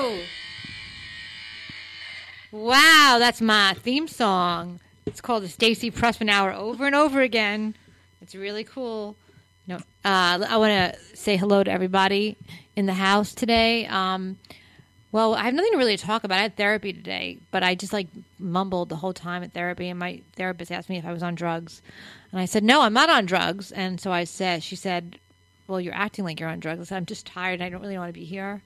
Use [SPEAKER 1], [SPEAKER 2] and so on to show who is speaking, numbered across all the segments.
[SPEAKER 1] Woo! Wow, that's my theme song. It's called the Stacy Pressman Hour over and over again. It's really cool. No, uh, I want to say hello to everybody in the house today. Um, well, I have nothing really to talk about. I had therapy today, but I just like mumbled the whole time at therapy, and my therapist asked me if I was on drugs, and I said no, I'm not on drugs. And so I said, she said, "Well, you're acting like you're on drugs." I said, "I'm just tired. and I don't really want to be here."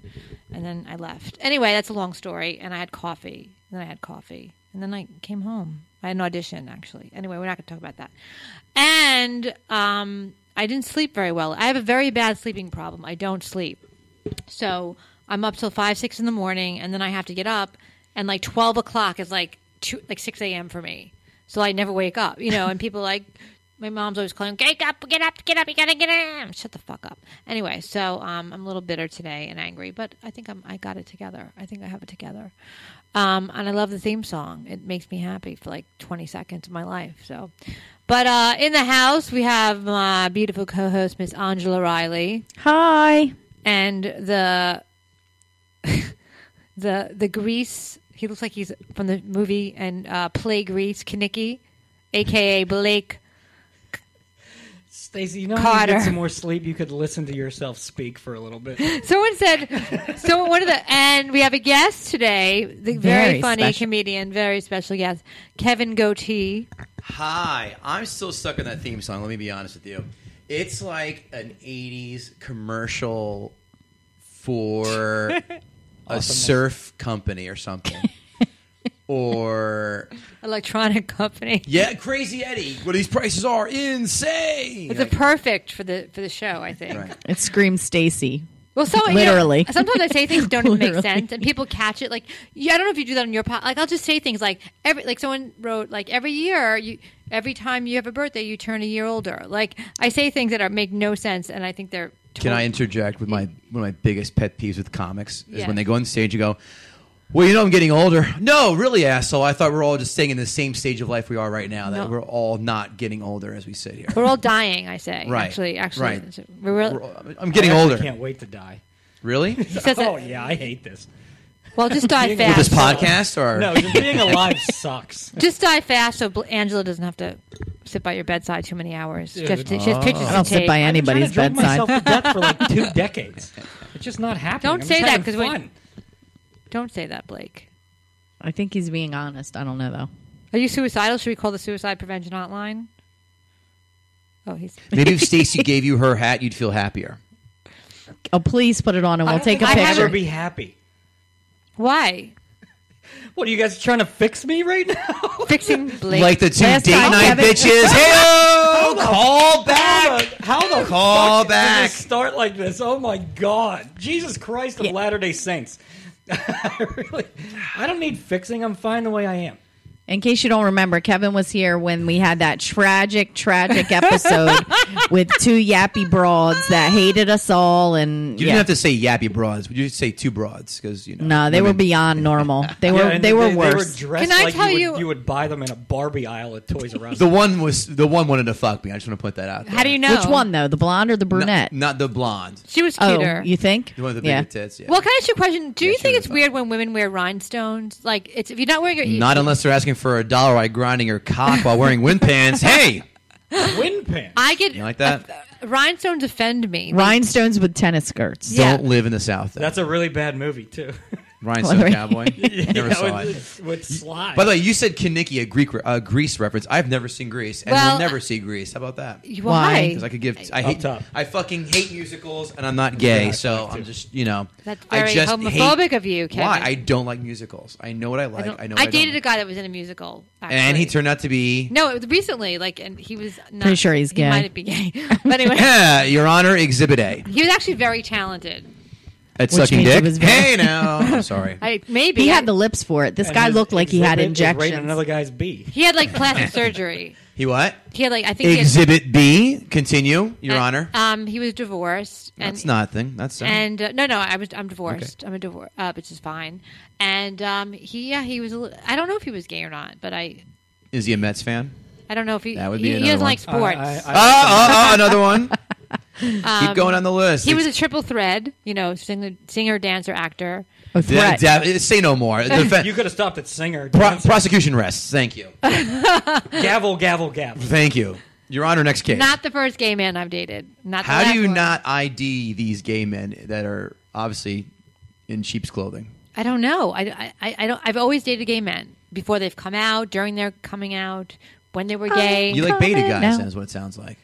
[SPEAKER 1] And then I left. Anyway, that's a long story. And I had coffee. And then I had coffee, and then I came home. I had an audition actually. Anyway, we're not going to talk about that. And um, I didn't sleep very well. I have a very bad sleeping problem. I don't sleep. So I'm up till five, six in the morning, and then I have to get up, and like twelve o'clock is like two, like six a.m. for me. So I never wake up, you know. And people like my mom's always calling, "Get up, get up, get up! You gotta get up!" Shut the fuck up. Anyway, so um, I'm a little bitter today and angry, but I think I'm I got it together. I think I have it together. Um, and I love the theme song. It makes me happy for like 20 seconds of my life. So, but uh, in the house we have my beautiful co-host Miss Angela Riley.
[SPEAKER 2] Hi.
[SPEAKER 1] and the the the Grease. He looks like he's from the movie and uh, play Grease Kanicki, aka Blake.
[SPEAKER 3] Stacey, you know how
[SPEAKER 1] Carter.
[SPEAKER 3] you get some more sleep, you could listen to yourself speak for a little bit.
[SPEAKER 1] Someone said, someone one of the and we have a guest today, the very,
[SPEAKER 2] Very
[SPEAKER 1] funny
[SPEAKER 2] special.
[SPEAKER 1] comedian, very special guest, Kevin Goatee.
[SPEAKER 4] Hi, I'm still stuck on that theme song. Let me be honest with you. It's like an 80s commercial for a surf company or something. or,
[SPEAKER 1] Electronic company.
[SPEAKER 4] yeah, Crazy Eddie. What these prices are insane.
[SPEAKER 1] It's a
[SPEAKER 4] Like,
[SPEAKER 1] perfect for the for the show, I think.
[SPEAKER 4] Right.
[SPEAKER 2] It screams Stacy.
[SPEAKER 1] Well, so you know,
[SPEAKER 2] Literally.
[SPEAKER 1] sometimes I say things that don't even make
[SPEAKER 2] Literally.
[SPEAKER 1] sense, and people catch it. Like, yeah, I don't know if you do that on your pod. Like, I'll just say things like every, like someone wrote, like every year, you every time you have a birthday, you turn a year older. Like, I say things that are make no sense, and I think they're.
[SPEAKER 4] Can I
[SPEAKER 1] totally-
[SPEAKER 4] interject with my one of my biggest pet peeves with comics is
[SPEAKER 1] Yeah.
[SPEAKER 4] when they go on stage and go, "Well, you know, I'm getting older." No, really, asshole. I thought we are all just staying in the same stage of life we are right now. That
[SPEAKER 1] No.
[SPEAKER 4] we're all not getting older as we sit here.
[SPEAKER 1] We're all dying. I say.
[SPEAKER 4] Right.
[SPEAKER 1] Actually, actually,
[SPEAKER 4] Right.
[SPEAKER 1] We're, real-
[SPEAKER 4] We're all- I'm getting
[SPEAKER 3] I actually
[SPEAKER 4] older.
[SPEAKER 3] can't wait to die.
[SPEAKER 4] Really?
[SPEAKER 1] he says
[SPEAKER 3] oh,
[SPEAKER 1] that.
[SPEAKER 3] yeah, I hate this.
[SPEAKER 1] Well, just die
[SPEAKER 3] With
[SPEAKER 1] fast.
[SPEAKER 4] this podcast or
[SPEAKER 3] No, just being alive sucks.
[SPEAKER 1] Just die fast, so Bl- Angela doesn't have to sit by your bedside too many hours. She has, to- she has pictures
[SPEAKER 2] I
[SPEAKER 1] to
[SPEAKER 2] don't sit
[SPEAKER 1] take.
[SPEAKER 2] by anybody's
[SPEAKER 3] I've been trying to
[SPEAKER 2] bedside.
[SPEAKER 3] drink myself to death for like two decades. It's just not happening.
[SPEAKER 1] Don't
[SPEAKER 3] I'm
[SPEAKER 1] say
[SPEAKER 3] just
[SPEAKER 1] that,
[SPEAKER 3] having
[SPEAKER 1] 'cause we-
[SPEAKER 3] fun.
[SPEAKER 1] Don't say that, Blake.
[SPEAKER 2] I think he's being honest. I don't know though.
[SPEAKER 1] Are you suicidal? Should we call the suicide prevention hotline? Oh, he's.
[SPEAKER 4] maybe if Stacy gave you her hat, you'd feel happier.
[SPEAKER 2] Oh, please put it on and
[SPEAKER 3] I
[SPEAKER 2] we'll
[SPEAKER 3] don't
[SPEAKER 2] take a
[SPEAKER 3] think I'll
[SPEAKER 2] picture.
[SPEAKER 3] ever be happy.
[SPEAKER 1] Why?
[SPEAKER 3] What are you guys trying to fix me right now?
[SPEAKER 1] Fixing Blake.
[SPEAKER 4] Like the two
[SPEAKER 2] Last
[SPEAKER 4] date
[SPEAKER 2] time,
[SPEAKER 4] night
[SPEAKER 2] Kevin-
[SPEAKER 4] bitches. Hey,
[SPEAKER 3] the- How
[SPEAKER 4] call back.
[SPEAKER 3] the, how the
[SPEAKER 4] Call
[SPEAKER 3] fuck did
[SPEAKER 4] back.
[SPEAKER 3] this start like this? Oh my god, Jesus Christ of
[SPEAKER 2] Yeah.
[SPEAKER 3] Latter Day Saints! I really, I don't need fixing. I'm fine the way I am.
[SPEAKER 2] In case you don't remember, Kevin was here when we had that tragic, tragic episode with two yappy broads that hated us all and
[SPEAKER 4] You
[SPEAKER 2] yeah.
[SPEAKER 4] didn't have to say yappy broads. You just say two broads because you know.
[SPEAKER 2] No, they were beyond normal. They were
[SPEAKER 3] Yeah, and
[SPEAKER 2] they were
[SPEAKER 3] they,
[SPEAKER 2] worse.
[SPEAKER 3] They were dressed
[SPEAKER 1] Can I
[SPEAKER 3] like
[SPEAKER 1] tell
[SPEAKER 3] you, would,
[SPEAKER 1] you-
[SPEAKER 3] you would buy them in a Barbie aisle at Toys R Us.
[SPEAKER 4] The one was the one wanted to fuck me. I just want to put that out. There.
[SPEAKER 1] How do you know?
[SPEAKER 2] Which one though? The blonde or the
[SPEAKER 4] Not-
[SPEAKER 2] brunette?
[SPEAKER 4] Not the blonde.
[SPEAKER 1] She was cuter.
[SPEAKER 2] oh, you think?
[SPEAKER 4] The one with the
[SPEAKER 2] yeah.
[SPEAKER 4] bigger tits. Yeah.
[SPEAKER 1] well, can I ask you a question? Do you
[SPEAKER 4] sure,
[SPEAKER 1] think it's
[SPEAKER 4] that's
[SPEAKER 1] weird when women wear rhinestones? Like, it's if you're not wearing your e-
[SPEAKER 4] Not unless they're asking for a dollar by grinding your cock while wearing wind pants. Hey,
[SPEAKER 3] wind pants.
[SPEAKER 1] I get
[SPEAKER 4] you like that?
[SPEAKER 1] rhinestones offend me.
[SPEAKER 2] Rhinestones with tennis skirts.
[SPEAKER 1] Yeah.
[SPEAKER 4] Don't live in the south. Though.
[SPEAKER 3] That's a really bad movie too.
[SPEAKER 4] Rhinestone
[SPEAKER 2] Well,
[SPEAKER 4] Cowboy. Never saw
[SPEAKER 3] with,
[SPEAKER 4] it.
[SPEAKER 3] With Sly.
[SPEAKER 4] By the way, you said Kinnicky, a Greek, re- uh, Greece reference. I've never seen Greece, and
[SPEAKER 1] Well,
[SPEAKER 4] will never see Greece. How about that?
[SPEAKER 1] Why?
[SPEAKER 4] Because I could give. I hate.
[SPEAKER 3] top.
[SPEAKER 4] I fucking hate musicals, and I'm not gay,
[SPEAKER 3] Yeah, I
[SPEAKER 4] so
[SPEAKER 3] fuck
[SPEAKER 4] I'm
[SPEAKER 3] too.
[SPEAKER 4] just you know.
[SPEAKER 1] That's
[SPEAKER 4] I
[SPEAKER 1] very
[SPEAKER 4] just
[SPEAKER 1] homophobic
[SPEAKER 4] hate-
[SPEAKER 1] of you, Kevin.
[SPEAKER 4] Why? I don't like musicals. I know what I like. I,
[SPEAKER 1] don't-
[SPEAKER 4] know. What
[SPEAKER 1] I,
[SPEAKER 4] I,
[SPEAKER 1] dated
[SPEAKER 4] don't
[SPEAKER 1] a guy that was in a musical, actually.
[SPEAKER 4] and he turned out to be.
[SPEAKER 1] No, it was recently, like, and he was not,
[SPEAKER 2] Pretty sure he's
[SPEAKER 1] He
[SPEAKER 2] gay.
[SPEAKER 1] might be gay, but anyway,
[SPEAKER 4] Yeah, Your Honor, Exhibit A
[SPEAKER 1] he was actually very talented.
[SPEAKER 4] at
[SPEAKER 2] Which
[SPEAKER 4] sucking
[SPEAKER 2] means it
[SPEAKER 4] dick.
[SPEAKER 2] was very-
[SPEAKER 4] Hey now, I'm sorry.
[SPEAKER 1] I maybe
[SPEAKER 2] He
[SPEAKER 1] I-
[SPEAKER 2] had the lips for it. This
[SPEAKER 3] And
[SPEAKER 2] guy
[SPEAKER 3] his
[SPEAKER 2] looked like he had
[SPEAKER 3] exhibit is rating
[SPEAKER 2] injections.
[SPEAKER 3] Another guy's B.
[SPEAKER 1] he had like plastic surgery.
[SPEAKER 4] He what?
[SPEAKER 1] He had like I think he had-
[SPEAKER 4] Exhibit B. Continue, Your
[SPEAKER 1] uh,
[SPEAKER 4] Honor.
[SPEAKER 1] Um, he was divorced.
[SPEAKER 4] That's
[SPEAKER 1] and,
[SPEAKER 4] not a thing. That's a-
[SPEAKER 1] And uh, no, no, I was I'm divorced. I'm a divorce, uh, which is fine. And um, he yeah he was a li- I don't know if he was gay or not, but I
[SPEAKER 4] Is he a Mets fan?
[SPEAKER 1] I don't know if he
[SPEAKER 4] That would be
[SPEAKER 1] he, he
[SPEAKER 4] another
[SPEAKER 1] doesn't
[SPEAKER 4] one.
[SPEAKER 1] like sports.
[SPEAKER 3] I- I-
[SPEAKER 4] Oh, oh, oh, another one. Keep going on the list.
[SPEAKER 1] Um, he was a triple thread, you know, singer, singer dancer, actor.
[SPEAKER 2] A
[SPEAKER 4] D-
[SPEAKER 2] threat.
[SPEAKER 4] dab- say no more. Defe-
[SPEAKER 3] You could have stopped at singer.
[SPEAKER 4] Pro-
[SPEAKER 3] dancer.
[SPEAKER 4] prosecution rests. Thank you.
[SPEAKER 3] gavel, gavel, gavel.
[SPEAKER 4] Thank you. Your Honor, next case.
[SPEAKER 1] Not the first gay man I've dated. Not the
[SPEAKER 4] How do
[SPEAKER 1] last
[SPEAKER 4] you
[SPEAKER 1] one.
[SPEAKER 4] not ID these gay men that are obviously in sheep's clothing?
[SPEAKER 1] I don't know. I, I, I I don't. I've always dated gay men before they've come out, during their coming out, when they were gay.
[SPEAKER 4] Uh, You like beta
[SPEAKER 2] Comment
[SPEAKER 4] guys,
[SPEAKER 2] now.
[SPEAKER 4] is what it sounds like.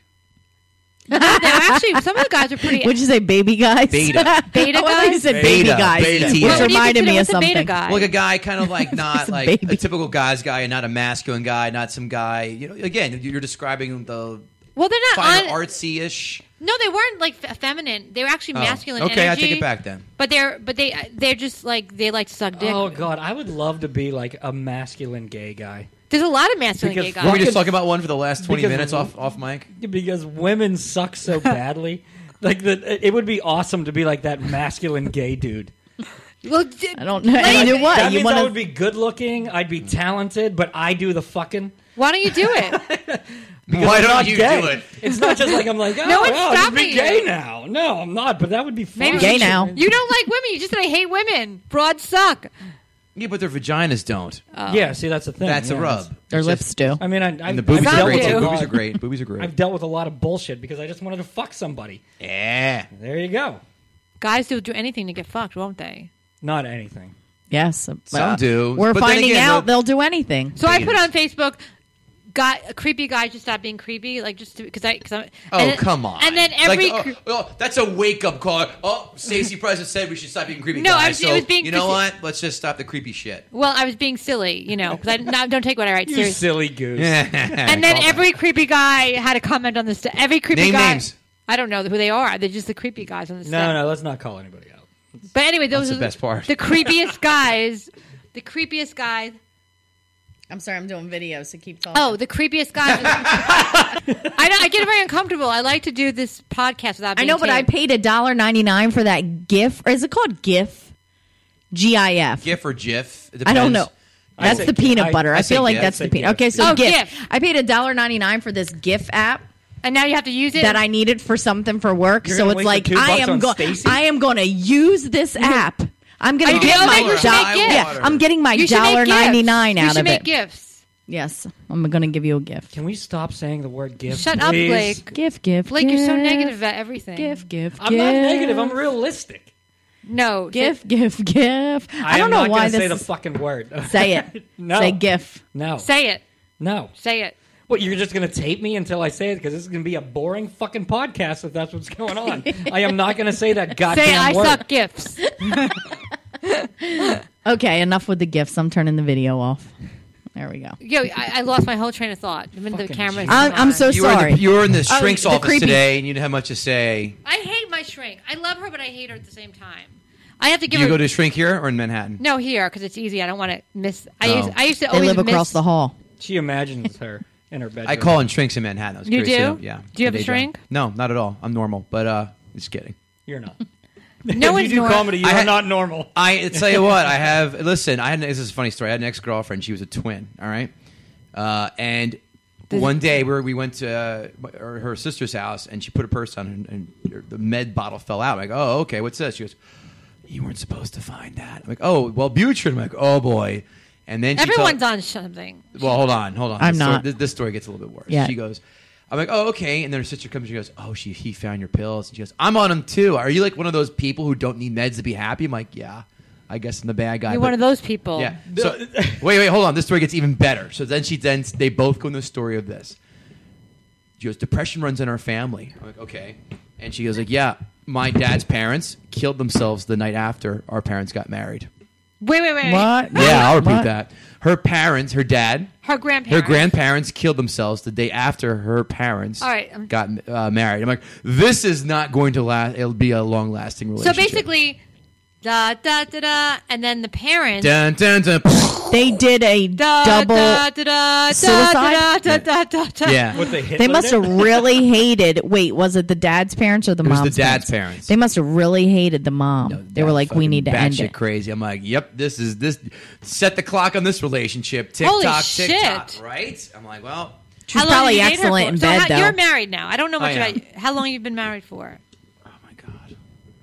[SPEAKER 1] They're actually, some of the guys are pretty.
[SPEAKER 2] What'd you say, baby guys?
[SPEAKER 4] Beta.
[SPEAKER 1] Beta
[SPEAKER 2] I thought you
[SPEAKER 1] guys?
[SPEAKER 2] said baby,
[SPEAKER 4] Beta,
[SPEAKER 2] guys,
[SPEAKER 4] beta.
[SPEAKER 2] which
[SPEAKER 4] What would
[SPEAKER 1] you
[SPEAKER 2] reminded
[SPEAKER 1] consider
[SPEAKER 2] me of
[SPEAKER 1] what's a
[SPEAKER 2] something.
[SPEAKER 1] beta guy?
[SPEAKER 4] Like a guy, kind of like not
[SPEAKER 2] It's a
[SPEAKER 4] like
[SPEAKER 2] baby.
[SPEAKER 4] a typical guy's guy, and not a masculine guy, not some guy. You know, again, you're describing the
[SPEAKER 1] well, they're not
[SPEAKER 4] fine
[SPEAKER 1] on.
[SPEAKER 4] artsy ish.
[SPEAKER 1] No, they weren't like fe- feminine. They were actually masculine.
[SPEAKER 4] Oh. okay, I take
[SPEAKER 1] energy,
[SPEAKER 4] it back then.
[SPEAKER 1] But they're but they they're just like they like to suck dick.
[SPEAKER 3] Oh god, I would love to be like a masculine gay guy
[SPEAKER 1] There's a lot of masculine
[SPEAKER 3] Because
[SPEAKER 1] gay guys.
[SPEAKER 4] Were we just
[SPEAKER 3] Because-
[SPEAKER 4] talking about one for the last twenty
[SPEAKER 3] because-
[SPEAKER 4] minutes off off mic?
[SPEAKER 3] because women suck so badly. like the, it would be awesome to be like that masculine gay dude.
[SPEAKER 1] well, d-
[SPEAKER 2] I don't know. I mean, what?
[SPEAKER 3] That
[SPEAKER 2] you
[SPEAKER 3] means
[SPEAKER 2] wanna-
[SPEAKER 3] I would be good looking. I'd be talented, but I do the fucking.
[SPEAKER 1] why don't you do it?
[SPEAKER 4] Why
[SPEAKER 3] I'm
[SPEAKER 4] don't
[SPEAKER 3] not
[SPEAKER 4] you
[SPEAKER 3] gay.
[SPEAKER 4] do it?
[SPEAKER 3] It's not just like I'm like, oh,
[SPEAKER 1] No one's
[SPEAKER 3] wow, I'd
[SPEAKER 1] stopping
[SPEAKER 3] be
[SPEAKER 1] you.
[SPEAKER 3] gay now. No, I'm not. But that would be fun.
[SPEAKER 1] Maybe
[SPEAKER 2] Gay now.
[SPEAKER 1] You don't like women. You just said I hate women. Broad suck.
[SPEAKER 4] Yeah, but their vaginas don't.
[SPEAKER 3] Yeah, see, that's the thing.
[SPEAKER 4] That's a
[SPEAKER 3] yeah.
[SPEAKER 4] rub.
[SPEAKER 2] Oh, Their
[SPEAKER 4] It's
[SPEAKER 2] lips
[SPEAKER 4] just-
[SPEAKER 2] do.
[SPEAKER 3] I mean, I, I,
[SPEAKER 4] And the boobies
[SPEAKER 1] I've
[SPEAKER 4] are
[SPEAKER 1] dealt
[SPEAKER 4] great
[SPEAKER 1] with
[SPEAKER 4] too.
[SPEAKER 1] a lot-
[SPEAKER 4] Boobies are great. Boobies are great.
[SPEAKER 3] I've dealt with a lot of bullshit because I just wanted to fuck somebody.
[SPEAKER 4] yeah.
[SPEAKER 3] There you go.
[SPEAKER 1] Guys will do anything to get fucked, won't they?
[SPEAKER 3] Not anything.
[SPEAKER 2] Yes,
[SPEAKER 4] Some do.
[SPEAKER 2] We're
[SPEAKER 4] But then
[SPEAKER 2] finding
[SPEAKER 4] again,
[SPEAKER 2] out
[SPEAKER 4] the-
[SPEAKER 2] they'll do anything.
[SPEAKER 1] So I
[SPEAKER 4] Hate
[SPEAKER 1] put
[SPEAKER 4] it.
[SPEAKER 1] on Facebook, guy, creepy guy just stop being creepy, like just because I. Cause I'm,
[SPEAKER 4] Oh
[SPEAKER 1] and then-
[SPEAKER 4] come on!
[SPEAKER 1] And then every
[SPEAKER 4] like,
[SPEAKER 1] cre-
[SPEAKER 4] oh, oh, that's a wake up call. Oh, Stacey President said we should stop being creepy.
[SPEAKER 1] No,
[SPEAKER 4] guys,
[SPEAKER 1] I was- it
[SPEAKER 4] so
[SPEAKER 1] was being-
[SPEAKER 4] You know what? Let's just stop the creepy shit.
[SPEAKER 1] well, I was being silly, you know, because I no, don't take what I write
[SPEAKER 3] You
[SPEAKER 1] seriously.
[SPEAKER 3] silly goose.
[SPEAKER 1] And
[SPEAKER 4] and
[SPEAKER 1] then every creepy guy had a comment on this. St- every creepy
[SPEAKER 4] Name
[SPEAKER 1] guy.
[SPEAKER 4] names.
[SPEAKER 1] I don't know who they are. They're just the creepy guys on the
[SPEAKER 3] No,
[SPEAKER 1] set.
[SPEAKER 3] no, let's not call anybody out.
[SPEAKER 1] But anyway, those
[SPEAKER 4] That's
[SPEAKER 1] are
[SPEAKER 4] the best part.
[SPEAKER 1] The creepiest guys. The creepiest guys.
[SPEAKER 2] I'm sorry, I'm doing video, so keep talking.
[SPEAKER 1] Oh, the creepiest guys. I, know, I get very uncomfortable. I like to do this podcast without.
[SPEAKER 2] I
[SPEAKER 1] Being
[SPEAKER 2] know, but I
[SPEAKER 1] taped.
[SPEAKER 2] paid a dollar ninety nine for that GIF. Or is it called GIF? G I F.
[SPEAKER 4] GIF or GIF? It
[SPEAKER 2] I don't
[SPEAKER 4] depends.
[SPEAKER 2] know.
[SPEAKER 3] I
[SPEAKER 2] That's
[SPEAKER 3] say
[SPEAKER 2] the peanut
[SPEAKER 3] GIF.
[SPEAKER 2] butter.
[SPEAKER 4] I
[SPEAKER 2] I,
[SPEAKER 4] say
[SPEAKER 2] feel like
[SPEAKER 4] GIF.
[SPEAKER 2] that's
[SPEAKER 3] I
[SPEAKER 2] the
[SPEAKER 3] say
[SPEAKER 2] peanut.
[SPEAKER 3] GIF.
[SPEAKER 2] Okay, so
[SPEAKER 1] Oh,
[SPEAKER 2] GIF.
[SPEAKER 1] GIF.
[SPEAKER 2] I paid a dollar ninety nine for this GIF app
[SPEAKER 1] and now you have to use it.
[SPEAKER 2] that I needed for something for work.
[SPEAKER 3] You're
[SPEAKER 2] so
[SPEAKER 3] gonna
[SPEAKER 2] it's
[SPEAKER 3] waste
[SPEAKER 2] like
[SPEAKER 3] the two
[SPEAKER 2] I
[SPEAKER 3] bucks
[SPEAKER 2] am
[SPEAKER 3] on
[SPEAKER 2] going.
[SPEAKER 3] Stacy?
[SPEAKER 2] I am going to use this app. I'm
[SPEAKER 1] Are
[SPEAKER 2] going to
[SPEAKER 1] you
[SPEAKER 2] get
[SPEAKER 1] gonna
[SPEAKER 2] my
[SPEAKER 1] make- you should make
[SPEAKER 2] dollar. Yeah,
[SPEAKER 4] GIF?
[SPEAKER 2] I'm getting my
[SPEAKER 1] You should make
[SPEAKER 2] dollar
[SPEAKER 1] gifts.
[SPEAKER 2] ninety nine
[SPEAKER 1] You
[SPEAKER 2] out
[SPEAKER 1] should
[SPEAKER 2] of
[SPEAKER 1] make
[SPEAKER 2] it.
[SPEAKER 1] gifts.
[SPEAKER 2] Yes, I'm going to give you a gift.
[SPEAKER 3] Can we stop saying the word gift?
[SPEAKER 1] Shut up,
[SPEAKER 3] please?
[SPEAKER 1] Blake.
[SPEAKER 2] Gift, gift,
[SPEAKER 1] Blake, you're so
[SPEAKER 2] gift,
[SPEAKER 1] negative about everything.
[SPEAKER 2] Gift, gift,
[SPEAKER 3] I'm not negative. I'm realistic.
[SPEAKER 1] No,
[SPEAKER 2] Gift, gift, gift. I, don't
[SPEAKER 3] am
[SPEAKER 2] know
[SPEAKER 3] not
[SPEAKER 2] why
[SPEAKER 3] gonna
[SPEAKER 2] this.
[SPEAKER 3] say the
[SPEAKER 2] is-
[SPEAKER 3] fucking word.
[SPEAKER 2] say it.
[SPEAKER 3] No.
[SPEAKER 2] Say gif.
[SPEAKER 3] no.
[SPEAKER 1] Say it.
[SPEAKER 3] no.
[SPEAKER 1] Say it.
[SPEAKER 3] What, you're just going to tape me until I say it because this is going to be a boring fucking podcast if that's what's going on. I am not going to say that goddamn
[SPEAKER 1] Say I
[SPEAKER 3] word.
[SPEAKER 1] suck gifts.
[SPEAKER 2] Okay, enough with the gifts. I'm turning the video off. There we go.
[SPEAKER 1] Yo, I, I lost my whole train of thought. When the
[SPEAKER 3] Fucking
[SPEAKER 1] camera.
[SPEAKER 3] Jesus.
[SPEAKER 2] I'm, I'm so
[SPEAKER 4] You were, in
[SPEAKER 2] sorry. Oh,
[SPEAKER 4] the, you were in the shrink's
[SPEAKER 2] the
[SPEAKER 4] office
[SPEAKER 2] creepy-
[SPEAKER 4] today, and you didn't have much to say.
[SPEAKER 1] I hate my shrink. I love her, but I hate her at the same time. I have to
[SPEAKER 4] Do
[SPEAKER 1] give
[SPEAKER 4] you
[SPEAKER 1] her
[SPEAKER 4] go to a shrink here or in Manhattan?
[SPEAKER 1] no here because it's easy. I don't want to miss. I
[SPEAKER 4] No.
[SPEAKER 1] used, I used to
[SPEAKER 2] they
[SPEAKER 1] always
[SPEAKER 2] live across
[SPEAKER 1] miss-
[SPEAKER 2] the hall.
[SPEAKER 3] She imagines her in her bedroom.
[SPEAKER 4] I call in shrinks in Manhattan. I was
[SPEAKER 1] You
[SPEAKER 4] curious
[SPEAKER 1] do?
[SPEAKER 4] to know. Yeah.
[SPEAKER 1] Do you have
[SPEAKER 4] My
[SPEAKER 1] a
[SPEAKER 4] day job.
[SPEAKER 1] shrink?
[SPEAKER 4] No, not at all. I'm normal, but uh, just kidding.
[SPEAKER 3] You're not.
[SPEAKER 1] No
[SPEAKER 3] If
[SPEAKER 1] one's
[SPEAKER 3] you do
[SPEAKER 1] normal.
[SPEAKER 3] comedy. You
[SPEAKER 4] I
[SPEAKER 3] are
[SPEAKER 4] had-
[SPEAKER 3] not normal.
[SPEAKER 4] I tell you what, I have. Listen, I had an, this is a funny story. I had an ex girlfriend. She was a twin. All right, uh, and one day we were, we went to uh, my- her, her sister's house, and she put a purse on, and, and the med bottle fell out. I'm like, oh, okay, what's this? She goes, you weren't supposed to find that. I'm like, oh, well, Butrin. I'm like, oh boy, and then she told-
[SPEAKER 1] Everyone's on something.
[SPEAKER 4] well, hold on, hold on.
[SPEAKER 2] I'm
[SPEAKER 4] this story-
[SPEAKER 2] not.
[SPEAKER 4] this, this story gets a little bit worse.
[SPEAKER 2] Yeah.
[SPEAKER 4] She goes, I'm like, oh, okay. And then her sister comes and she goes, oh, she, he found your pills. And she goes, I'm on them too. Are you like one of those people who don't need meds to be happy? I'm like, yeah. I guess I'm the bad guy.
[SPEAKER 1] You're
[SPEAKER 4] but-
[SPEAKER 1] one of those people.
[SPEAKER 4] yeah. So, wait, wait, hold on. This story gets even better. So then she then they both go in the story of this. She goes, depression runs in our family. I'm like, okay. And she goes like, yeah, my dad's parents killed themselves the night after our parents got married.
[SPEAKER 1] Wait, wait, wait.
[SPEAKER 4] Yeah, I'll repeat that. Her parents, her dad,
[SPEAKER 1] Her grandparents.
[SPEAKER 4] her grandparents killed themselves the day after her parents
[SPEAKER 1] All right,
[SPEAKER 2] um,
[SPEAKER 1] I'm-
[SPEAKER 4] got uh, married. I'm like, this is not going to last. It'll be a long lasting
[SPEAKER 1] So
[SPEAKER 4] relationship.
[SPEAKER 1] basically, da da da da, and then the parents.
[SPEAKER 4] dun, dun, dun,
[SPEAKER 2] They did a
[SPEAKER 1] Da,
[SPEAKER 2] double.
[SPEAKER 1] da, da, da, da,
[SPEAKER 2] suicide?
[SPEAKER 1] Da, da, da, da, da.
[SPEAKER 4] yeah.
[SPEAKER 3] What the Hitler
[SPEAKER 2] They must
[SPEAKER 3] did?
[SPEAKER 2] have really hated. Wait, was it the dad's parents or the
[SPEAKER 4] It was
[SPEAKER 2] mom's?
[SPEAKER 4] the dad's parents.
[SPEAKER 2] They must have really hated the mom. they were
[SPEAKER 4] That
[SPEAKER 2] like, "We
[SPEAKER 4] fucking
[SPEAKER 2] need to end
[SPEAKER 4] batshit
[SPEAKER 2] it."
[SPEAKER 4] Crazy. I'm like, yep, this is this. Set the clock on this relationship. Tick
[SPEAKER 1] Holy
[SPEAKER 4] tock, tick tock.
[SPEAKER 1] shit.
[SPEAKER 4] Right. I'm like, well,
[SPEAKER 2] She was
[SPEAKER 1] How long
[SPEAKER 2] probably
[SPEAKER 1] you date her
[SPEAKER 2] excellent
[SPEAKER 1] for?
[SPEAKER 2] in
[SPEAKER 1] so
[SPEAKER 2] bed
[SPEAKER 1] how,
[SPEAKER 2] though.
[SPEAKER 1] You're married now. I don't know much
[SPEAKER 4] I am.
[SPEAKER 1] about how long you've been married for.
[SPEAKER 4] oh my god,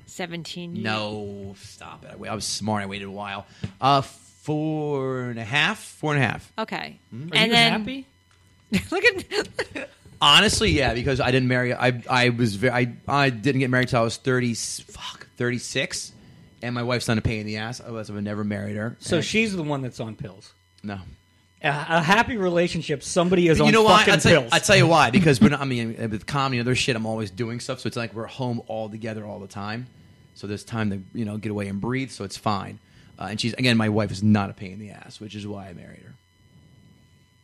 [SPEAKER 1] Seventeen. years.
[SPEAKER 4] no, stop it. I, wa- I was smart. I waited a while. Uh, four and a half, four and a half.
[SPEAKER 1] Okay.
[SPEAKER 4] Hmm?
[SPEAKER 3] Are
[SPEAKER 1] and
[SPEAKER 3] you
[SPEAKER 1] then
[SPEAKER 3] happy?
[SPEAKER 1] look at
[SPEAKER 4] Honestly, yeah, because I didn't marry. I I was very. I, I didn't get married till I was thirty. Fuck, thirty six. And my wife's not a pain in the ass. Otherwise, I would never married her.
[SPEAKER 3] So
[SPEAKER 4] And-
[SPEAKER 3] she's the one that's on pills.
[SPEAKER 4] no.
[SPEAKER 3] A, a happy relationship, somebody is on
[SPEAKER 4] But you know why?
[SPEAKER 3] fucking
[SPEAKER 4] I'll tell,
[SPEAKER 3] pills.
[SPEAKER 4] I'll tell you why. Because we're not, I mean, with comedy and other shit, I'm always doing stuff. So it's like we're home all together all the time. So there's time to, you know, get away and breathe. So it's fine. Uh, and she's, again, my wife is not a pain in the ass, which is why I married her.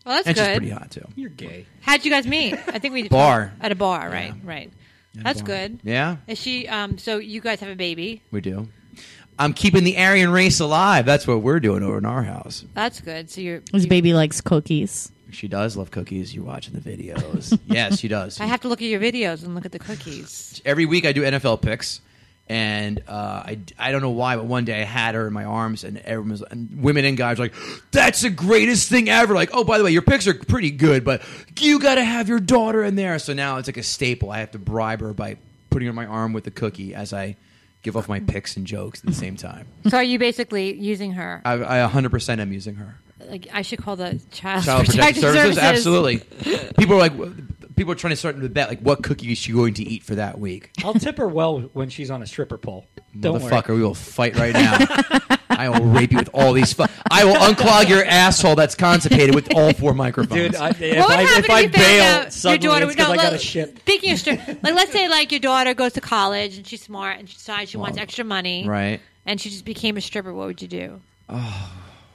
[SPEAKER 1] well, that's
[SPEAKER 4] and she's
[SPEAKER 1] good.
[SPEAKER 4] pretty hot, too.
[SPEAKER 3] You're gay.
[SPEAKER 1] How'd you guys meet? I think we did
[SPEAKER 4] Bar.
[SPEAKER 1] at a bar, right?
[SPEAKER 4] Yeah.
[SPEAKER 1] Right. That's good.
[SPEAKER 4] Yeah,
[SPEAKER 1] Is she? Um. So you guys have a baby.
[SPEAKER 4] we do. I'm keeping the Aryan race alive. That's what we're doing over in our house.
[SPEAKER 1] That's good. So you're.
[SPEAKER 2] His
[SPEAKER 1] you-
[SPEAKER 2] baby likes cookies.
[SPEAKER 4] She does love cookies. You're watching the videos. yes, she does.
[SPEAKER 1] I have to look at your videos and look at the cookies.
[SPEAKER 4] every week I do NFL picks, and uh, I I don't know why, but one day I had her in my arms, and everyone was, and women and guys were like, "That's the greatest thing ever!" Like, oh, by the way, your picks are pretty good, but you got to have your daughter in there. So now it's like a staple. I have to bribe her by putting her on my arm with a cookie as I give off my picks and jokes at the same time.
[SPEAKER 1] so are you basically using her?
[SPEAKER 4] I, I 100% am using her.
[SPEAKER 1] Like I should call the child,
[SPEAKER 4] Child Protective
[SPEAKER 1] protective
[SPEAKER 4] Services, absolutely. People are like, people are trying to start to bet like, what cookie is she going to eat for that week?
[SPEAKER 3] I'll tip her well when she's on a stripper pole. Don't worry.
[SPEAKER 4] Motherfucker, we will fight right now. I will rape you with all these. Fu- I will unclog your asshole that's constipated with all four microphones.
[SPEAKER 3] Dude, I, if
[SPEAKER 1] What would
[SPEAKER 3] I,
[SPEAKER 1] happen
[SPEAKER 3] if I
[SPEAKER 1] if you found
[SPEAKER 3] bail,
[SPEAKER 1] out your
[SPEAKER 3] suddenly
[SPEAKER 1] daughter?
[SPEAKER 3] it's
[SPEAKER 1] no,
[SPEAKER 3] 'cause I got a
[SPEAKER 1] let-
[SPEAKER 3] shit.
[SPEAKER 1] Speaking of stri- like, let's say like your daughter goes to college and she's smart and she decides she wants
[SPEAKER 4] Well,
[SPEAKER 1] extra money,
[SPEAKER 4] right.
[SPEAKER 1] And she just became a stripper. What would you do?
[SPEAKER 4] Oh.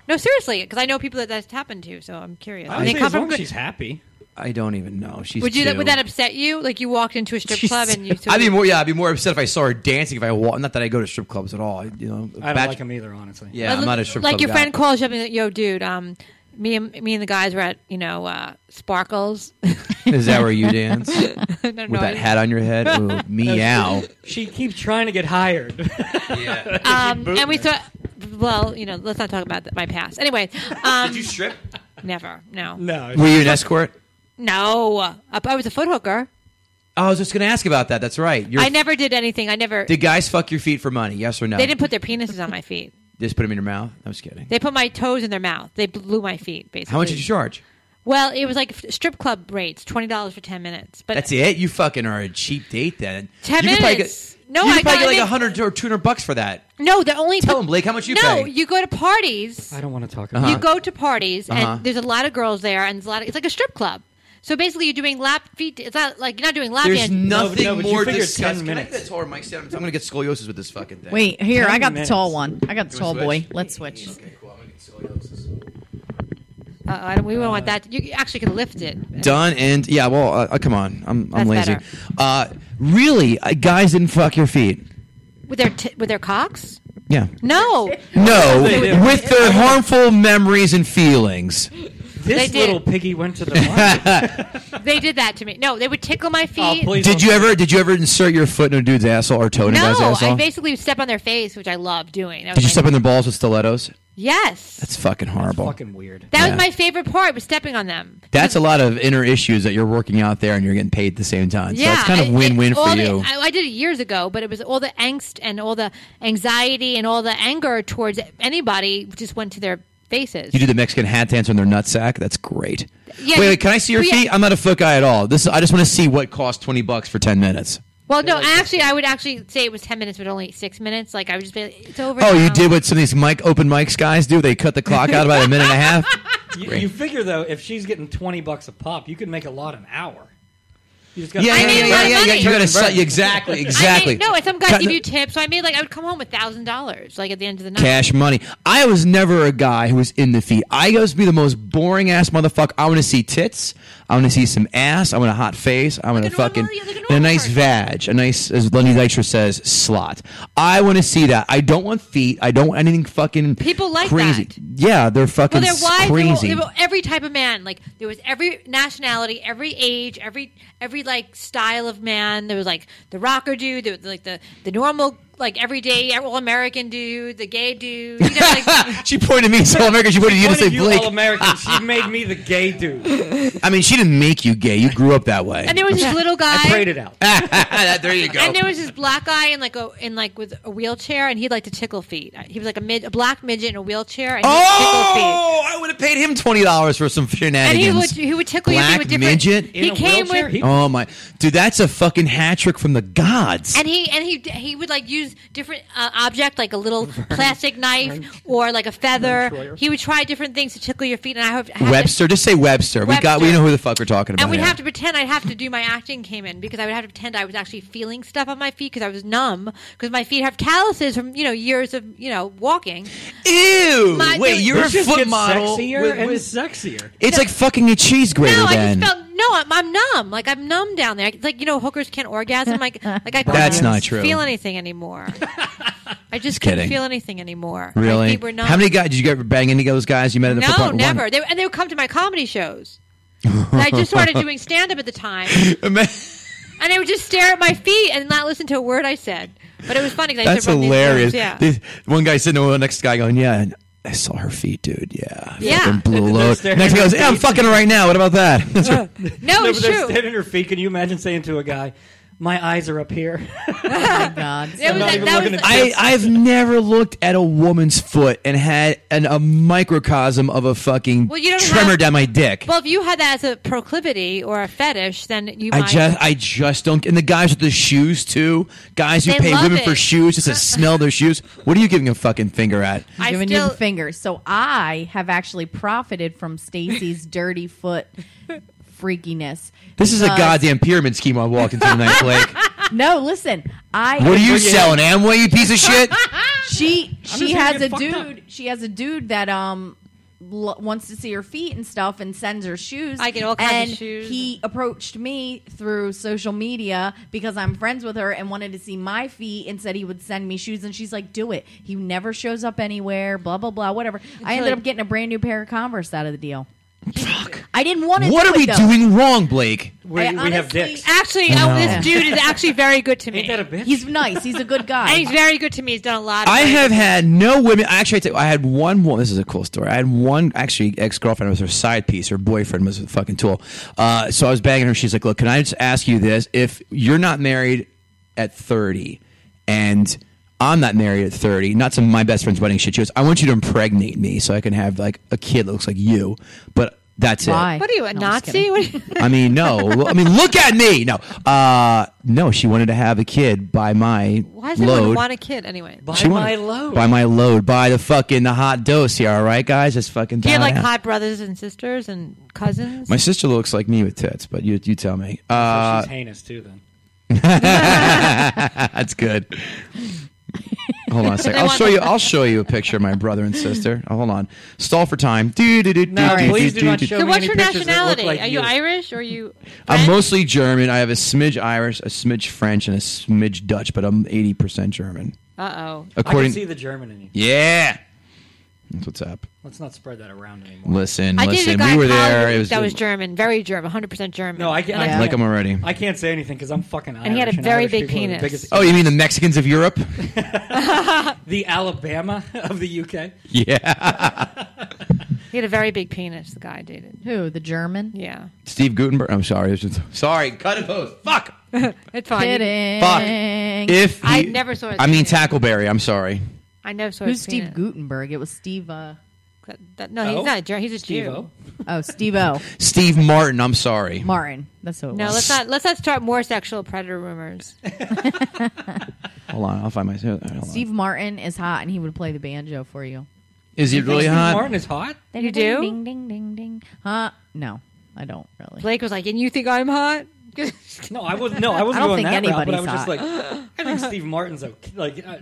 [SPEAKER 1] No, seriously, because I know people that that's happened to, so I'm curious.
[SPEAKER 3] I would
[SPEAKER 1] They
[SPEAKER 3] say
[SPEAKER 1] come
[SPEAKER 3] as
[SPEAKER 1] from
[SPEAKER 3] long as
[SPEAKER 1] good-
[SPEAKER 3] she's happy.
[SPEAKER 4] I don't even know. She's
[SPEAKER 1] would you?
[SPEAKER 4] two.
[SPEAKER 1] Would that upset you? Like you walked into a strip club and you.
[SPEAKER 4] I'd be more. Yeah, I'd be more upset if I saw her dancing. If I wa- not that I go to strip clubs at all. I- You know,
[SPEAKER 3] I don't
[SPEAKER 4] bach-
[SPEAKER 3] like him either, honestly.
[SPEAKER 4] Yeah, I'm not a strip
[SPEAKER 1] Like
[SPEAKER 4] club
[SPEAKER 1] your
[SPEAKER 4] guy.
[SPEAKER 1] friend calls you up and like, "Yo, dude, um, me and me and the guys were at you know uh, Sparkles." no,
[SPEAKER 4] Is that where you dance with
[SPEAKER 1] no,
[SPEAKER 4] that hat on your head? Ooh, meow.
[SPEAKER 3] She keeps trying to get hired.
[SPEAKER 1] Um, and we saw. Well, you know, let's not talk about th- my past. Anyway, um,
[SPEAKER 4] strip?
[SPEAKER 1] never, no, no.
[SPEAKER 3] no.
[SPEAKER 4] Were you an escort?
[SPEAKER 1] I, I was a foot hooker.
[SPEAKER 4] Oh, I was just going to ask about that. That's right. You're,
[SPEAKER 1] I never did anything. I never.
[SPEAKER 4] Did guys fuck your feet for money? Yes or no?
[SPEAKER 1] they didn't put their penises on my feet.
[SPEAKER 4] Just put them in your mouth. I'm just kidding.
[SPEAKER 1] They put my toes in their mouth. They blew my feet. Basically,
[SPEAKER 4] How much did you charge?
[SPEAKER 1] Well, it was like f- strip club rates, twenty dollars for ten minutes. But
[SPEAKER 4] That's it. You fucking are a cheap date then.
[SPEAKER 1] 10
[SPEAKER 4] you could probably
[SPEAKER 1] minutes.
[SPEAKER 4] Get,
[SPEAKER 1] No,
[SPEAKER 4] you could
[SPEAKER 1] I
[SPEAKER 4] probably
[SPEAKER 1] got
[SPEAKER 4] get
[SPEAKER 1] it.
[SPEAKER 4] like hundred or two hundred bucks for that.
[SPEAKER 1] no, the only
[SPEAKER 4] Tell 'em, Blake, how much you
[SPEAKER 1] no,
[SPEAKER 4] pay.
[SPEAKER 1] you go to parties.
[SPEAKER 3] I don't want to talk about
[SPEAKER 1] You go to parties
[SPEAKER 4] Uh-huh.
[SPEAKER 1] and there's a lot of girls there and it's a lot. Of, it's like a strip club. So basically, you're doing lap feet. It's not like you're not doing lap
[SPEAKER 4] There's
[SPEAKER 1] dance.
[SPEAKER 4] nothing
[SPEAKER 3] no, but you
[SPEAKER 4] more
[SPEAKER 3] figured 10
[SPEAKER 4] disgusting. Can I
[SPEAKER 3] minutes.
[SPEAKER 4] get that taller mic stand? I'm gonna get scoliosis with this fucking thing.
[SPEAKER 2] Wait, here
[SPEAKER 3] Ten
[SPEAKER 2] I got
[SPEAKER 3] minutes.
[SPEAKER 2] the tall one. I got the
[SPEAKER 4] You
[SPEAKER 2] tall
[SPEAKER 4] wanna
[SPEAKER 2] boy. Let's switch.
[SPEAKER 4] Okay, cool. I'm gonna get scoliosis.
[SPEAKER 1] Uh, I don't, we don't want that. You actually can lift it.
[SPEAKER 4] Done and yeah. Well, uh, uh, come on. I'm I'm
[SPEAKER 1] That's
[SPEAKER 4] lazy.
[SPEAKER 1] better.
[SPEAKER 4] Uh, really, uh, guys didn't fuck your feet.
[SPEAKER 1] With their t- with their cocks?
[SPEAKER 4] Yeah.
[SPEAKER 1] No.
[SPEAKER 4] No,
[SPEAKER 3] They did.
[SPEAKER 4] with their harmful memories and feelings.
[SPEAKER 1] They
[SPEAKER 3] This
[SPEAKER 1] did.
[SPEAKER 3] little piggy went to the market.
[SPEAKER 1] They did that to me. No, they would tickle my
[SPEAKER 3] Oh,
[SPEAKER 1] feet.
[SPEAKER 3] please
[SPEAKER 4] Did
[SPEAKER 3] don't-
[SPEAKER 4] you ever? Did you ever insert your foot in a dude's asshole or toe in a
[SPEAKER 1] no,
[SPEAKER 4] guy's asshole?
[SPEAKER 1] I basically would step on their face, which I love doing. That was
[SPEAKER 4] Did you
[SPEAKER 1] my-
[SPEAKER 4] step on their balls with stilettos?
[SPEAKER 1] Yes.
[SPEAKER 4] It's fucking horrible.
[SPEAKER 3] Fucking weird.
[SPEAKER 1] that
[SPEAKER 4] yeah.
[SPEAKER 1] was my favorite part was stepping on them.
[SPEAKER 4] That's a lot of inner issues that you're working out there and you're getting paid at the same time.
[SPEAKER 1] Yeah,
[SPEAKER 4] so it's kind of
[SPEAKER 1] it-
[SPEAKER 4] win-win
[SPEAKER 1] it-
[SPEAKER 4] for
[SPEAKER 1] all the-
[SPEAKER 4] you.
[SPEAKER 1] I, I did it years ago, but it was all the angst and all the anxiety and all the anger towards anybody just went to their faces.
[SPEAKER 4] you do the Mexican hat dance on their nutsack. That's great.
[SPEAKER 1] Yeah,
[SPEAKER 4] wait,
[SPEAKER 1] you-
[SPEAKER 4] wait, can I see your
[SPEAKER 1] but yeah-
[SPEAKER 4] feet? I'm not a foot guy at all. This I just want to see what costs 20 bucks for 10 minutes.
[SPEAKER 1] Well, no, actually, I would actually say it was ten minutes, but only six minutes. Like I would just be, like, it's over.
[SPEAKER 4] Oh, you
[SPEAKER 1] now.
[SPEAKER 4] did what some of these mic open mics guys do? They cut the clock out about a minute and a half.
[SPEAKER 3] You, you figure though, if she's getting twenty bucks a pop, you could make a lot an hour. You just got
[SPEAKER 1] I made a lot of money.
[SPEAKER 4] You gotta set exactly, exactly.
[SPEAKER 1] I made, no, and some guys
[SPEAKER 4] Cut
[SPEAKER 1] give
[SPEAKER 4] the-
[SPEAKER 1] you tips. So I made like I would come home with thousand dollars, like at the end of the night.
[SPEAKER 4] cash money. I was never a guy who was in the feet. I was be the most boring ass motherfucker. I want to see tits. I want to see some ass. I want a hot face. I want
[SPEAKER 1] Like
[SPEAKER 4] a
[SPEAKER 1] a normal-
[SPEAKER 4] fucking
[SPEAKER 1] yeah, like a
[SPEAKER 4] and a
[SPEAKER 1] normal
[SPEAKER 4] nice
[SPEAKER 1] person.
[SPEAKER 4] vag. A nice, as Lenny Dykstra says, slot. I want to see that. I don't want feet. I don't want anything fucking
[SPEAKER 1] People like
[SPEAKER 4] crazy.
[SPEAKER 1] that.
[SPEAKER 4] Yeah, they're fucking
[SPEAKER 1] Well, they're wide. They were,
[SPEAKER 4] crazy.
[SPEAKER 1] they were every type of man. Like there was every nationality, every age, every every like style of man. There was like the rocker dude. There was like the the normal like everyday all American dude, the gay dude. You know, like,
[SPEAKER 4] she pointed me, so American. She pointed you to
[SPEAKER 3] one
[SPEAKER 4] say
[SPEAKER 3] of you
[SPEAKER 4] Blake.
[SPEAKER 3] all American. She made me the gay dude.
[SPEAKER 4] I mean, she didn't make you gay. You grew up that way.
[SPEAKER 1] and there was this little guy.
[SPEAKER 3] I prayed it out.
[SPEAKER 4] Ah, there you go.
[SPEAKER 1] And there was this black guy in like a in like with a wheelchair, and he'd like to tickle feet. He was like a mid a black midget in a wheelchair, and he'd tickle feet.
[SPEAKER 4] Oh, I would have paid him twenty dollars for some
[SPEAKER 1] And
[SPEAKER 4] shenanigans.
[SPEAKER 1] he would he would tickle you
[SPEAKER 4] Black
[SPEAKER 1] with different.
[SPEAKER 4] midget?
[SPEAKER 3] In
[SPEAKER 1] He
[SPEAKER 3] a
[SPEAKER 1] came
[SPEAKER 3] wheelchair?
[SPEAKER 1] with
[SPEAKER 3] He-
[SPEAKER 4] Oh my, dude, that's a fucking hat trick from the gods.
[SPEAKER 1] and he and he he would like use different uh, object like a little plastic knife or like a feather.
[SPEAKER 3] Troyer.
[SPEAKER 1] He would try different things to tickle your feet, and I hope I had to-
[SPEAKER 4] Webster, just say Webster. We got, we
[SPEAKER 1] Webster.
[SPEAKER 4] know who the fuck we're talking about.
[SPEAKER 1] and we'd
[SPEAKER 4] now.
[SPEAKER 1] have to pretend I'd have to do my acting came in because I would have to pretend I was actually feeling stuff on my feet because I was numb because my feet have calluses from you know years of you know walking.
[SPEAKER 4] Ew!
[SPEAKER 1] My-
[SPEAKER 4] wait,
[SPEAKER 1] dude,
[SPEAKER 4] you're a
[SPEAKER 3] This just
[SPEAKER 4] foot
[SPEAKER 3] gets
[SPEAKER 4] model.
[SPEAKER 3] Sexier
[SPEAKER 4] with-
[SPEAKER 3] and
[SPEAKER 4] with-
[SPEAKER 3] sexier.
[SPEAKER 4] it's like fucking a cheese grater.
[SPEAKER 1] No, I
[SPEAKER 4] then
[SPEAKER 1] just felt no. I'm, I'm numb. Like I'm numb down there. It's like you know, hookers can't orgasm. Like like I couldn't
[SPEAKER 4] That's not true.
[SPEAKER 1] Feel anything anymore? I just
[SPEAKER 4] kidding.
[SPEAKER 1] couldn't feel anything anymore. My
[SPEAKER 4] really.
[SPEAKER 1] feet were numb.
[SPEAKER 4] How many guys did you ever bang any of those guys you met at the
[SPEAKER 1] No,
[SPEAKER 4] football?
[SPEAKER 1] never. They, and they would come to my comedy shows. And I just started doing stand up at the time,
[SPEAKER 4] One.
[SPEAKER 1] and they would just stare at my feet and not listen to a word I said. But it was funny. 'cause I
[SPEAKER 4] That's
[SPEAKER 1] used to run these
[SPEAKER 4] hilarious.
[SPEAKER 1] shows, Yeah.
[SPEAKER 4] This- one guy sitting over the next guy going, "Yeah." And, I saw her feet, dude. Yeah, I
[SPEAKER 1] Yeah.
[SPEAKER 4] fucking blew a
[SPEAKER 3] They're
[SPEAKER 4] load.
[SPEAKER 3] staring
[SPEAKER 4] Next
[SPEAKER 3] at
[SPEAKER 4] guy goes,
[SPEAKER 3] her
[SPEAKER 4] "Yeah, I'm
[SPEAKER 3] feet.
[SPEAKER 4] fucking her right now." What about that? That's right.
[SPEAKER 1] no,
[SPEAKER 3] No, but
[SPEAKER 1] it's
[SPEAKER 3] they're
[SPEAKER 1] true.
[SPEAKER 3] standing at her feet. Can you imagine saying to a guy, "My eyes are up here"?
[SPEAKER 2] my God.
[SPEAKER 1] It was
[SPEAKER 3] not
[SPEAKER 1] like-
[SPEAKER 3] even
[SPEAKER 1] that
[SPEAKER 3] looking
[SPEAKER 1] was
[SPEAKER 3] at
[SPEAKER 1] like-
[SPEAKER 4] I, I've never looked at a woman's foot and had an, a microcosm of a fucking
[SPEAKER 1] Well, you don't
[SPEAKER 4] tremor
[SPEAKER 1] have-
[SPEAKER 4] down my dick.
[SPEAKER 1] well, if you had that as a proclivity or a fetish, then you
[SPEAKER 4] I
[SPEAKER 1] might.
[SPEAKER 4] just, I just don't. And the guys with the shoes too. Guys who
[SPEAKER 1] They
[SPEAKER 4] pay
[SPEAKER 1] love
[SPEAKER 4] women
[SPEAKER 1] it.
[SPEAKER 4] for shoes just to smell their shoes. What are you giving a fucking finger at?
[SPEAKER 1] I
[SPEAKER 2] giving you
[SPEAKER 1] still
[SPEAKER 2] the fingers. So I have actually profited from Stacy's dirty foot freakiness.
[SPEAKER 4] This is a
[SPEAKER 1] Uh,
[SPEAKER 2] Because-
[SPEAKER 4] goddamn pyramid scheme I'm walking through tonight, Blake.
[SPEAKER 2] No, listen. I
[SPEAKER 4] What are you selling, Amway? You piece of shit.
[SPEAKER 2] she
[SPEAKER 3] here
[SPEAKER 2] she
[SPEAKER 3] to
[SPEAKER 2] has
[SPEAKER 3] get
[SPEAKER 2] a
[SPEAKER 3] fucked
[SPEAKER 2] dude.
[SPEAKER 3] up.
[SPEAKER 2] She has a dude that um l- wants to see her feet and stuff and sends her shoes.
[SPEAKER 1] I get all kinds of
[SPEAKER 2] And
[SPEAKER 1] shoes.
[SPEAKER 2] He approached me through social media because I'm friends with her and wanted to see my feet and said he would send me shoes and she's like, "Do it." He never shows up anywhere. Blah blah blah. Whatever. I ended
[SPEAKER 1] like-
[SPEAKER 2] up getting a brand new pair of Converse out of the deal. Fuck. I didn't want to.
[SPEAKER 4] What
[SPEAKER 2] do
[SPEAKER 4] are
[SPEAKER 2] it,
[SPEAKER 4] we
[SPEAKER 2] though.
[SPEAKER 4] doing wrong, Blake?
[SPEAKER 3] We,
[SPEAKER 2] I
[SPEAKER 3] we have
[SPEAKER 2] honestly-
[SPEAKER 3] dicks.
[SPEAKER 1] actually. Oh, this dude is actually very good to me.
[SPEAKER 3] Ain't that a bitch?
[SPEAKER 2] He's nice. He's a good guy.
[SPEAKER 1] and he's very good to me. He's done a lot. Of
[SPEAKER 4] I
[SPEAKER 1] good.
[SPEAKER 4] have had no women. Actually, I, tell you, I had one woman. This is a cool story. I had one actually ex girlfriend was her side piece. Her boyfriend was a fucking tool. Uh, so I was banging her. She's like, "Look, can I just ask you this? If you're not married at 30, and I'm not married at 30, not some of my best friend's wedding shit. She goes, I want you to impregnate me so I can have like a kid that looks like you, but." That's
[SPEAKER 2] Why?
[SPEAKER 4] it.
[SPEAKER 1] What are you, a
[SPEAKER 2] No, I'm just
[SPEAKER 1] Nazi?
[SPEAKER 2] kidding.
[SPEAKER 1] What are you-
[SPEAKER 4] I mean, no. Well, I mean, look at me. No, uh, no. She wanted to have a kid by my
[SPEAKER 1] Why does everyone
[SPEAKER 4] load.
[SPEAKER 1] want a kid anyway?
[SPEAKER 3] Buy
[SPEAKER 4] She wanted-
[SPEAKER 3] my load.
[SPEAKER 4] By my load. By the fucking the hot dose here. All right, guys. It's fucking.
[SPEAKER 1] Do you have
[SPEAKER 4] down
[SPEAKER 1] like
[SPEAKER 4] now.
[SPEAKER 1] hot brothers and sisters and cousins?
[SPEAKER 4] My sister looks like me with tits, but you you tell me. Uh,
[SPEAKER 3] she's heinous too. Then
[SPEAKER 4] that's good. Hold on a second. I'll
[SPEAKER 1] want
[SPEAKER 4] show
[SPEAKER 1] the-
[SPEAKER 4] you. I'll show you a picture of my brother and sister. Oh, hold on. Stall for time. Do, do, do, do,
[SPEAKER 3] No,
[SPEAKER 4] do,
[SPEAKER 3] please do not
[SPEAKER 4] do.
[SPEAKER 3] show
[SPEAKER 1] so
[SPEAKER 3] me
[SPEAKER 1] what's
[SPEAKER 3] any
[SPEAKER 1] your
[SPEAKER 3] pictures that look
[SPEAKER 1] nationality?
[SPEAKER 3] like
[SPEAKER 1] are
[SPEAKER 3] you.
[SPEAKER 1] you Irish? Or are you?
[SPEAKER 4] I'm
[SPEAKER 1] French?
[SPEAKER 4] mostly German. I have a smidge Irish, a smidge French, and a smidge Dutch, but I'm 80% German.
[SPEAKER 1] Uh oh.
[SPEAKER 3] I can
[SPEAKER 4] According,
[SPEAKER 3] see the German in you.
[SPEAKER 4] yeah, that's what's up.
[SPEAKER 3] Let's not spread that around anymore.
[SPEAKER 4] Listen,
[SPEAKER 1] I dated a
[SPEAKER 4] listen,
[SPEAKER 1] guy
[SPEAKER 4] we were
[SPEAKER 1] in college
[SPEAKER 4] there. It was,
[SPEAKER 1] that was German, very German, 100 percent German.
[SPEAKER 3] No, I can't.
[SPEAKER 2] Yeah.
[SPEAKER 4] like I'm already.
[SPEAKER 3] I can't say anything because I'm fucking Irish.
[SPEAKER 1] he had a very
[SPEAKER 3] Irish
[SPEAKER 1] big
[SPEAKER 3] people are The,
[SPEAKER 1] penis.
[SPEAKER 3] biggest-
[SPEAKER 4] Oh, you mean the Mexicans of Europe?
[SPEAKER 3] the Alabama of the UK.
[SPEAKER 4] yeah.
[SPEAKER 1] He had a very big penis. The guy I dated.
[SPEAKER 2] Who? The German?
[SPEAKER 1] Yeah,
[SPEAKER 4] Steve Gutenberg. I'm sorry. it's just- Sorry. Cut it close. Fuck.
[SPEAKER 1] it's fine.
[SPEAKER 2] Kidding.
[SPEAKER 4] Fuck. If
[SPEAKER 1] I
[SPEAKER 4] he-
[SPEAKER 1] never saw his
[SPEAKER 4] I mean
[SPEAKER 1] penis.
[SPEAKER 4] Tackleberry. I'm sorry.
[SPEAKER 1] I never saw
[SPEAKER 2] Who's
[SPEAKER 1] his
[SPEAKER 2] Steve
[SPEAKER 1] penis.
[SPEAKER 2] Gutenberg? It was Steve. Uh,
[SPEAKER 1] That, that- no, he's
[SPEAKER 3] Oh.
[SPEAKER 1] not a Jew. He's a Jew.
[SPEAKER 3] Steve-O.
[SPEAKER 2] Oh, Steve O.
[SPEAKER 4] Steve Martin. I'm sorry.
[SPEAKER 2] Martin. That's who it
[SPEAKER 1] No,
[SPEAKER 2] was.
[SPEAKER 1] let's not let's not start more sexual predator rumors.
[SPEAKER 4] Hold on, I'll find my. Hold on.
[SPEAKER 2] Steve Martin is hot and he would play the banjo for you.
[SPEAKER 4] Is he really
[SPEAKER 3] Steve
[SPEAKER 4] hot?
[SPEAKER 3] Martin is hot.
[SPEAKER 1] You do?
[SPEAKER 2] Ding, ding, ding, ding. Huh? No, I don't really.
[SPEAKER 1] Blake was like, "And you think I'm hot?"
[SPEAKER 3] No, I was no, I wasn't
[SPEAKER 2] I don't
[SPEAKER 3] going
[SPEAKER 2] think
[SPEAKER 3] that route. But I
[SPEAKER 2] anybody's
[SPEAKER 3] was just like, I think Steve Martin's okay. Like, uh,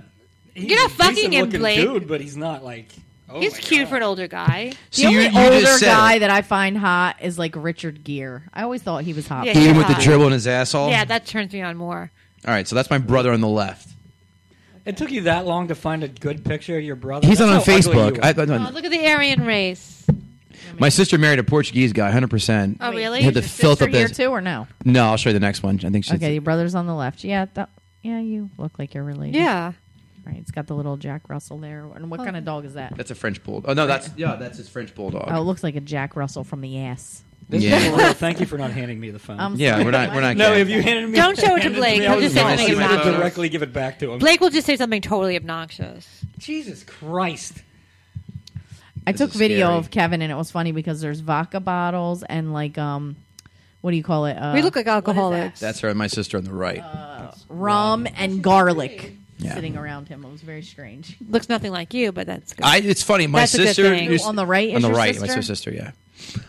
[SPEAKER 3] he's
[SPEAKER 1] You're not
[SPEAKER 3] a
[SPEAKER 1] fucking him,
[SPEAKER 3] decent-looking
[SPEAKER 1] Blake.
[SPEAKER 3] dude, but he's not like. Oh
[SPEAKER 1] he's
[SPEAKER 3] my
[SPEAKER 1] cute
[SPEAKER 3] God.
[SPEAKER 1] for an older guy.
[SPEAKER 2] The only older guy that I find hot is like Richard Gere. I always thought he was hot.
[SPEAKER 1] Yeah.
[SPEAKER 2] but-
[SPEAKER 4] Even with the
[SPEAKER 1] Hot.
[SPEAKER 4] dribble in his asshole.
[SPEAKER 1] Yeah, that turns me on more.
[SPEAKER 4] All right, so that's my brother on the left.
[SPEAKER 3] It took you that long to find a good picture of your brother.
[SPEAKER 4] He's
[SPEAKER 3] That's
[SPEAKER 4] not on
[SPEAKER 3] how ugly you
[SPEAKER 4] Facebook.
[SPEAKER 3] are.
[SPEAKER 4] I, I don't-
[SPEAKER 1] Oh, look at the Aryan race.
[SPEAKER 4] my sister married a Portuguese guy, 100. percent
[SPEAKER 1] Oh, really?
[SPEAKER 4] You had to
[SPEAKER 2] Your
[SPEAKER 4] fill up
[SPEAKER 2] sister here
[SPEAKER 4] this.
[SPEAKER 2] too, or no?
[SPEAKER 4] No, I'll show you the next one. I think she's
[SPEAKER 2] Okay, your brother's on the left. Yeah, that, yeah, you look like you're related.
[SPEAKER 1] Yeah.
[SPEAKER 2] right. It's got the little Jack Russell there. And what kind of dog is that?
[SPEAKER 4] That's a French bulldog. Oh no, that's yeah, that's his French bulldog.
[SPEAKER 2] Oh, it looks like a Jack Russell from the ass.
[SPEAKER 3] This
[SPEAKER 4] Yeah.
[SPEAKER 3] is real. Thank you for not handing me the phone.
[SPEAKER 2] I'm
[SPEAKER 4] Yeah,
[SPEAKER 2] sorry.
[SPEAKER 4] we're not- we're not-
[SPEAKER 3] no,
[SPEAKER 4] okay.
[SPEAKER 3] if you handed me,
[SPEAKER 1] Don't show it to
[SPEAKER 3] handed me,
[SPEAKER 1] Blake.
[SPEAKER 3] I
[SPEAKER 1] He'll
[SPEAKER 3] was
[SPEAKER 1] just say
[SPEAKER 3] gonna
[SPEAKER 1] something
[SPEAKER 3] say,
[SPEAKER 1] obnoxious.
[SPEAKER 3] directly give it back to him.
[SPEAKER 1] Blake will just say something totally obnoxious.
[SPEAKER 3] Jesus Christ!
[SPEAKER 2] I
[SPEAKER 4] This
[SPEAKER 2] took
[SPEAKER 4] is
[SPEAKER 2] video
[SPEAKER 4] scary.
[SPEAKER 2] of Kevin, and it was funny because there's vodka bottles and like um, what do you call it? Uh,
[SPEAKER 1] We look like alcoholics.
[SPEAKER 4] That's her. My sister on the right.
[SPEAKER 2] rum and garlic
[SPEAKER 4] Yeah.
[SPEAKER 2] sitting around him. It was very strange.
[SPEAKER 1] Looks nothing like you, but that's good.
[SPEAKER 4] I, it's funny. My
[SPEAKER 1] That's a good
[SPEAKER 4] sister
[SPEAKER 1] thing.
[SPEAKER 4] used-
[SPEAKER 2] On the right is
[SPEAKER 4] On the
[SPEAKER 2] your
[SPEAKER 4] right, my
[SPEAKER 2] sister?
[SPEAKER 4] sister. Yeah,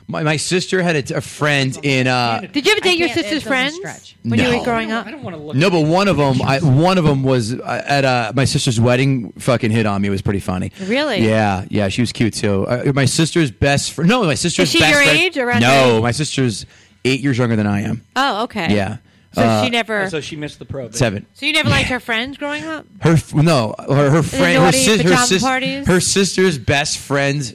[SPEAKER 4] my my sister had a, t- a friend
[SPEAKER 1] Oh,
[SPEAKER 4] in. uh
[SPEAKER 1] Did you ever date your
[SPEAKER 2] can't- it
[SPEAKER 1] sister's
[SPEAKER 2] doesn't
[SPEAKER 1] friends
[SPEAKER 2] stretch.
[SPEAKER 1] when you
[SPEAKER 4] No.
[SPEAKER 1] were growing up?
[SPEAKER 3] I don't want to look.
[SPEAKER 4] No, but one of them, I, one of them was uh, at uh, my sister's wedding. Fucking hit on me. It was pretty funny.
[SPEAKER 1] Really?
[SPEAKER 4] Yeah, yeah. She was cute too. Uh, my sister's best friend. No, my sister's
[SPEAKER 1] she
[SPEAKER 4] best
[SPEAKER 1] your
[SPEAKER 4] friend-
[SPEAKER 1] age, around your
[SPEAKER 4] No,
[SPEAKER 1] age?
[SPEAKER 4] my sister's eight years younger than I am.
[SPEAKER 1] Oh, okay.
[SPEAKER 4] Yeah,
[SPEAKER 1] So
[SPEAKER 4] Uh,
[SPEAKER 1] she never.
[SPEAKER 3] So she missed the probe.
[SPEAKER 4] seven.
[SPEAKER 1] So you never liked her friends growing up?
[SPEAKER 4] Her f- no, her her friend, her,
[SPEAKER 1] naughty
[SPEAKER 4] sis, her,
[SPEAKER 1] pajama
[SPEAKER 4] sis,
[SPEAKER 1] parties?
[SPEAKER 4] her sister's best friend's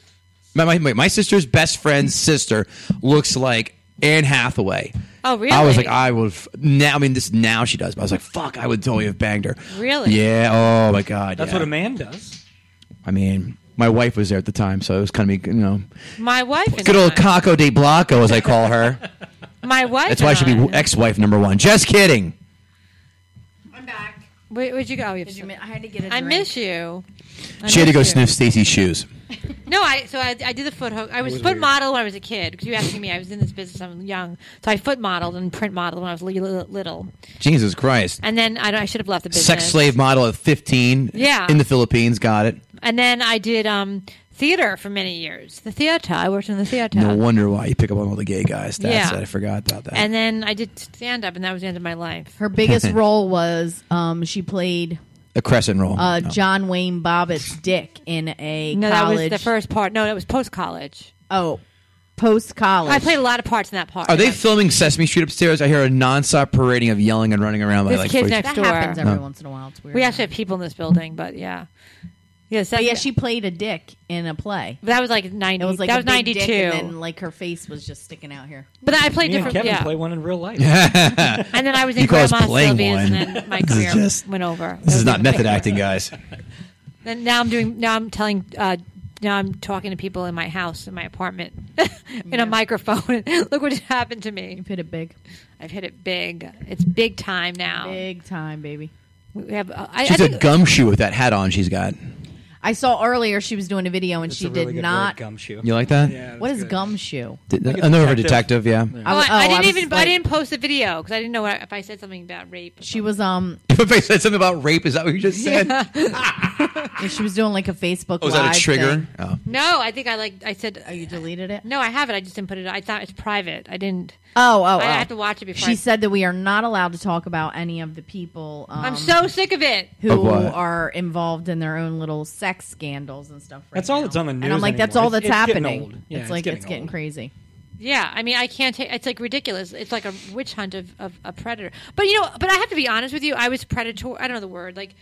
[SPEAKER 4] my, my my sister's best friend's sister looks like Anne Hathaway.
[SPEAKER 1] Oh,
[SPEAKER 4] I was
[SPEAKER 1] really?
[SPEAKER 4] like, I would f- now. I mean, this now she does, but I was like, fuck, I would totally have banged her.
[SPEAKER 1] Really?
[SPEAKER 4] Yeah. Oh my god.
[SPEAKER 3] That's
[SPEAKER 4] yeah.
[SPEAKER 3] what a man does.
[SPEAKER 4] I mean, my wife was there at the time, so it was kind of you know,
[SPEAKER 1] My wife. is
[SPEAKER 4] good old
[SPEAKER 1] not.
[SPEAKER 4] Caco de Blanco as I call her.
[SPEAKER 1] My wife.
[SPEAKER 4] That's why
[SPEAKER 1] is
[SPEAKER 4] she'd be
[SPEAKER 1] not.
[SPEAKER 4] ex-wife number one. Just kidding.
[SPEAKER 2] I'm back.
[SPEAKER 1] Where, would you go? Oh, you have
[SPEAKER 2] Did
[SPEAKER 1] to-
[SPEAKER 2] you, mi- I had to get a
[SPEAKER 1] I
[SPEAKER 2] drink.
[SPEAKER 1] miss you. I
[SPEAKER 4] She had to
[SPEAKER 1] miss
[SPEAKER 4] go
[SPEAKER 1] you.
[SPEAKER 4] sniff Stacy's shoes.
[SPEAKER 1] No, I so I, I did the foot hook. I was,
[SPEAKER 3] was
[SPEAKER 1] foot
[SPEAKER 3] weird.
[SPEAKER 1] model when I was a kid because you asking me. I was in this business. I'm young, so I foot modeled and print modeled when I was li- li- little.
[SPEAKER 4] Jesus Christ.
[SPEAKER 1] And then I, don't- I should have left the business.
[SPEAKER 4] sex slave model at 15
[SPEAKER 1] Yeah.
[SPEAKER 4] in the philippines got it
[SPEAKER 1] And then I did um, theater for many years. The theater. I worked in the theater.
[SPEAKER 4] no wonder why you pick up on all the gay guys that's
[SPEAKER 1] Yeah.
[SPEAKER 4] it i forgot about that
[SPEAKER 1] and then I did stand up, and that was the end of my life.
[SPEAKER 2] Her biggest role was um, she played
[SPEAKER 4] a crescent roll
[SPEAKER 2] uh,
[SPEAKER 4] No.
[SPEAKER 2] John Wayne Bobbitt's dick in a
[SPEAKER 1] No,
[SPEAKER 2] college.
[SPEAKER 1] that was the first part. No, that was post college.
[SPEAKER 2] Oh, post college.
[SPEAKER 1] I played a lot of parts in that part.
[SPEAKER 4] are they
[SPEAKER 1] Yeah.
[SPEAKER 4] filming sesame street upstairs i hear a nonstop parading of yelling and running around by
[SPEAKER 1] This
[SPEAKER 4] like
[SPEAKER 1] kid's
[SPEAKER 4] freaks-
[SPEAKER 1] next-
[SPEAKER 2] That
[SPEAKER 1] Store.
[SPEAKER 2] happens every once in a while. It's weird.
[SPEAKER 1] We actually have people in this building, but yeah, yes,
[SPEAKER 2] But yeah, she played a dick in a play.
[SPEAKER 1] That was like ninety.
[SPEAKER 2] It was like
[SPEAKER 1] that
[SPEAKER 2] a
[SPEAKER 1] was
[SPEAKER 2] big
[SPEAKER 1] ninety
[SPEAKER 2] dick,
[SPEAKER 1] two.
[SPEAKER 2] and then like her face was just sticking out here.
[SPEAKER 1] But I played
[SPEAKER 3] Me and
[SPEAKER 1] different.
[SPEAKER 3] Kevin
[SPEAKER 1] yeah.
[SPEAKER 3] play one in real life.
[SPEAKER 1] And then I was
[SPEAKER 4] You
[SPEAKER 1] in
[SPEAKER 4] call us
[SPEAKER 1] Grandma
[SPEAKER 4] playing
[SPEAKER 1] Sylvia's,
[SPEAKER 4] one.
[SPEAKER 1] and then my
[SPEAKER 4] This is
[SPEAKER 1] career
[SPEAKER 4] just-
[SPEAKER 1] went over.
[SPEAKER 4] this is not method acting guys
[SPEAKER 1] Then now I'm doing. Now I'm telling. Uh, now I'm talking to people in my house, in my apartment, in a microphone. Look what just happened to me.
[SPEAKER 2] You've hit it big,
[SPEAKER 1] I've hit it big. It's big time now.
[SPEAKER 2] big time, baby.
[SPEAKER 1] We have. Uh, I, I
[SPEAKER 4] she's a
[SPEAKER 1] think,
[SPEAKER 4] gumshoe with that hat on she's got
[SPEAKER 2] I saw earlier she was doing a video and
[SPEAKER 3] That's
[SPEAKER 2] she
[SPEAKER 3] a really
[SPEAKER 2] did
[SPEAKER 3] good
[SPEAKER 2] not.
[SPEAKER 3] word, gumshoe.
[SPEAKER 4] you like that
[SPEAKER 3] Yeah, that's
[SPEAKER 2] what is
[SPEAKER 3] good.
[SPEAKER 2] gumshoe?
[SPEAKER 4] D-
[SPEAKER 3] Like a
[SPEAKER 4] another
[SPEAKER 3] detective.
[SPEAKER 4] detective yeah
[SPEAKER 2] I
[SPEAKER 1] Oh, I,
[SPEAKER 2] was-
[SPEAKER 1] I
[SPEAKER 2] oh, I
[SPEAKER 1] didn't
[SPEAKER 2] was,
[SPEAKER 1] even. I
[SPEAKER 2] like-
[SPEAKER 1] didn't post the video because I didn't know what, if I said something about rape.
[SPEAKER 2] She was um,
[SPEAKER 4] if i said something about rape is that what you just said
[SPEAKER 2] she was doing like a Facebook.
[SPEAKER 4] oh is that
[SPEAKER 2] Live
[SPEAKER 4] a trigger
[SPEAKER 2] thing.
[SPEAKER 4] oh.
[SPEAKER 1] No, I think I like. I said.
[SPEAKER 2] Oh, you deleted it?
[SPEAKER 1] no, I haven't. I just didn't put it. I thought it's private. I didn't.
[SPEAKER 2] Oh, oh,
[SPEAKER 1] I
[SPEAKER 2] oh.
[SPEAKER 1] have to watch it before.
[SPEAKER 2] She
[SPEAKER 1] I-
[SPEAKER 2] said that we are not allowed to talk about any of the people. Um,
[SPEAKER 1] I'm so sick of it.
[SPEAKER 4] Of
[SPEAKER 2] who
[SPEAKER 4] what?
[SPEAKER 2] are involved in their own little sex scandals and stuff. Right
[SPEAKER 3] That's all
[SPEAKER 2] now.
[SPEAKER 3] that's on the
[SPEAKER 2] And I'm
[SPEAKER 3] news
[SPEAKER 2] like, that's
[SPEAKER 3] anymore.
[SPEAKER 2] all that's
[SPEAKER 3] It's- it's getting
[SPEAKER 2] happening.
[SPEAKER 3] old. Yeah,
[SPEAKER 2] it's
[SPEAKER 3] it's
[SPEAKER 2] like
[SPEAKER 3] getting
[SPEAKER 2] it's getting
[SPEAKER 3] old.
[SPEAKER 2] crazy.
[SPEAKER 1] Yeah, I mean, I can't take. It's like ridiculous. It's like a witch hunt of, of a predator. But you know, but I have to be honest with you. I was predator. I don't know the word. Like,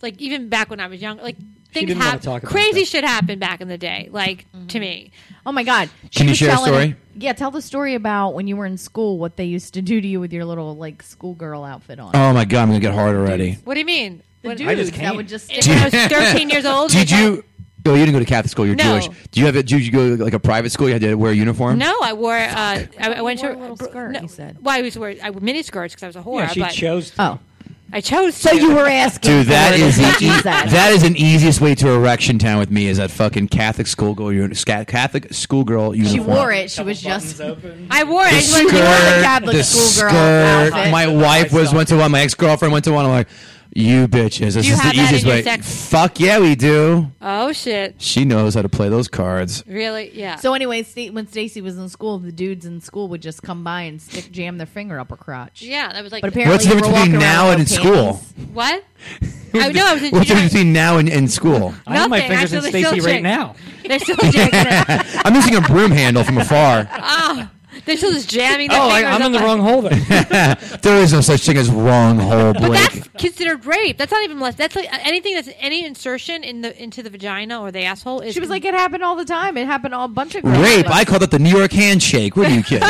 [SPEAKER 1] like even back when I was young, like things
[SPEAKER 3] didn't wanna
[SPEAKER 1] happened.
[SPEAKER 3] talk about
[SPEAKER 1] Crazy
[SPEAKER 3] that.
[SPEAKER 1] shit happened back in the day. Like to me,
[SPEAKER 2] Oh my God! She
[SPEAKER 4] Can you
[SPEAKER 2] was
[SPEAKER 4] share a
[SPEAKER 2] telling-
[SPEAKER 4] story?
[SPEAKER 2] yeah, tell the story about when you were in school, what they used to do to you with your little like schoolgirl outfit on.
[SPEAKER 4] oh my god i'm gonna get hard already
[SPEAKER 1] what do you mean?
[SPEAKER 2] the
[SPEAKER 1] What-
[SPEAKER 2] dudes
[SPEAKER 3] I just
[SPEAKER 2] that
[SPEAKER 3] can't.
[SPEAKER 2] would just
[SPEAKER 1] when I was 13 years old.
[SPEAKER 4] Did
[SPEAKER 1] they-
[SPEAKER 4] you? Oh, you didn't go to Catholic school. You're
[SPEAKER 1] No.
[SPEAKER 4] Jewish. Do you have? A, did you go to like a private school? You had to wear a uniform.
[SPEAKER 1] No, I wore. Uh, I, I went
[SPEAKER 2] wore
[SPEAKER 1] to
[SPEAKER 2] a little skirt,
[SPEAKER 1] No,
[SPEAKER 2] you said.
[SPEAKER 1] Well, I was wearing I wore mini skirts because I was a whore.
[SPEAKER 3] Yeah, she
[SPEAKER 1] but
[SPEAKER 3] chose. To.
[SPEAKER 2] Oh,
[SPEAKER 1] I chose.
[SPEAKER 2] So
[SPEAKER 1] to.
[SPEAKER 2] you were asking.
[SPEAKER 4] Dude, that
[SPEAKER 2] for it,
[SPEAKER 4] is the
[SPEAKER 2] what you
[SPEAKER 4] e-
[SPEAKER 2] said.
[SPEAKER 4] that is an easiest way to erection town with me is that fucking Catholic schoolgirl uni- sca- Catholic schoolgirl
[SPEAKER 2] she
[SPEAKER 4] uniform.
[SPEAKER 2] wore it. She
[SPEAKER 3] Couple
[SPEAKER 2] was just.
[SPEAKER 3] buttons open.
[SPEAKER 1] I wore it.
[SPEAKER 4] The
[SPEAKER 1] I just wanted to-
[SPEAKER 2] wore the
[SPEAKER 4] skirt,
[SPEAKER 2] Catholic
[SPEAKER 4] the
[SPEAKER 2] schoolgirl
[SPEAKER 4] skirt.
[SPEAKER 2] outfit.
[SPEAKER 4] My wife was went to one. My ex girlfriend went to one. I'm like, you bitches. This
[SPEAKER 1] you
[SPEAKER 4] is
[SPEAKER 1] have that
[SPEAKER 4] the
[SPEAKER 1] in
[SPEAKER 4] easiest
[SPEAKER 1] your
[SPEAKER 4] way.
[SPEAKER 1] sex-
[SPEAKER 4] Fuck yeah, we do.
[SPEAKER 1] Oh shit!
[SPEAKER 4] She knows how to play those cards.
[SPEAKER 1] Really? Yeah.
[SPEAKER 2] So anyway, Sta- when Stacy was in school, the dudes in school would just come by and stick jam their finger up her crotch.
[SPEAKER 1] yeah, that was like
[SPEAKER 2] But apparently,
[SPEAKER 4] What's the
[SPEAKER 2] you
[SPEAKER 4] difference
[SPEAKER 2] were
[SPEAKER 4] between
[SPEAKER 2] walking
[SPEAKER 4] now
[SPEAKER 2] around
[SPEAKER 4] and
[SPEAKER 2] with
[SPEAKER 4] in
[SPEAKER 2] no
[SPEAKER 4] school?
[SPEAKER 2] pants.
[SPEAKER 1] what? I know. I was in
[SPEAKER 4] What's the
[SPEAKER 1] junior.
[SPEAKER 4] difference between now and, and school?
[SPEAKER 3] I have my
[SPEAKER 1] Nothing.
[SPEAKER 3] fingers in
[SPEAKER 1] Actually, they're
[SPEAKER 3] Stacy
[SPEAKER 1] still
[SPEAKER 3] right
[SPEAKER 1] chicks.
[SPEAKER 3] now.
[SPEAKER 1] They're still jamming.
[SPEAKER 4] I'm missing a broom handle from afar.
[SPEAKER 1] oh, they're still just jamming. Their
[SPEAKER 3] Oh, I,
[SPEAKER 1] fingers
[SPEAKER 3] I'm in
[SPEAKER 1] up
[SPEAKER 3] the
[SPEAKER 1] my-
[SPEAKER 3] wrong hole then.
[SPEAKER 4] There is no such thing as wrong hole,
[SPEAKER 1] But
[SPEAKER 4] Blake.
[SPEAKER 1] that's considered rape. That's not even less. That's like anything that's any insertion in the into the vagina or the asshole is.
[SPEAKER 2] She was like, "It happened all the time. It happened all a bunch of girls."
[SPEAKER 4] Rape. I call that the New York handshake. What are you kidding?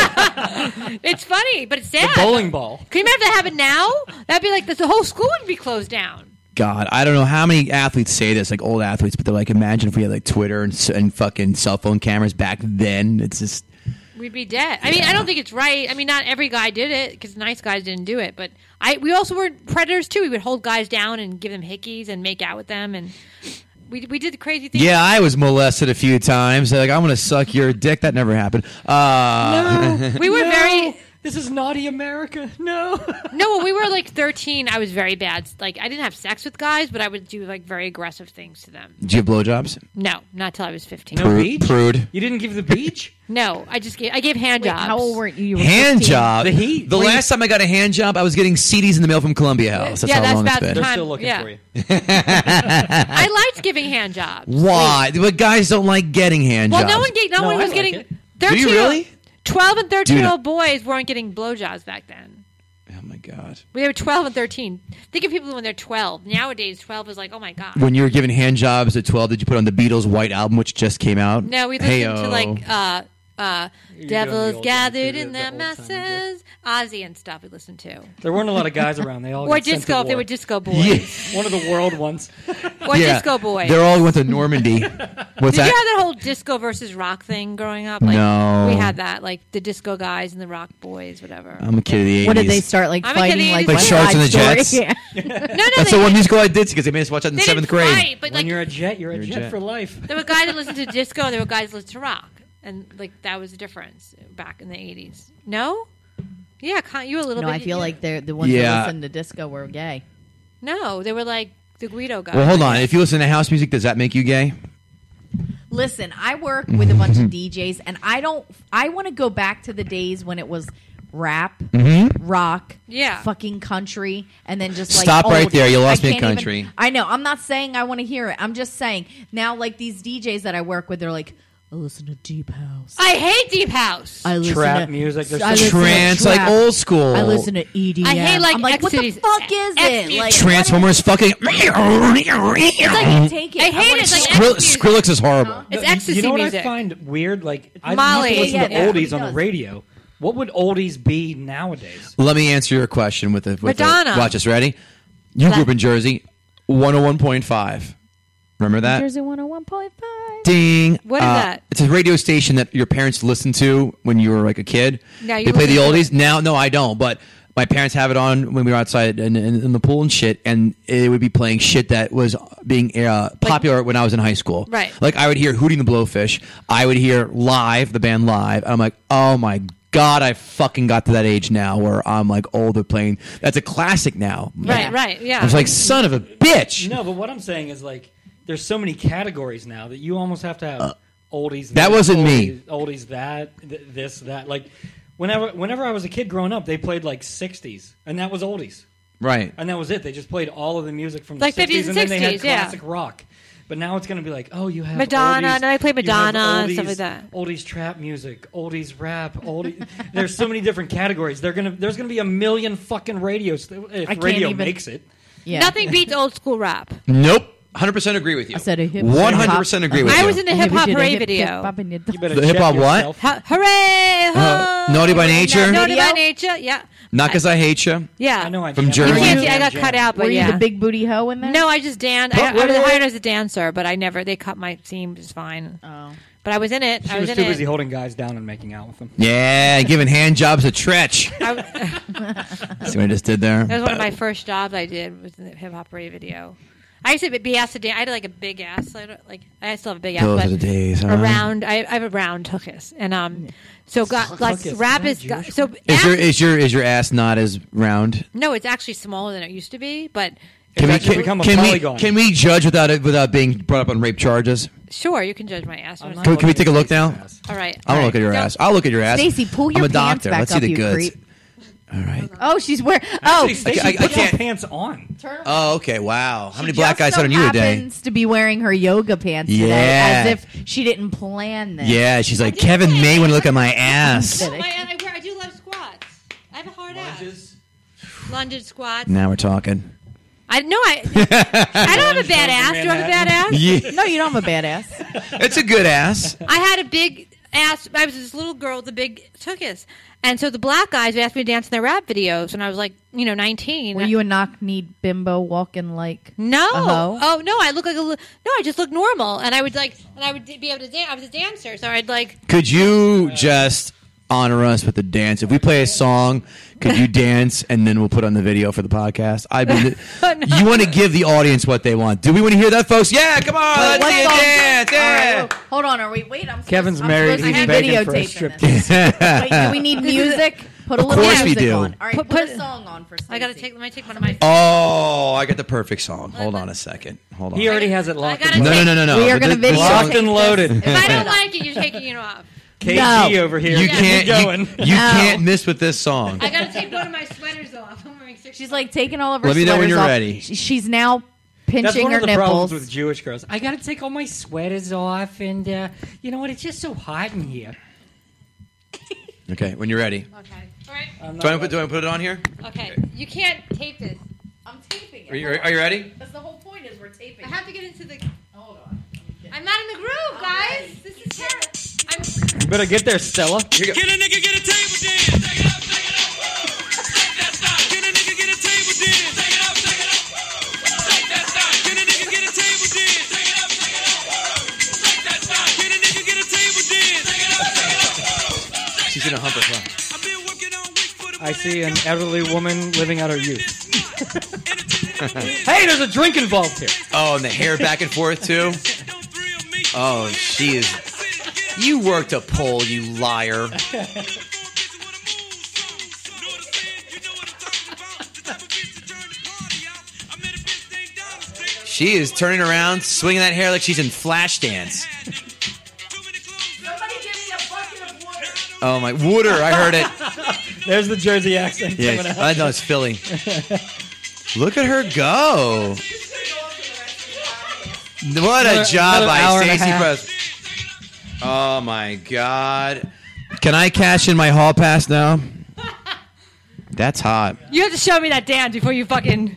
[SPEAKER 1] it's funny, but it's
[SPEAKER 3] the
[SPEAKER 1] sad.
[SPEAKER 3] bowling ball.
[SPEAKER 1] Can you imagine if that happened now? That'd be like this, the whole school would be closed down.
[SPEAKER 4] God, I don't know how many athletes say this, like old athletes, but they're like, imagine if we had like Twitter and, s- and fucking cell phone cameras back then. It's just
[SPEAKER 1] We'd be dead. I mean, I don't think it's right. I mean, not every guy did it because nice guys didn't do it. But I, we also were predators too. We would hold guys down and give them hickeys and make out with them, and we we did the crazy things.
[SPEAKER 4] yeah, I was molested a few times. They're like, I'm gonna suck your dick. That never happened. Uh,
[SPEAKER 1] we were
[SPEAKER 3] No.
[SPEAKER 1] very
[SPEAKER 3] This is naughty America. No.
[SPEAKER 1] no. When we were like thirteen, I was very bad. Like I didn't have sex with guys, but I would do like very aggressive things to them.
[SPEAKER 4] Did you have blowjobs?
[SPEAKER 1] No, not till I was fifteen.
[SPEAKER 3] No
[SPEAKER 1] No,
[SPEAKER 4] Prude-
[SPEAKER 3] beach?
[SPEAKER 4] prude.
[SPEAKER 3] You didn't give the beach?
[SPEAKER 1] I just gave I gave hand
[SPEAKER 2] Wait,
[SPEAKER 1] jobs.
[SPEAKER 2] how old were you? you were
[SPEAKER 4] Hand
[SPEAKER 2] 15.
[SPEAKER 4] job.
[SPEAKER 3] The heat.
[SPEAKER 4] The
[SPEAKER 3] Please.
[SPEAKER 4] last time I got a hand job, I was getting CDs in the mail from Columbia House. That's
[SPEAKER 1] Yeah,
[SPEAKER 4] how
[SPEAKER 1] that's
[SPEAKER 4] long
[SPEAKER 1] about
[SPEAKER 4] it's
[SPEAKER 1] the
[SPEAKER 4] been.
[SPEAKER 3] They're
[SPEAKER 1] time.
[SPEAKER 3] still looking
[SPEAKER 1] yeah.
[SPEAKER 3] for you.
[SPEAKER 1] I liked giving hand jobs.
[SPEAKER 4] Why? But guys don't like getting hand
[SPEAKER 1] Well,
[SPEAKER 4] jobs.
[SPEAKER 1] no one gave, no,
[SPEAKER 3] No,
[SPEAKER 1] one
[SPEAKER 3] I
[SPEAKER 1] was
[SPEAKER 3] like
[SPEAKER 1] getting
[SPEAKER 3] it.
[SPEAKER 4] Do
[SPEAKER 1] 13
[SPEAKER 4] you really?
[SPEAKER 1] Twelve and thirteen
[SPEAKER 4] Dude,
[SPEAKER 1] year
[SPEAKER 4] I-
[SPEAKER 1] old boys weren't getting blowjobs back then.
[SPEAKER 4] Oh my god.
[SPEAKER 1] We were twelve and thirteen. Think of people when they're twelve. Nowadays, twelve is like, oh my god.
[SPEAKER 4] When you were giving hand jobs at 12, did you put on the Beatles' White Album, which just came out?
[SPEAKER 1] No, we listened to
[SPEAKER 4] Heyo.
[SPEAKER 1] like uh, uh,
[SPEAKER 3] doing the
[SPEAKER 1] devils
[SPEAKER 3] old-
[SPEAKER 1] gathered
[SPEAKER 3] the-
[SPEAKER 1] in
[SPEAKER 3] the
[SPEAKER 1] their
[SPEAKER 3] old-timey shit.
[SPEAKER 1] masses, Ozzy and stuff. We listened to
[SPEAKER 3] There weren't a lot of guys around. They all
[SPEAKER 1] or
[SPEAKER 3] got sent to
[SPEAKER 1] disco if they
[SPEAKER 3] war.
[SPEAKER 1] were disco
[SPEAKER 4] Yeah.
[SPEAKER 1] boys
[SPEAKER 3] One of the world ones.
[SPEAKER 1] or
[SPEAKER 4] Yeah.
[SPEAKER 1] disco boys.
[SPEAKER 4] They're all went to Normandy. What's
[SPEAKER 1] Did you have
[SPEAKER 4] that?
[SPEAKER 1] that whole disco versus rock thing growing up? Like,
[SPEAKER 4] No.
[SPEAKER 1] we had that, like the disco guys and the rock boys, whatever.
[SPEAKER 4] I'm a kid of the 80s.
[SPEAKER 2] What did they start like
[SPEAKER 1] I'm a
[SPEAKER 2] fighting
[SPEAKER 1] kid,
[SPEAKER 2] like
[SPEAKER 1] Like
[SPEAKER 2] West
[SPEAKER 4] Sharks
[SPEAKER 2] Side
[SPEAKER 4] and the
[SPEAKER 2] Story?
[SPEAKER 4] Jets?
[SPEAKER 2] Yeah.
[SPEAKER 1] no, no,
[SPEAKER 4] That's
[SPEAKER 1] they,
[SPEAKER 4] the one musical I did because they made us watch that in
[SPEAKER 1] they
[SPEAKER 4] seventh
[SPEAKER 1] didn't
[SPEAKER 4] grade.
[SPEAKER 1] fight, but
[SPEAKER 3] when
[SPEAKER 1] like
[SPEAKER 3] you're a jet, you're a
[SPEAKER 4] a
[SPEAKER 3] jet,
[SPEAKER 4] jet.
[SPEAKER 3] for life.
[SPEAKER 1] There were guys that listened to disco, and there were guys that listened to rock, and like that was the difference back in the eighties. No, yeah, con- you were a little
[SPEAKER 2] No,
[SPEAKER 1] bit.
[SPEAKER 2] I feel like they're the ones
[SPEAKER 4] Yeah.
[SPEAKER 2] that listened to disco were gay.
[SPEAKER 1] no, they were like the Guido guys.
[SPEAKER 4] Well, hold on. If you listen to house music, does that make you gay?
[SPEAKER 2] Listen, I work with a bunch of DJs, and I don't. I want to go back to the days when it was rap, rock,
[SPEAKER 1] Yeah.
[SPEAKER 2] fucking country, and then just like
[SPEAKER 4] Mm-hmm. Stop right
[SPEAKER 2] old-
[SPEAKER 4] there. You lost
[SPEAKER 2] I
[SPEAKER 4] me at
[SPEAKER 2] can't even-
[SPEAKER 4] country.
[SPEAKER 2] I know. I'm not saying I want to hear it. I'm just saying now, like these DJs that I work with, they're like, I listen to deep house.
[SPEAKER 1] I hate deep house. I,
[SPEAKER 2] I listen
[SPEAKER 3] Trap
[SPEAKER 2] to,
[SPEAKER 3] music. There's
[SPEAKER 2] I
[SPEAKER 3] some-
[SPEAKER 2] listen to
[SPEAKER 4] Trance, like
[SPEAKER 2] trap.
[SPEAKER 4] old school.
[SPEAKER 2] I listen to EDM.
[SPEAKER 1] hate, like,
[SPEAKER 2] I'm like,
[SPEAKER 1] X
[SPEAKER 2] what the
[SPEAKER 1] Cities-
[SPEAKER 2] fuck
[SPEAKER 1] X
[SPEAKER 2] is
[SPEAKER 1] music.
[SPEAKER 2] it? Like
[SPEAKER 4] Transformers fucking.
[SPEAKER 2] It's like you take it.
[SPEAKER 1] hate
[SPEAKER 2] wanna
[SPEAKER 1] it. It's like
[SPEAKER 2] hear
[SPEAKER 4] Skrill-
[SPEAKER 1] X music.
[SPEAKER 4] Skrillex is horrible.
[SPEAKER 1] It's
[SPEAKER 3] You-
[SPEAKER 1] ecstasy
[SPEAKER 3] You know what
[SPEAKER 1] music.
[SPEAKER 3] I find weird? Like I
[SPEAKER 1] Molly.
[SPEAKER 3] used to listen
[SPEAKER 2] Yeah,
[SPEAKER 3] to
[SPEAKER 2] yeah,
[SPEAKER 3] oldies
[SPEAKER 2] he
[SPEAKER 3] on the
[SPEAKER 2] does.
[SPEAKER 3] radio. What would oldies be nowadays?
[SPEAKER 4] Let me answer your question with the with the-
[SPEAKER 1] Madonna.
[SPEAKER 4] watch us ready. You grew up in Jersey, one hundred one point five. Remember that?
[SPEAKER 2] Jersey 101.5.
[SPEAKER 4] Ding. Uh,
[SPEAKER 1] What is that?
[SPEAKER 4] It's a radio station that your parents listened to when you were like a kid.
[SPEAKER 1] Now you
[SPEAKER 4] they play the
[SPEAKER 1] listen to
[SPEAKER 4] oldies. Now, no, I don't. But my parents have it on when we were outside in, in, in the pool and shit, and it would be playing shit that was being uh, popular when I was in high school.
[SPEAKER 1] Right.
[SPEAKER 4] Like I would hear Hooting the Blowfish. I would hear Live, the band Live. And I'm like, oh my. God, I fucking got to that age now where I'm like older playing. That's a classic now.
[SPEAKER 1] Right, right, yeah.
[SPEAKER 4] I was like, son of a bitch.
[SPEAKER 3] No, but what I'm saying is like there's so many categories now that you almost have to have oldies.
[SPEAKER 4] Uh, that
[SPEAKER 3] this,
[SPEAKER 4] wasn't me.
[SPEAKER 3] oldies- Oldies that th- this that like whenever whenever I was a kid growing up, they played like 60s, and that was oldies,
[SPEAKER 4] Right.
[SPEAKER 3] and that was it. They just played all of the music from
[SPEAKER 1] Like
[SPEAKER 3] the 60s,
[SPEAKER 1] 50s
[SPEAKER 3] and then they had
[SPEAKER 1] 60s, yeah.
[SPEAKER 3] classic rock. But now it's going to be like, oh, you have
[SPEAKER 1] Madonna,
[SPEAKER 3] Oldies,
[SPEAKER 1] and I play
[SPEAKER 3] you have
[SPEAKER 1] Madonna and stuff
[SPEAKER 3] oldies-
[SPEAKER 1] like that.
[SPEAKER 3] Oldies trap music, oldies rap, oldies. there's so many different categories. They're gonna there's gonna be a million fucking radios if
[SPEAKER 2] can't
[SPEAKER 3] radio
[SPEAKER 2] even-
[SPEAKER 3] makes it.
[SPEAKER 2] Yeah.
[SPEAKER 1] Nothing beats old school rap.
[SPEAKER 4] Nope. 100% agree with you.
[SPEAKER 2] I said a hip-
[SPEAKER 4] 100% agree with you.
[SPEAKER 1] I was in the hip hop parade video.
[SPEAKER 3] You better
[SPEAKER 4] The
[SPEAKER 3] check
[SPEAKER 4] hip-hop what?
[SPEAKER 3] yourself.
[SPEAKER 1] Ho- hooray!
[SPEAKER 4] Uh, Naughty by
[SPEAKER 1] hooray.
[SPEAKER 4] Nature?
[SPEAKER 1] Naughty by
[SPEAKER 2] Video?
[SPEAKER 1] nature. Yeah,
[SPEAKER 4] Not because I hate you.
[SPEAKER 1] Yeah.
[SPEAKER 3] I know I
[SPEAKER 4] From
[SPEAKER 3] jammed.
[SPEAKER 4] Germany?
[SPEAKER 1] You can't
[SPEAKER 4] Jam,
[SPEAKER 1] see- I got cut out, but
[SPEAKER 2] Were you
[SPEAKER 1] yeah.
[SPEAKER 2] the big booty hoe in there?
[SPEAKER 1] no, I just danced. I, I
[SPEAKER 3] But
[SPEAKER 1] was
[SPEAKER 3] what-
[SPEAKER 1] hired as a dancer, but I never. They cut my seam. It's fine.
[SPEAKER 2] Oh.
[SPEAKER 1] But I was in it.
[SPEAKER 3] She
[SPEAKER 1] I was,
[SPEAKER 3] was
[SPEAKER 1] in
[SPEAKER 3] too
[SPEAKER 1] it.
[SPEAKER 3] busy holding guys down and making out with them.
[SPEAKER 4] Yeah, giving hand jobs to Tretch.
[SPEAKER 1] I was-
[SPEAKER 4] See what I just did there?
[SPEAKER 1] That was one of my first jobs I did was in the hip hop parade video. I used to be asked to dance. I had like a big ass. I don't, like I still have a big ass.
[SPEAKER 4] Those
[SPEAKER 1] but
[SPEAKER 4] are the days, huh?
[SPEAKER 1] Around, I, I have a round hookus, and um, so got like
[SPEAKER 3] Hookus,
[SPEAKER 1] rap
[SPEAKER 3] not
[SPEAKER 1] is got,
[SPEAKER 3] Jewish
[SPEAKER 1] so
[SPEAKER 4] Is
[SPEAKER 1] ass-
[SPEAKER 4] your is your is your ass not as round?
[SPEAKER 1] no, it's actually smaller than it used to be. But
[SPEAKER 4] Can
[SPEAKER 3] It's actually become a
[SPEAKER 4] can we
[SPEAKER 3] polygon.
[SPEAKER 4] can we judge without it without being brought up on rape charges?
[SPEAKER 1] sure, you can judge my ass. All
[SPEAKER 3] not
[SPEAKER 4] Can, we- can we
[SPEAKER 3] looking
[SPEAKER 4] take a
[SPEAKER 3] at
[SPEAKER 4] look
[SPEAKER 3] Jason's
[SPEAKER 4] now?
[SPEAKER 3] ass.
[SPEAKER 1] All right,
[SPEAKER 4] I will look at your
[SPEAKER 1] So-
[SPEAKER 4] ass. I'll look at your ass.
[SPEAKER 2] Stacy, pull your
[SPEAKER 4] I'm a
[SPEAKER 2] pants
[SPEAKER 4] doctor.
[SPEAKER 2] back
[SPEAKER 4] Let's
[SPEAKER 2] up,
[SPEAKER 4] see the
[SPEAKER 2] you
[SPEAKER 4] goods.
[SPEAKER 2] creep.
[SPEAKER 4] All right.
[SPEAKER 2] Oh, she's wearing. Oh,
[SPEAKER 3] Actually, Stacey,
[SPEAKER 4] I- I
[SPEAKER 3] put your
[SPEAKER 4] can't-
[SPEAKER 3] pants on.
[SPEAKER 4] Oh, okay. Wow. How many
[SPEAKER 2] She
[SPEAKER 4] black
[SPEAKER 2] just
[SPEAKER 4] guys
[SPEAKER 2] so
[SPEAKER 4] hit on you today?
[SPEAKER 2] Happens to be wearing her yoga pants
[SPEAKER 4] Yeah.
[SPEAKER 2] today, as if she didn't plan this.
[SPEAKER 4] Yeah, she's like Kevin May. Want to look at my ass?
[SPEAKER 1] My, I, I do love squats. I have a hard ass. Lunged squats.
[SPEAKER 4] Now we're talking.
[SPEAKER 1] I no, I I don't have a bad ass. Do you have a bad ass?
[SPEAKER 4] Yeah,
[SPEAKER 2] No, you don't have a badass.
[SPEAKER 4] it's a good ass.
[SPEAKER 1] I had a big ass. I was this little girl with a big tuchus. And so the black guys would ask me to dance in their rap videos when I was like, you know, 19.
[SPEAKER 2] Were you a Uh-huh. knock kneed bimbo walking like?
[SPEAKER 1] No.
[SPEAKER 2] a hoe?
[SPEAKER 1] Oh, no. I look like a. li- No, I just look normal. And I would like, and I would be able to dance. I was a dancer. So I'd like,
[SPEAKER 4] Could you just honor us with a dance? If we play a song, could you dance and then we'll put on the video for the podcast? I mean,
[SPEAKER 2] Oh,
[SPEAKER 4] you want to give the audience what they want. Do we want to hear that, folks? Yeah, come on,
[SPEAKER 2] But
[SPEAKER 4] let's
[SPEAKER 2] what
[SPEAKER 4] see you
[SPEAKER 2] song-
[SPEAKER 4] dance.
[SPEAKER 2] All
[SPEAKER 4] Yeah.
[SPEAKER 2] right, hold on, are we? Wait, I'm. supposed-
[SPEAKER 3] Kevin's
[SPEAKER 2] I'm
[SPEAKER 3] married,
[SPEAKER 2] supposed to
[SPEAKER 3] he's
[SPEAKER 2] be
[SPEAKER 3] begging for a
[SPEAKER 2] videotaping
[SPEAKER 3] striptease.
[SPEAKER 2] this. Wait, do we need music? Put a little
[SPEAKER 4] course we
[SPEAKER 2] music
[SPEAKER 4] do.
[SPEAKER 2] on. All right,
[SPEAKER 1] Put-
[SPEAKER 2] put,
[SPEAKER 1] put-
[SPEAKER 2] a song on for. Stacey.
[SPEAKER 1] I got to take, let me take one of my.
[SPEAKER 4] Oh, I got the perfect song. Hold on a second. Hold on.
[SPEAKER 3] He
[SPEAKER 4] No,
[SPEAKER 3] already has it
[SPEAKER 1] I
[SPEAKER 3] locked.
[SPEAKER 1] gotta
[SPEAKER 3] and
[SPEAKER 1] take-
[SPEAKER 3] loaded.
[SPEAKER 4] no, no, no, no.
[SPEAKER 2] We are
[SPEAKER 4] But
[SPEAKER 2] gonna
[SPEAKER 4] this- this
[SPEAKER 2] video
[SPEAKER 4] song-
[SPEAKER 3] Locked and loaded.
[SPEAKER 1] If I don't like it, you're taking it off.
[SPEAKER 3] KG over here.
[SPEAKER 4] You
[SPEAKER 3] Keep
[SPEAKER 4] can't. you-
[SPEAKER 3] going.
[SPEAKER 4] You, can't miss with this song.
[SPEAKER 1] I got to take one of my sweaters off. I'm wearing six.
[SPEAKER 2] She's like taking all of her.
[SPEAKER 4] Let me know when
[SPEAKER 2] sweaters
[SPEAKER 4] you're
[SPEAKER 2] off.
[SPEAKER 4] ready.
[SPEAKER 2] She- She's now
[SPEAKER 3] That's
[SPEAKER 2] pinching
[SPEAKER 3] one
[SPEAKER 2] her
[SPEAKER 3] of the
[SPEAKER 2] nipples.
[SPEAKER 3] problems with Jewish girls. I got to take all my sweaters off, and uh, you know what? It's just so hot in here.
[SPEAKER 4] Okay, when you're ready.
[SPEAKER 1] Okay. All right.
[SPEAKER 3] I'm not
[SPEAKER 4] Do I put,
[SPEAKER 3] ready.
[SPEAKER 4] do I put it on here?
[SPEAKER 1] Okay. You can't tape this.
[SPEAKER 2] I'm taping it.
[SPEAKER 4] Are you, are you ready?
[SPEAKER 2] That's the whole point is we're taping.
[SPEAKER 1] I have to get into the.
[SPEAKER 2] Hold on.
[SPEAKER 1] I'm not in the groove, guys. This is terrible. I'm.
[SPEAKER 3] You better get there, Stella.
[SPEAKER 5] Get a nigga, get a table dance. Take it up, take it up. Take that stop. Get a nigga, get a table dance. Take it up, take it up. Take that stop. Get a nigga, get a table dance. Take it up, take it up. Take that stop. Get a nigga, get a table dance. Take it up, take it up.
[SPEAKER 4] She's gonna hump her clown.
[SPEAKER 5] I've been working on weeks for the
[SPEAKER 3] I
[SPEAKER 5] money
[SPEAKER 3] see an
[SPEAKER 5] that
[SPEAKER 3] elderly woman living out her
[SPEAKER 5] got me
[SPEAKER 3] youth.
[SPEAKER 5] this month. And it's in the wind.
[SPEAKER 3] Hey, there's a drink involved here.
[SPEAKER 4] Oh, and the hair back and forth too.
[SPEAKER 5] Don't thrill me.
[SPEAKER 4] Oh, she is. You worked a poll, you liar. She is turning around, swinging that hair like she's in Flashdance. Oh my, Wooder, I heard it.
[SPEAKER 3] There's the Jersey accent
[SPEAKER 4] Yes,
[SPEAKER 3] coming out.
[SPEAKER 4] I know it's Philly. Look at her go. What a
[SPEAKER 3] Another-
[SPEAKER 4] job
[SPEAKER 3] another
[SPEAKER 4] by
[SPEAKER 3] hour and a
[SPEAKER 4] Stacey
[SPEAKER 3] half.
[SPEAKER 4] Press. Oh my God. Can I cash in my hall pass now? That's hot.
[SPEAKER 1] You have to show me that dance before you fucking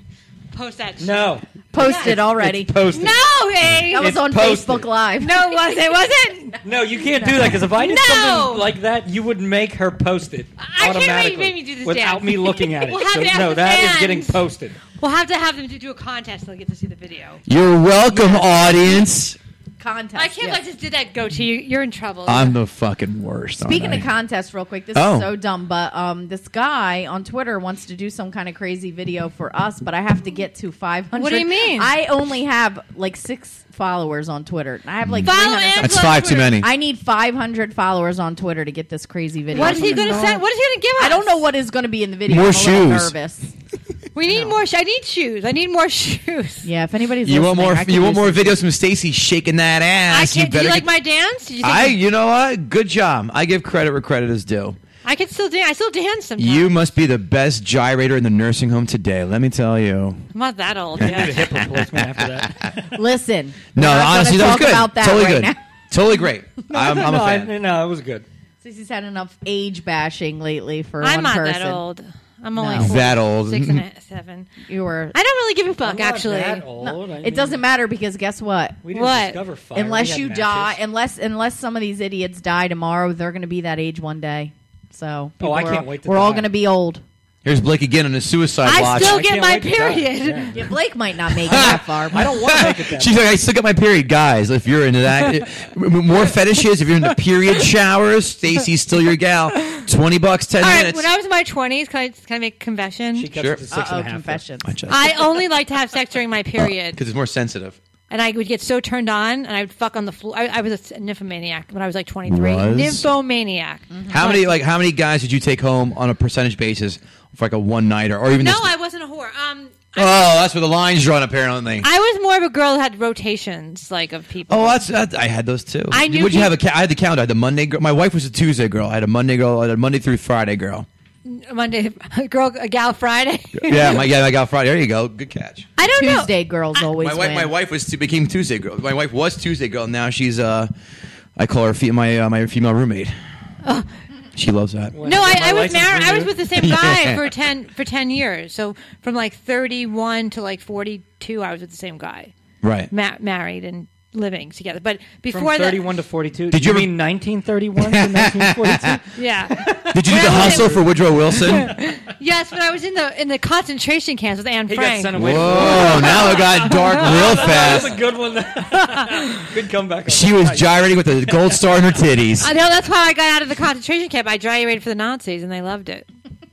[SPEAKER 1] post that. Shit.
[SPEAKER 3] No,
[SPEAKER 2] Posted already.
[SPEAKER 3] posted.
[SPEAKER 1] No, Abe.
[SPEAKER 2] That was
[SPEAKER 3] It's
[SPEAKER 2] on
[SPEAKER 3] posted.
[SPEAKER 2] Facebook Live.
[SPEAKER 1] No, it wasn't. It wasn't.
[SPEAKER 3] No, you can't do that because if I did
[SPEAKER 1] No!
[SPEAKER 3] something like that, you would make her post it
[SPEAKER 1] I can't make-
[SPEAKER 3] automatically
[SPEAKER 1] make me do this
[SPEAKER 3] without
[SPEAKER 1] dance.
[SPEAKER 3] me looking at it.
[SPEAKER 1] We'll have
[SPEAKER 3] so,
[SPEAKER 1] it as
[SPEAKER 3] no,
[SPEAKER 1] the
[SPEAKER 3] that is
[SPEAKER 1] fans.
[SPEAKER 3] getting posted.
[SPEAKER 1] We'll have to have them to do a contest. They'll get to see the video.
[SPEAKER 4] You're welcome, audience.
[SPEAKER 2] Contest.
[SPEAKER 1] I can't
[SPEAKER 2] yes.
[SPEAKER 1] believe I just did that goatee. You- You're in trouble.
[SPEAKER 4] I'm the fucking worst. aren't
[SPEAKER 2] Speaking
[SPEAKER 4] I?
[SPEAKER 2] of contests, real quick, this
[SPEAKER 4] Oh.
[SPEAKER 2] is so dumb, but um, this guy on Twitter wants to do some kind of crazy video for us, but I have to get to 500.
[SPEAKER 1] What do you mean?
[SPEAKER 2] I only have like six followers on Twitter. and I have like
[SPEAKER 1] Follow
[SPEAKER 2] 300
[SPEAKER 1] Angela
[SPEAKER 4] That's
[SPEAKER 1] on
[SPEAKER 4] five too
[SPEAKER 1] Twitter.
[SPEAKER 4] many.
[SPEAKER 2] I need 500 followers on Twitter to get this crazy video.
[SPEAKER 1] What is he going to send? What is he going to give us?
[SPEAKER 2] I don't know what is going to be in the video.
[SPEAKER 4] More
[SPEAKER 2] I'm a little
[SPEAKER 4] shoes.
[SPEAKER 2] Nervous.
[SPEAKER 1] We need more. Sh- I need shoes. I need more shoes.
[SPEAKER 2] Yeah, if anybody's
[SPEAKER 4] you want
[SPEAKER 2] listening,
[SPEAKER 4] more?
[SPEAKER 2] I could
[SPEAKER 4] You want
[SPEAKER 2] use
[SPEAKER 4] more
[SPEAKER 2] some-
[SPEAKER 4] videos from Stacy shaking that
[SPEAKER 1] I
[SPEAKER 4] ass?
[SPEAKER 1] can't. Do
[SPEAKER 4] better
[SPEAKER 1] you like
[SPEAKER 4] get-
[SPEAKER 1] my dance? Did you think
[SPEAKER 4] I. You know what? Good job. I give credit where credit is due.
[SPEAKER 1] I can still dance. I still dance sometimes.
[SPEAKER 4] You must be the best gyrator in the nursing home today. Let me tell you.
[SPEAKER 1] I'm not that old.
[SPEAKER 3] Did a
[SPEAKER 1] Yet.
[SPEAKER 3] hip replacement after that.
[SPEAKER 2] Listen.
[SPEAKER 4] No,
[SPEAKER 2] we're not gonna
[SPEAKER 4] honestly, that was
[SPEAKER 2] talk
[SPEAKER 4] good.
[SPEAKER 2] About that
[SPEAKER 4] totally
[SPEAKER 2] right
[SPEAKER 4] good.
[SPEAKER 2] Now.
[SPEAKER 4] Totally great. I'm, I'm
[SPEAKER 3] no,
[SPEAKER 4] a
[SPEAKER 3] I-
[SPEAKER 4] fan.
[SPEAKER 3] no, it was good.
[SPEAKER 2] Sissy's had enough age bashing lately for
[SPEAKER 1] I'm
[SPEAKER 2] one
[SPEAKER 1] not
[SPEAKER 2] person.
[SPEAKER 1] that old. I'm only
[SPEAKER 2] No.
[SPEAKER 1] 46
[SPEAKER 4] That old.
[SPEAKER 1] and a- seven.
[SPEAKER 2] You were.
[SPEAKER 1] I don't really give a fuck,
[SPEAKER 3] I'm not
[SPEAKER 1] actually.
[SPEAKER 3] that old. I mean,
[SPEAKER 2] It doesn't matter because guess what?
[SPEAKER 3] We didn't
[SPEAKER 1] What?
[SPEAKER 3] discover fire. We
[SPEAKER 2] unless
[SPEAKER 3] had
[SPEAKER 2] you
[SPEAKER 3] matches.
[SPEAKER 2] die, unless unless some of these idiots die tomorrow, they're going to be that age one day. So
[SPEAKER 3] Oh, I
[SPEAKER 2] people are-
[SPEAKER 3] can't wait to
[SPEAKER 2] We're all
[SPEAKER 3] die.
[SPEAKER 2] going to be old.
[SPEAKER 4] Here's Blake again on his suicide
[SPEAKER 1] I
[SPEAKER 4] watch.
[SPEAKER 1] still
[SPEAKER 3] can't
[SPEAKER 1] get my
[SPEAKER 3] wait to die.
[SPEAKER 1] period.
[SPEAKER 3] Yeah.
[SPEAKER 2] Yeah, Blake might not make it that far.
[SPEAKER 3] I don't want to make it that.
[SPEAKER 4] She's like, I still got my period, guys. If you're into that, it- m- m- more fetishes. If you're into period showers, Stacy's still your gal. Twenty bucks, ten
[SPEAKER 1] All right,
[SPEAKER 4] minutes.
[SPEAKER 1] when I was in my 20s, can I, can I make a confession?
[SPEAKER 3] She cuts
[SPEAKER 4] Sure.
[SPEAKER 3] it to six and
[SPEAKER 2] Uh
[SPEAKER 3] a
[SPEAKER 2] oh,
[SPEAKER 3] half.
[SPEAKER 2] confessions.
[SPEAKER 1] I only like to have sex during my period.
[SPEAKER 4] because it's more sensitive.
[SPEAKER 1] and I would get so turned on, and I would fuck on the floor. I, I was a nymphomaniac when I was like 23.
[SPEAKER 4] Was?
[SPEAKER 1] Nymphomaniac.
[SPEAKER 4] How many like how many guys did you take home on a percentage basis for like a one nighter or even?
[SPEAKER 1] No,
[SPEAKER 4] just,
[SPEAKER 1] I wasn't a whore. Um,
[SPEAKER 4] oh, that's where the line's drawn apparently.
[SPEAKER 1] I was more of a girl who had rotations, like of people.
[SPEAKER 4] Oh, that's that, I had those too.
[SPEAKER 1] I knew
[SPEAKER 4] Would you
[SPEAKER 1] he-
[SPEAKER 4] have a? Ca- I had the calendar. I had the Monday. Girl. My wife was a Tuesday girl. I had a Monday girl. I had a Monday through Friday girl.
[SPEAKER 1] Monday, girl, a gal Friday.
[SPEAKER 4] Yeah, my yeah, I got Friday. There you go. Good catch.
[SPEAKER 1] I don't know.
[SPEAKER 2] Tuesday girls always
[SPEAKER 4] my wife,
[SPEAKER 2] win.
[SPEAKER 4] my wife was t- became Tuesday girl. My wife was Tuesday girl. Now she's uh, I call her fe- my uh, my female roommate. She loves that.
[SPEAKER 1] No, I,
[SPEAKER 3] My
[SPEAKER 1] I was
[SPEAKER 3] license
[SPEAKER 1] married. I was
[SPEAKER 3] renewed.
[SPEAKER 1] with the same guy
[SPEAKER 4] Yeah.
[SPEAKER 1] for ten for ten years. So from like thirty one to like forty two, I was with the same guy,
[SPEAKER 4] Right.
[SPEAKER 1] ma- married and living together. But
[SPEAKER 3] From
[SPEAKER 1] before that,
[SPEAKER 3] 31 to 42.
[SPEAKER 4] Did
[SPEAKER 3] Did
[SPEAKER 4] you
[SPEAKER 3] you,
[SPEAKER 4] ever-
[SPEAKER 3] mean 1931 to 1942?
[SPEAKER 1] yeah,
[SPEAKER 4] Did you do
[SPEAKER 1] Well,
[SPEAKER 4] the
[SPEAKER 1] I
[SPEAKER 4] hustle
[SPEAKER 1] was-
[SPEAKER 4] for Woodrow Wilson?
[SPEAKER 1] yes, when I was in the in the concentration camps with Anne
[SPEAKER 3] He
[SPEAKER 1] Frank.
[SPEAKER 3] got sent away.
[SPEAKER 4] Whoa! Now it got dark real
[SPEAKER 3] That's
[SPEAKER 4] fast.
[SPEAKER 3] a good one. good comeback.
[SPEAKER 4] She was gyrating with a gold star in her titties.
[SPEAKER 1] I know that's how I got out of the concentration camp. I gyrated for the Nazis, and they loved it.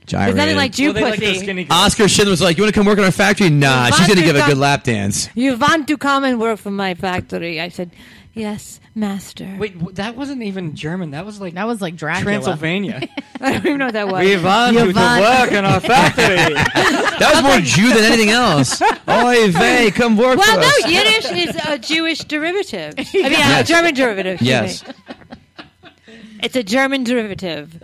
[SPEAKER 1] There's nothing like
[SPEAKER 4] Gyrating.
[SPEAKER 1] Jew
[SPEAKER 3] Well, they like
[SPEAKER 1] pussy.
[SPEAKER 3] the skinny girls.
[SPEAKER 4] Oscar Schindler was like, "You want to come work in our factory? Nah, she's gonna give a good lap dance."
[SPEAKER 1] you want to come and work for my factory? I said, yes, master.
[SPEAKER 3] Wait, w- that wasn't even German. That was like
[SPEAKER 2] that was like Dracula.
[SPEAKER 3] Transylvania.
[SPEAKER 1] I don't even know what that was.
[SPEAKER 3] want you to
[SPEAKER 2] Yvonne.
[SPEAKER 3] work in our factory.
[SPEAKER 4] That was more Jew than anything else. Oy vey, come work
[SPEAKER 1] well,
[SPEAKER 4] for us.
[SPEAKER 1] no, Yiddish is a Jewish derivative. I mean,
[SPEAKER 4] Yes.
[SPEAKER 1] a German derivative. excuse
[SPEAKER 4] Yes.
[SPEAKER 1] me. it's a German derivative.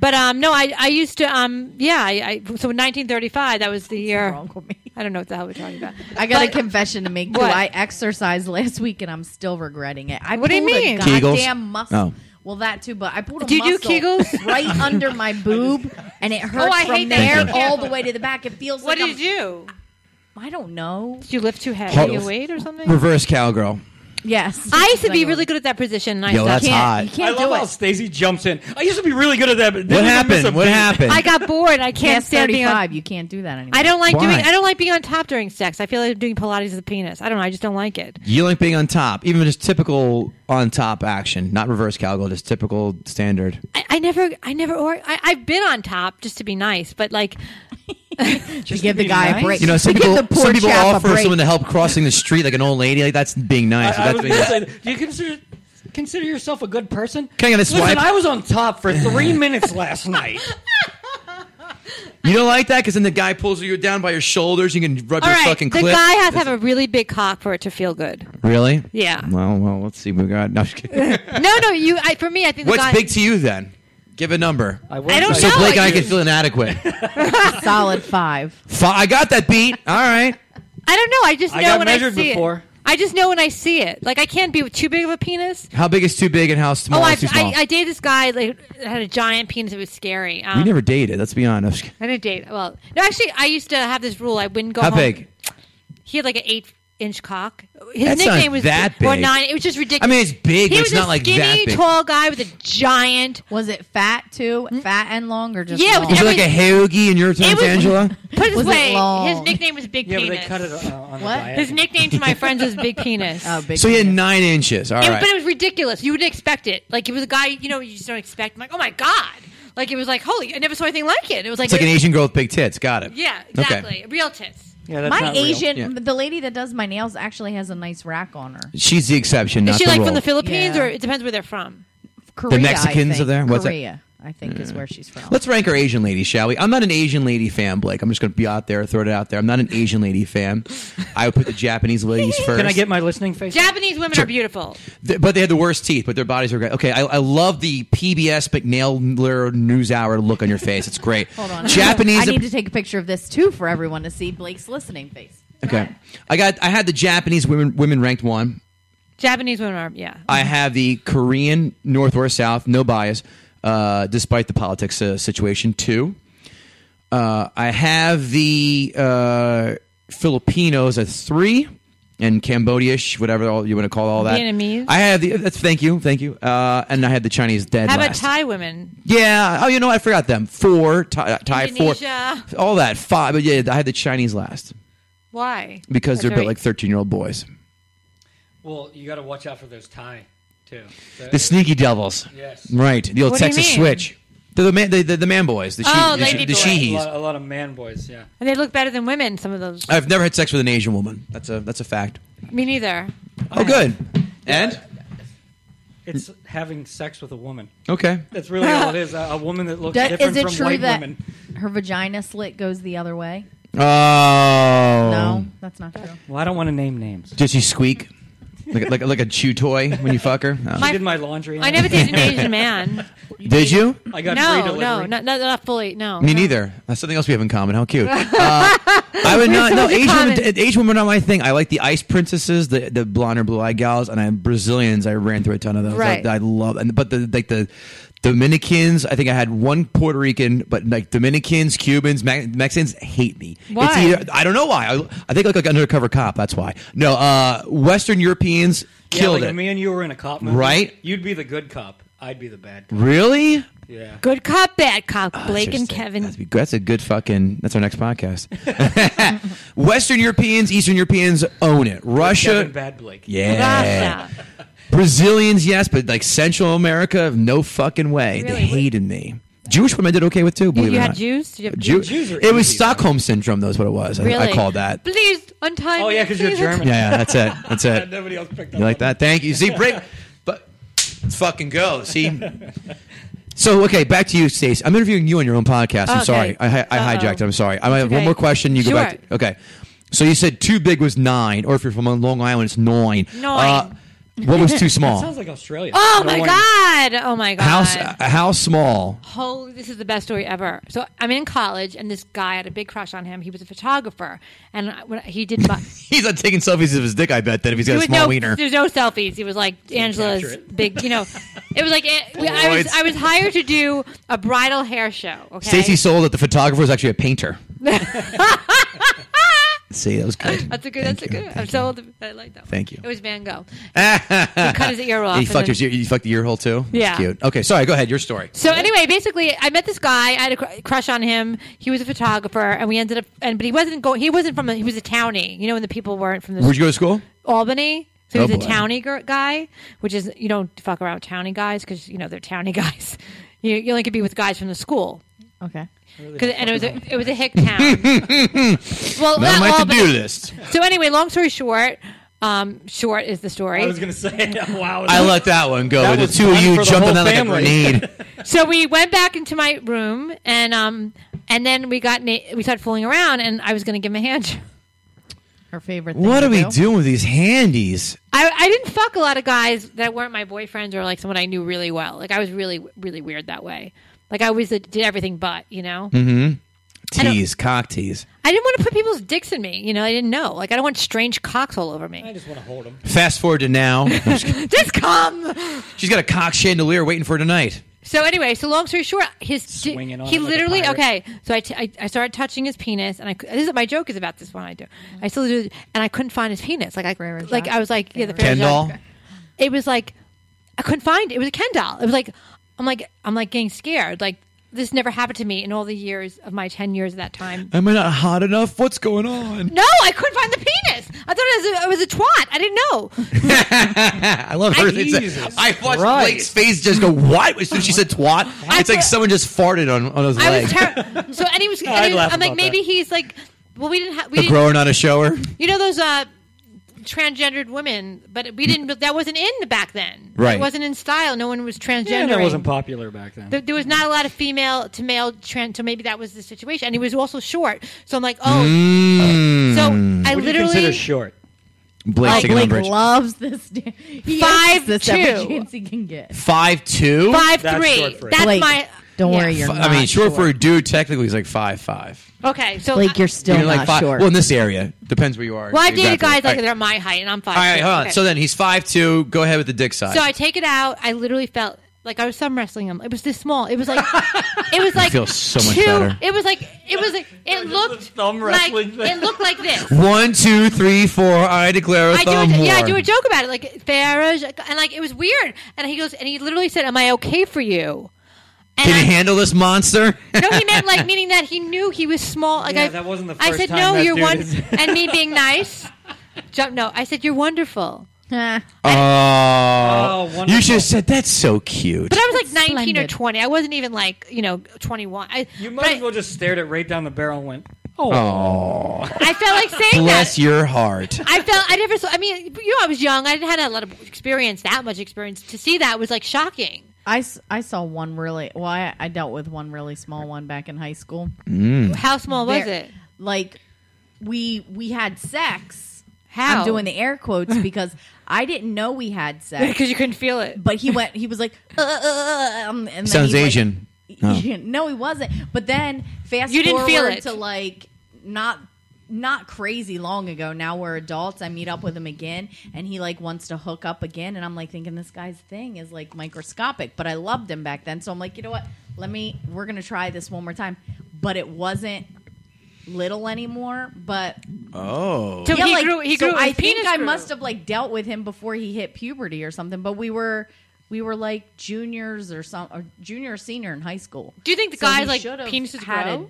[SPEAKER 1] But um, no, I, I used to um, yeah, I, I so in 1935 that was the year.
[SPEAKER 2] wrong with me?
[SPEAKER 1] I don't know what the hell we're talking about.
[SPEAKER 2] I got a
[SPEAKER 1] But-
[SPEAKER 2] confession to make too.
[SPEAKER 1] What?
[SPEAKER 2] I exercised last week and I'm still regretting it. I
[SPEAKER 1] What do you
[SPEAKER 2] pulled a
[SPEAKER 1] mean?
[SPEAKER 4] Kegels?
[SPEAKER 2] goddamn muscle.
[SPEAKER 4] Oh.
[SPEAKER 2] Well, that too, but I pulled a
[SPEAKER 1] Do you do
[SPEAKER 2] muscle
[SPEAKER 1] Kegels?
[SPEAKER 2] right under my boob, and it hurts
[SPEAKER 1] Oh, I hate
[SPEAKER 2] from
[SPEAKER 1] that.
[SPEAKER 2] there
[SPEAKER 4] Thank
[SPEAKER 1] you.
[SPEAKER 2] all the way to the back. It feels
[SPEAKER 1] What
[SPEAKER 2] like
[SPEAKER 1] did you do?
[SPEAKER 2] do? I don't know.
[SPEAKER 1] Did you lift too heavy
[SPEAKER 4] Hold-
[SPEAKER 1] a weight or something?
[SPEAKER 4] Reverse cowgirl.
[SPEAKER 2] Yes,
[SPEAKER 1] I used to be really good at that position. And I
[SPEAKER 4] Yo,
[SPEAKER 1] stopped.
[SPEAKER 4] that's hot.
[SPEAKER 3] I
[SPEAKER 2] You can't
[SPEAKER 3] love
[SPEAKER 2] do
[SPEAKER 3] how
[SPEAKER 2] it.
[SPEAKER 3] Stacey jumps in. I used to be really good at that, but didn't
[SPEAKER 4] What
[SPEAKER 3] even miss a
[SPEAKER 4] happened? What
[SPEAKER 3] beat.
[SPEAKER 4] happen't?
[SPEAKER 1] I got bored. I can't
[SPEAKER 2] Past
[SPEAKER 1] stand being on.
[SPEAKER 2] 35, you can't do that anymore.
[SPEAKER 1] I don't like
[SPEAKER 4] Why?
[SPEAKER 1] doing. I don't like being on top during sex. I feel like doing Pilates with the penis. I don't know. I just don't like it.
[SPEAKER 4] You like being on top, even just typical on top action, not reverse cowgirl, just typical standard.
[SPEAKER 1] I, I never. I never. Or I, I've been on top just to be nice, but like
[SPEAKER 2] Just give the guy a break.
[SPEAKER 4] You know, some
[SPEAKER 2] Give
[SPEAKER 4] people,
[SPEAKER 2] the poor
[SPEAKER 4] some people
[SPEAKER 2] chap a
[SPEAKER 4] offer
[SPEAKER 2] break.
[SPEAKER 4] someone to help crossing the street like an old lady. Like that's being nice.
[SPEAKER 3] I, I
[SPEAKER 4] that's
[SPEAKER 3] was
[SPEAKER 4] being-
[SPEAKER 3] gonna say, do you consider consider yourself a good person?
[SPEAKER 4] Can I get a
[SPEAKER 3] Listen,
[SPEAKER 4] swipe?
[SPEAKER 3] I was on top for three minutes last night.
[SPEAKER 4] you don't like that because then the guy pulls you down by your shoulders. You can rub
[SPEAKER 1] all
[SPEAKER 4] your
[SPEAKER 1] right,
[SPEAKER 4] fucking
[SPEAKER 1] the
[SPEAKER 4] clip.
[SPEAKER 1] guy has to have a really big cock for it to feel good.
[SPEAKER 4] really?
[SPEAKER 1] Yeah.
[SPEAKER 4] Well, well, let's see. what We got. No, I'm just kidding.
[SPEAKER 1] No, no. You. I, for me, I think the
[SPEAKER 4] What's
[SPEAKER 1] guy-
[SPEAKER 4] big to you then? Give a number.
[SPEAKER 3] was
[SPEAKER 1] I don't
[SPEAKER 3] like-
[SPEAKER 4] So
[SPEAKER 1] know.
[SPEAKER 4] Blake and I
[SPEAKER 1] I
[SPEAKER 4] can feel inadequate.
[SPEAKER 2] solid five.
[SPEAKER 4] Fi I got that beat. All right.
[SPEAKER 1] I don't know. I just know
[SPEAKER 3] I got
[SPEAKER 1] when I
[SPEAKER 3] measured
[SPEAKER 1] see
[SPEAKER 3] before.
[SPEAKER 1] it. I just know when I see it. Like I can't be with too big of a penis.
[SPEAKER 4] How big is too big and how small
[SPEAKER 1] oh, I,
[SPEAKER 4] is too small?
[SPEAKER 1] I, I dated this guy. Like had a giant penis. It was scary. Um,
[SPEAKER 4] we never dated. Let's be honest.
[SPEAKER 1] I didn't date. Well, no, actually, I used to have this rule. I wouldn't go.
[SPEAKER 4] How
[SPEAKER 1] home.
[SPEAKER 4] big?
[SPEAKER 1] He had like an eight-inch cock. His
[SPEAKER 4] That's
[SPEAKER 1] nickname
[SPEAKER 4] not
[SPEAKER 1] was
[SPEAKER 4] that
[SPEAKER 1] or
[SPEAKER 4] big.
[SPEAKER 1] nine. It was just ridiculous.
[SPEAKER 4] I mean, it's big,
[SPEAKER 1] He
[SPEAKER 4] but it's
[SPEAKER 1] was
[SPEAKER 4] not
[SPEAKER 1] a
[SPEAKER 4] like that
[SPEAKER 1] skinny,
[SPEAKER 4] big.
[SPEAKER 1] tall guy with a giant.
[SPEAKER 2] Was it fat too? Fat and long or just
[SPEAKER 1] Mm-hmm. Yeah, it was
[SPEAKER 2] long?
[SPEAKER 4] Is it
[SPEAKER 1] every-
[SPEAKER 4] like a hoagie in your
[SPEAKER 1] It
[SPEAKER 4] terms,
[SPEAKER 1] was-
[SPEAKER 4] Angela?
[SPEAKER 1] Put it this
[SPEAKER 2] Was it
[SPEAKER 1] way,
[SPEAKER 2] long?
[SPEAKER 1] his nickname was Big
[SPEAKER 3] Yeah, but
[SPEAKER 1] Penis.
[SPEAKER 3] they cut it uh, on
[SPEAKER 2] What?
[SPEAKER 3] the diet.
[SPEAKER 1] His nickname to my friends was Big Penis.
[SPEAKER 2] Oh, big
[SPEAKER 4] So he had
[SPEAKER 2] penis.
[SPEAKER 4] nine inches. All
[SPEAKER 1] It-
[SPEAKER 4] right.
[SPEAKER 1] But it was ridiculous. You wouldn't expect it. Like it was a guy. You know, you just don't expect. I'm like, oh my god. Like it was like, holy! I never saw anything like it. It was like,
[SPEAKER 4] It's like an Asian girl with big tits. Got it.
[SPEAKER 1] Yeah,
[SPEAKER 4] Okay.
[SPEAKER 1] exactly. Real tits.
[SPEAKER 3] Yeah, that's
[SPEAKER 2] My
[SPEAKER 3] not real.
[SPEAKER 2] Asian,
[SPEAKER 4] Yeah.
[SPEAKER 2] the lady that does my nails actually has a nice rack on her.
[SPEAKER 4] She's the exception, not
[SPEAKER 1] Is she
[SPEAKER 4] the
[SPEAKER 1] like
[SPEAKER 4] rule.
[SPEAKER 1] from the Philippines,
[SPEAKER 2] Yeah.
[SPEAKER 1] or it depends where they're from.
[SPEAKER 2] Korea,
[SPEAKER 4] Mexicans
[SPEAKER 2] I think.
[SPEAKER 4] are there? What's that?
[SPEAKER 2] Korea, I think is where she's from.
[SPEAKER 4] Let's rank our Asian ladies, shall we? I'm not an Asian lady fan, Blake. I'm just going to be out there, throw it out there. I'm not an Asian lady fan. I would put the Japanese ladies first.
[SPEAKER 3] Can I get my listening face?
[SPEAKER 1] Japanese women are beautiful.
[SPEAKER 4] Th- but they had the worst teeth, but their bodies were great. Okay, I, I love the PBS McNail News Hour look on your face. It's great.
[SPEAKER 2] Hold on,
[SPEAKER 4] Japanese.
[SPEAKER 2] I need to take a picture of this too for everyone to see Blake's listening face.
[SPEAKER 4] okay, I got. I had the Japanese women women ranked one.
[SPEAKER 1] Japanese women are yeah.
[SPEAKER 4] I have the Korean North or South, no bias, uh, despite the politics uh, situation. Two. Uh, I have the uh, Filipinos at three. and Cambodia, whatever all you want to call all that.
[SPEAKER 1] Vietnamese.
[SPEAKER 4] I had the that's thank you, thank you. Uh, and I had the Chinese dead
[SPEAKER 1] How about
[SPEAKER 4] last.
[SPEAKER 1] Thai women?
[SPEAKER 4] Yeah. Oh, you know, I forgot them. Four Thai, uh, Thai four.
[SPEAKER 1] Indonesia.
[SPEAKER 4] All that five. But yeah, I had the Chinese last
[SPEAKER 1] Why?
[SPEAKER 4] because
[SPEAKER 1] That's
[SPEAKER 4] they're built
[SPEAKER 1] right.
[SPEAKER 4] like thirteen-year-old boys.
[SPEAKER 3] Well, you got to watch out for those Thai too. So-
[SPEAKER 4] The sneaky devils.
[SPEAKER 3] Yes.
[SPEAKER 4] Right. The old
[SPEAKER 1] What do you
[SPEAKER 4] Texas
[SPEAKER 1] mean?
[SPEAKER 4] switch. They're the man. They, they're the man boys. The she,
[SPEAKER 1] Oh,
[SPEAKER 4] the,
[SPEAKER 1] lady
[SPEAKER 4] the
[SPEAKER 1] boys.
[SPEAKER 3] a,
[SPEAKER 4] she's.
[SPEAKER 3] lot, a lot of man boys. Yeah.
[SPEAKER 1] and they look better than women. Some of those.
[SPEAKER 4] I've never had sex with an Asian woman. That's a that's a fact.
[SPEAKER 1] Me neither.
[SPEAKER 4] Oh, good. And
[SPEAKER 3] It's having sex with a woman.
[SPEAKER 4] okay.
[SPEAKER 3] That's really all it is. A, a woman that looks
[SPEAKER 2] That-
[SPEAKER 3] different
[SPEAKER 2] is it
[SPEAKER 3] from
[SPEAKER 2] true
[SPEAKER 3] white
[SPEAKER 2] that
[SPEAKER 3] women.
[SPEAKER 2] her vagina slit goes the other way?
[SPEAKER 4] Oh.
[SPEAKER 2] No, that's not true.
[SPEAKER 3] Well, I don't want to name names.
[SPEAKER 4] Does Oh. she squeak? like, like like a chew toy when you fuck her? No.
[SPEAKER 3] I did my laundry.
[SPEAKER 1] I never did an Asian man.
[SPEAKER 4] Did you?
[SPEAKER 3] I got free
[SPEAKER 1] no,
[SPEAKER 3] delivery.
[SPEAKER 1] no, not, not not fully. No.
[SPEAKER 4] Me neither. That's something else we have in common. How cute. Uh, I would not. No,
[SPEAKER 1] much in
[SPEAKER 4] Asian women,
[SPEAKER 1] common.
[SPEAKER 4] Asian women are not my thing. I like the ice princesses, the the blonde or blue eyed gals, and I'm Brazilians. I ran through a ton of those.
[SPEAKER 1] Right.
[SPEAKER 4] I, I love. And but the like the Dominicans. I think I had one Puerto Rican, but like Dominicans, Cubans, Me- Mexicans hate me. It's
[SPEAKER 1] Why?
[SPEAKER 4] either, I don't know why. I, I think I look like an undercover cop. That's why. No, uh, Western Europeans
[SPEAKER 3] Yeah,
[SPEAKER 4] killed
[SPEAKER 3] like
[SPEAKER 4] it.
[SPEAKER 3] if Me and you were in a cop movie,
[SPEAKER 4] Right?
[SPEAKER 3] You'd be the good cop. I'd be the bad cop.
[SPEAKER 4] really?
[SPEAKER 3] Yeah.
[SPEAKER 1] Good cop, bad cop. Blake and
[SPEAKER 4] Interesting.
[SPEAKER 1] Kevin.
[SPEAKER 4] Ah, That's, be- that's a good fucking. That's our next podcast. Western Europeans, Eastern Europeans own it. Russia,
[SPEAKER 3] Kevin Bad Blake.
[SPEAKER 4] yeah.
[SPEAKER 1] Russia.
[SPEAKER 4] Brazilians, yes, but like Central America, no fucking way.
[SPEAKER 1] Really?
[SPEAKER 4] They hated me. Jewish women did okay with too.
[SPEAKER 1] You,
[SPEAKER 4] Believe
[SPEAKER 1] you
[SPEAKER 4] it or
[SPEAKER 1] had
[SPEAKER 4] not.
[SPEAKER 1] Jews? Did you have
[SPEAKER 4] Jew-
[SPEAKER 1] Jews?
[SPEAKER 3] Jews are
[SPEAKER 4] it was
[SPEAKER 3] easy,
[SPEAKER 4] Stockholm syndrome. That's what it was. I-
[SPEAKER 1] Really?
[SPEAKER 4] I call that. Yeah,
[SPEAKER 1] Please, untie
[SPEAKER 3] Oh
[SPEAKER 1] me,
[SPEAKER 3] yeah, because you're
[SPEAKER 1] please.
[SPEAKER 3] German.
[SPEAKER 4] yeah, that's it. That's it.
[SPEAKER 3] Nobody else picked up.
[SPEAKER 4] You like
[SPEAKER 3] on
[SPEAKER 4] that? Thank you. See, break, but let's fucking go. See. So okay, back to you, Stacey. I'm interviewing you on your own podcast. I'm
[SPEAKER 1] Okay.
[SPEAKER 4] sorry, I, hi- I
[SPEAKER 1] Uh-oh.
[SPEAKER 4] hijacked. it. I'm sorry. I might have
[SPEAKER 1] okay.
[SPEAKER 4] one more question. You go back. To,
[SPEAKER 1] Sure.
[SPEAKER 4] okay. So you said too big was nine, or if you're from Long Island, it's nine. Uh,
[SPEAKER 1] Nine.
[SPEAKER 4] what was too
[SPEAKER 3] That
[SPEAKER 4] small?
[SPEAKER 3] sounds like Australia.
[SPEAKER 1] Oh
[SPEAKER 3] No
[SPEAKER 1] my
[SPEAKER 3] one-
[SPEAKER 1] god! Oh my god!
[SPEAKER 4] How s- uh, how small?
[SPEAKER 1] Holy, this is the best story ever. So I'm in college, and this guy I had a big crush on him. He was a photographer, and I- when he did. My,
[SPEAKER 4] He's not taking selfies of his dick. I bet that if he's got
[SPEAKER 1] there
[SPEAKER 4] a
[SPEAKER 1] was
[SPEAKER 4] small
[SPEAKER 1] no,
[SPEAKER 4] wiener.
[SPEAKER 1] there was no selfies. It was like
[SPEAKER 3] capture
[SPEAKER 1] Angela's
[SPEAKER 3] it.
[SPEAKER 1] big. You know, it was like eh, we- I was.
[SPEAKER 4] Polaroids.
[SPEAKER 1] I was hired to do a bridal hair show. Okay,
[SPEAKER 4] Stacy sold that the photographer was actually a painter. See, that was good.
[SPEAKER 1] that's a good.
[SPEAKER 4] Thank
[SPEAKER 1] that's
[SPEAKER 4] you.
[SPEAKER 1] a good. I'm so old. I like that. One.
[SPEAKER 4] Thank you.
[SPEAKER 1] It was Van Gogh. he cut his ear off.
[SPEAKER 4] You
[SPEAKER 1] and
[SPEAKER 4] fucked,
[SPEAKER 1] then-
[SPEAKER 4] your, you fucked the ear hole too. That's
[SPEAKER 1] Yeah.
[SPEAKER 4] Cute. Okay, sorry. Go ahead. Your story.
[SPEAKER 1] So anyway, basically, I met this guy. I had a cr- crush on him. He was a photographer, and we ended up. And but he wasn't going. He wasn't from. A, he was a townie. You know, when the people weren't from the
[SPEAKER 4] Where'd you go to school?
[SPEAKER 1] Albany. So he was
[SPEAKER 4] Oh,
[SPEAKER 1] a
[SPEAKER 4] boy.
[SPEAKER 1] townie gir- guy, which is you don't fuck around with townie guys because you know they're townie guys. You, you only could be with guys from the school.
[SPEAKER 2] Okay.
[SPEAKER 1] 'Cause- and it was a, it was a hick town. well,
[SPEAKER 4] Not on my
[SPEAKER 1] not Albany.
[SPEAKER 4] to-do list.
[SPEAKER 1] So anyway, long story short, um, short is the story.
[SPEAKER 3] I was gonna say, wow.
[SPEAKER 4] I let that one go.
[SPEAKER 3] That
[SPEAKER 4] with
[SPEAKER 3] was
[SPEAKER 4] the two of
[SPEAKER 3] fun
[SPEAKER 4] you
[SPEAKER 3] for the
[SPEAKER 4] jumping
[SPEAKER 3] whole
[SPEAKER 4] out like a
[SPEAKER 3] family.
[SPEAKER 4] grenade.
[SPEAKER 1] so we went back into my room and um and then we got na- we started fooling around and I was gonna give him a hand. job.
[SPEAKER 2] Her favorite. Thing
[SPEAKER 4] what
[SPEAKER 2] to
[SPEAKER 4] are we
[SPEAKER 2] do?
[SPEAKER 4] doing with these handies?
[SPEAKER 1] I, I didn't fuck a lot of guys that weren't my boyfriends or like someone I knew really well. Like I was really really weird that way. Like I always did everything but you know.
[SPEAKER 4] Mm-hmm.
[SPEAKER 1] don't-
[SPEAKER 4] Tease, cock tease.
[SPEAKER 1] I didn't want to put people's dicks in me. You know I didn't know. Like I don't want strange cocks all over me.
[SPEAKER 3] I just want to hold him.
[SPEAKER 4] Fast forward to now.
[SPEAKER 1] Just come.
[SPEAKER 4] She's got a cock chandelier waiting for tonight.
[SPEAKER 1] So anyway, so long story short, his di-
[SPEAKER 3] Swinging on
[SPEAKER 1] he
[SPEAKER 3] it like a
[SPEAKER 1] literally
[SPEAKER 3] pirate.
[SPEAKER 1] okay. So I, t- I I started touching his penis, and I cou- this is my joke is about this one I do. I still do, and I couldn't find his penis. Like I
[SPEAKER 2] Ferrero
[SPEAKER 1] like
[SPEAKER 2] Jacques.
[SPEAKER 1] I was like yeah the Ferrero
[SPEAKER 4] Ken doll.
[SPEAKER 1] Jacques. It was like I couldn't find. It It was a Ken doll. It was like I'm like I'm like getting scared. Like this never happened to me in all the years of my ten years at that time.
[SPEAKER 4] Am I not hot enough? What's going on?
[SPEAKER 1] No, I couldn't find the penis. I thought it was a, it was a twat. I didn't know.
[SPEAKER 4] I love her. It's a-
[SPEAKER 3] Jesus
[SPEAKER 4] I watched
[SPEAKER 3] Christ.
[SPEAKER 4] Blake's face just go, what? As soon as she said twat, it's like
[SPEAKER 1] put-
[SPEAKER 4] someone just farted on, on his
[SPEAKER 1] I
[SPEAKER 4] leg.
[SPEAKER 1] was terrified. so and he was. And
[SPEAKER 3] I'd
[SPEAKER 1] he was
[SPEAKER 3] laugh
[SPEAKER 1] I'm like
[SPEAKER 3] about
[SPEAKER 1] maybe
[SPEAKER 3] that.
[SPEAKER 1] he's like. Well, we didn't have. We
[SPEAKER 4] a
[SPEAKER 1] didn't,
[SPEAKER 4] grower, not a shower.
[SPEAKER 1] You know those uh, transgendered women, but we didn't. That wasn't in back then.
[SPEAKER 4] Right.
[SPEAKER 1] It wasn't in style. No one was transgender.
[SPEAKER 3] Yeah, that wasn't popular back then.
[SPEAKER 1] There, there was not a lot of female to male trans, so maybe that was the situation. And he was also short, so I'm like, oh.
[SPEAKER 4] Mm.
[SPEAKER 1] So I
[SPEAKER 3] what do you
[SPEAKER 1] literally
[SPEAKER 3] consider short?
[SPEAKER 4] Blake
[SPEAKER 2] Oh,
[SPEAKER 4] taking
[SPEAKER 2] Blake
[SPEAKER 4] umbrage.
[SPEAKER 2] loves this. da- He
[SPEAKER 1] Five,
[SPEAKER 2] five this every
[SPEAKER 1] two.
[SPEAKER 2] chance he can get.
[SPEAKER 4] Five two.
[SPEAKER 1] five
[SPEAKER 3] That's
[SPEAKER 1] three.
[SPEAKER 3] short for a-
[SPEAKER 1] That's
[SPEAKER 2] Blake,
[SPEAKER 1] my.
[SPEAKER 2] don't
[SPEAKER 1] yeah.
[SPEAKER 2] worry, you're
[SPEAKER 4] I mean,
[SPEAKER 2] not
[SPEAKER 4] short for a dude, technically, he's like five five.
[SPEAKER 1] Okay, so
[SPEAKER 2] Blake,
[SPEAKER 1] I,
[SPEAKER 2] you're still
[SPEAKER 4] You're
[SPEAKER 2] not
[SPEAKER 4] like five.
[SPEAKER 2] short.
[SPEAKER 4] Well, in this area, depends where you are.
[SPEAKER 1] Well, I dated
[SPEAKER 4] Exactly.
[SPEAKER 1] guys like
[SPEAKER 4] All right.
[SPEAKER 1] they're my height, and I'm five.
[SPEAKER 4] All right, hold on.
[SPEAKER 1] Okay.
[SPEAKER 4] So then he's five two. Go ahead with the dick size.
[SPEAKER 1] So I take it out. I literally felt Like I was some wrestling him. It was this small. It was like it was like
[SPEAKER 4] feel so much
[SPEAKER 1] two-
[SPEAKER 4] better.
[SPEAKER 1] It was like it was like it looked
[SPEAKER 3] thumb
[SPEAKER 1] like
[SPEAKER 3] wrestling thing.
[SPEAKER 1] it looked like this.
[SPEAKER 4] One, two, three, four. I declare a
[SPEAKER 1] I do
[SPEAKER 4] thumb
[SPEAKER 1] a, yeah, I
[SPEAKER 4] war.
[SPEAKER 1] do a joke about it, like Farage, and like it was weird. And he goes, and he literally said, "Am I okay for you?" And
[SPEAKER 4] Can
[SPEAKER 1] I-
[SPEAKER 4] you handle this monster?
[SPEAKER 1] no, he meant like meaning that he knew he was small. Like
[SPEAKER 3] Yeah,
[SPEAKER 1] I,
[SPEAKER 3] that wasn't the
[SPEAKER 1] I
[SPEAKER 3] first
[SPEAKER 1] said
[SPEAKER 3] time
[SPEAKER 1] no,
[SPEAKER 3] that
[SPEAKER 1] you're
[SPEAKER 3] dude
[SPEAKER 1] one,
[SPEAKER 3] is-
[SPEAKER 1] and me being nice. Jump, no, I said you're wonderful.
[SPEAKER 2] Ah.
[SPEAKER 3] Oh,
[SPEAKER 4] oh,
[SPEAKER 3] wonderful.
[SPEAKER 4] you should have said that's so cute.
[SPEAKER 1] But I was like 19 or
[SPEAKER 2] Splendid.
[SPEAKER 1] 20. I wasn't even like you know 21. I,
[SPEAKER 3] You
[SPEAKER 1] but
[SPEAKER 3] might as well just stared it right down the barrel and went, "Oh,
[SPEAKER 1] I, I felt like saying that.
[SPEAKER 4] Bless your heart.
[SPEAKER 1] I felt I never saw. I mean, you know, I was young. I didn't have a lot of experience, that much experience. To see that was like shocking.
[SPEAKER 2] I, s- I saw one really well I, I dealt with one really small one back in high school
[SPEAKER 1] How small was
[SPEAKER 2] There-
[SPEAKER 1] it?
[SPEAKER 2] like we we had sex
[SPEAKER 1] How?
[SPEAKER 2] i'm doing the air quotes because i didn't know we had sex
[SPEAKER 1] because you couldn't feel it.
[SPEAKER 2] but he went he was like uh, uh, uh, um, and then
[SPEAKER 4] Sounds
[SPEAKER 2] he, like-
[SPEAKER 4] Asian. Oh.
[SPEAKER 2] no he wasn't but then fast
[SPEAKER 1] You didn't
[SPEAKER 2] forward
[SPEAKER 1] feel it.
[SPEAKER 2] to like not not crazy long ago now we're adults i meet up with him again and he like wants to hook up again and i'm like thinking this guy's thing is like microscopic but i loved him back then so i'm like you know what let me we're gonna try this one more time but it wasn't little anymore but
[SPEAKER 4] Oh.
[SPEAKER 1] So
[SPEAKER 2] yeah,
[SPEAKER 1] he
[SPEAKER 2] like,
[SPEAKER 1] grew. He
[SPEAKER 2] so
[SPEAKER 1] grew. his
[SPEAKER 2] I think
[SPEAKER 1] penis
[SPEAKER 2] I
[SPEAKER 1] grew.
[SPEAKER 2] must have like dealt with him before he hit puberty or something. But we were we were like juniors or some or junior or senior in high school.
[SPEAKER 1] Do you think the
[SPEAKER 2] So
[SPEAKER 1] guys
[SPEAKER 2] he
[SPEAKER 1] like
[SPEAKER 2] should have
[SPEAKER 1] penises
[SPEAKER 2] had
[SPEAKER 1] grow?
[SPEAKER 2] a-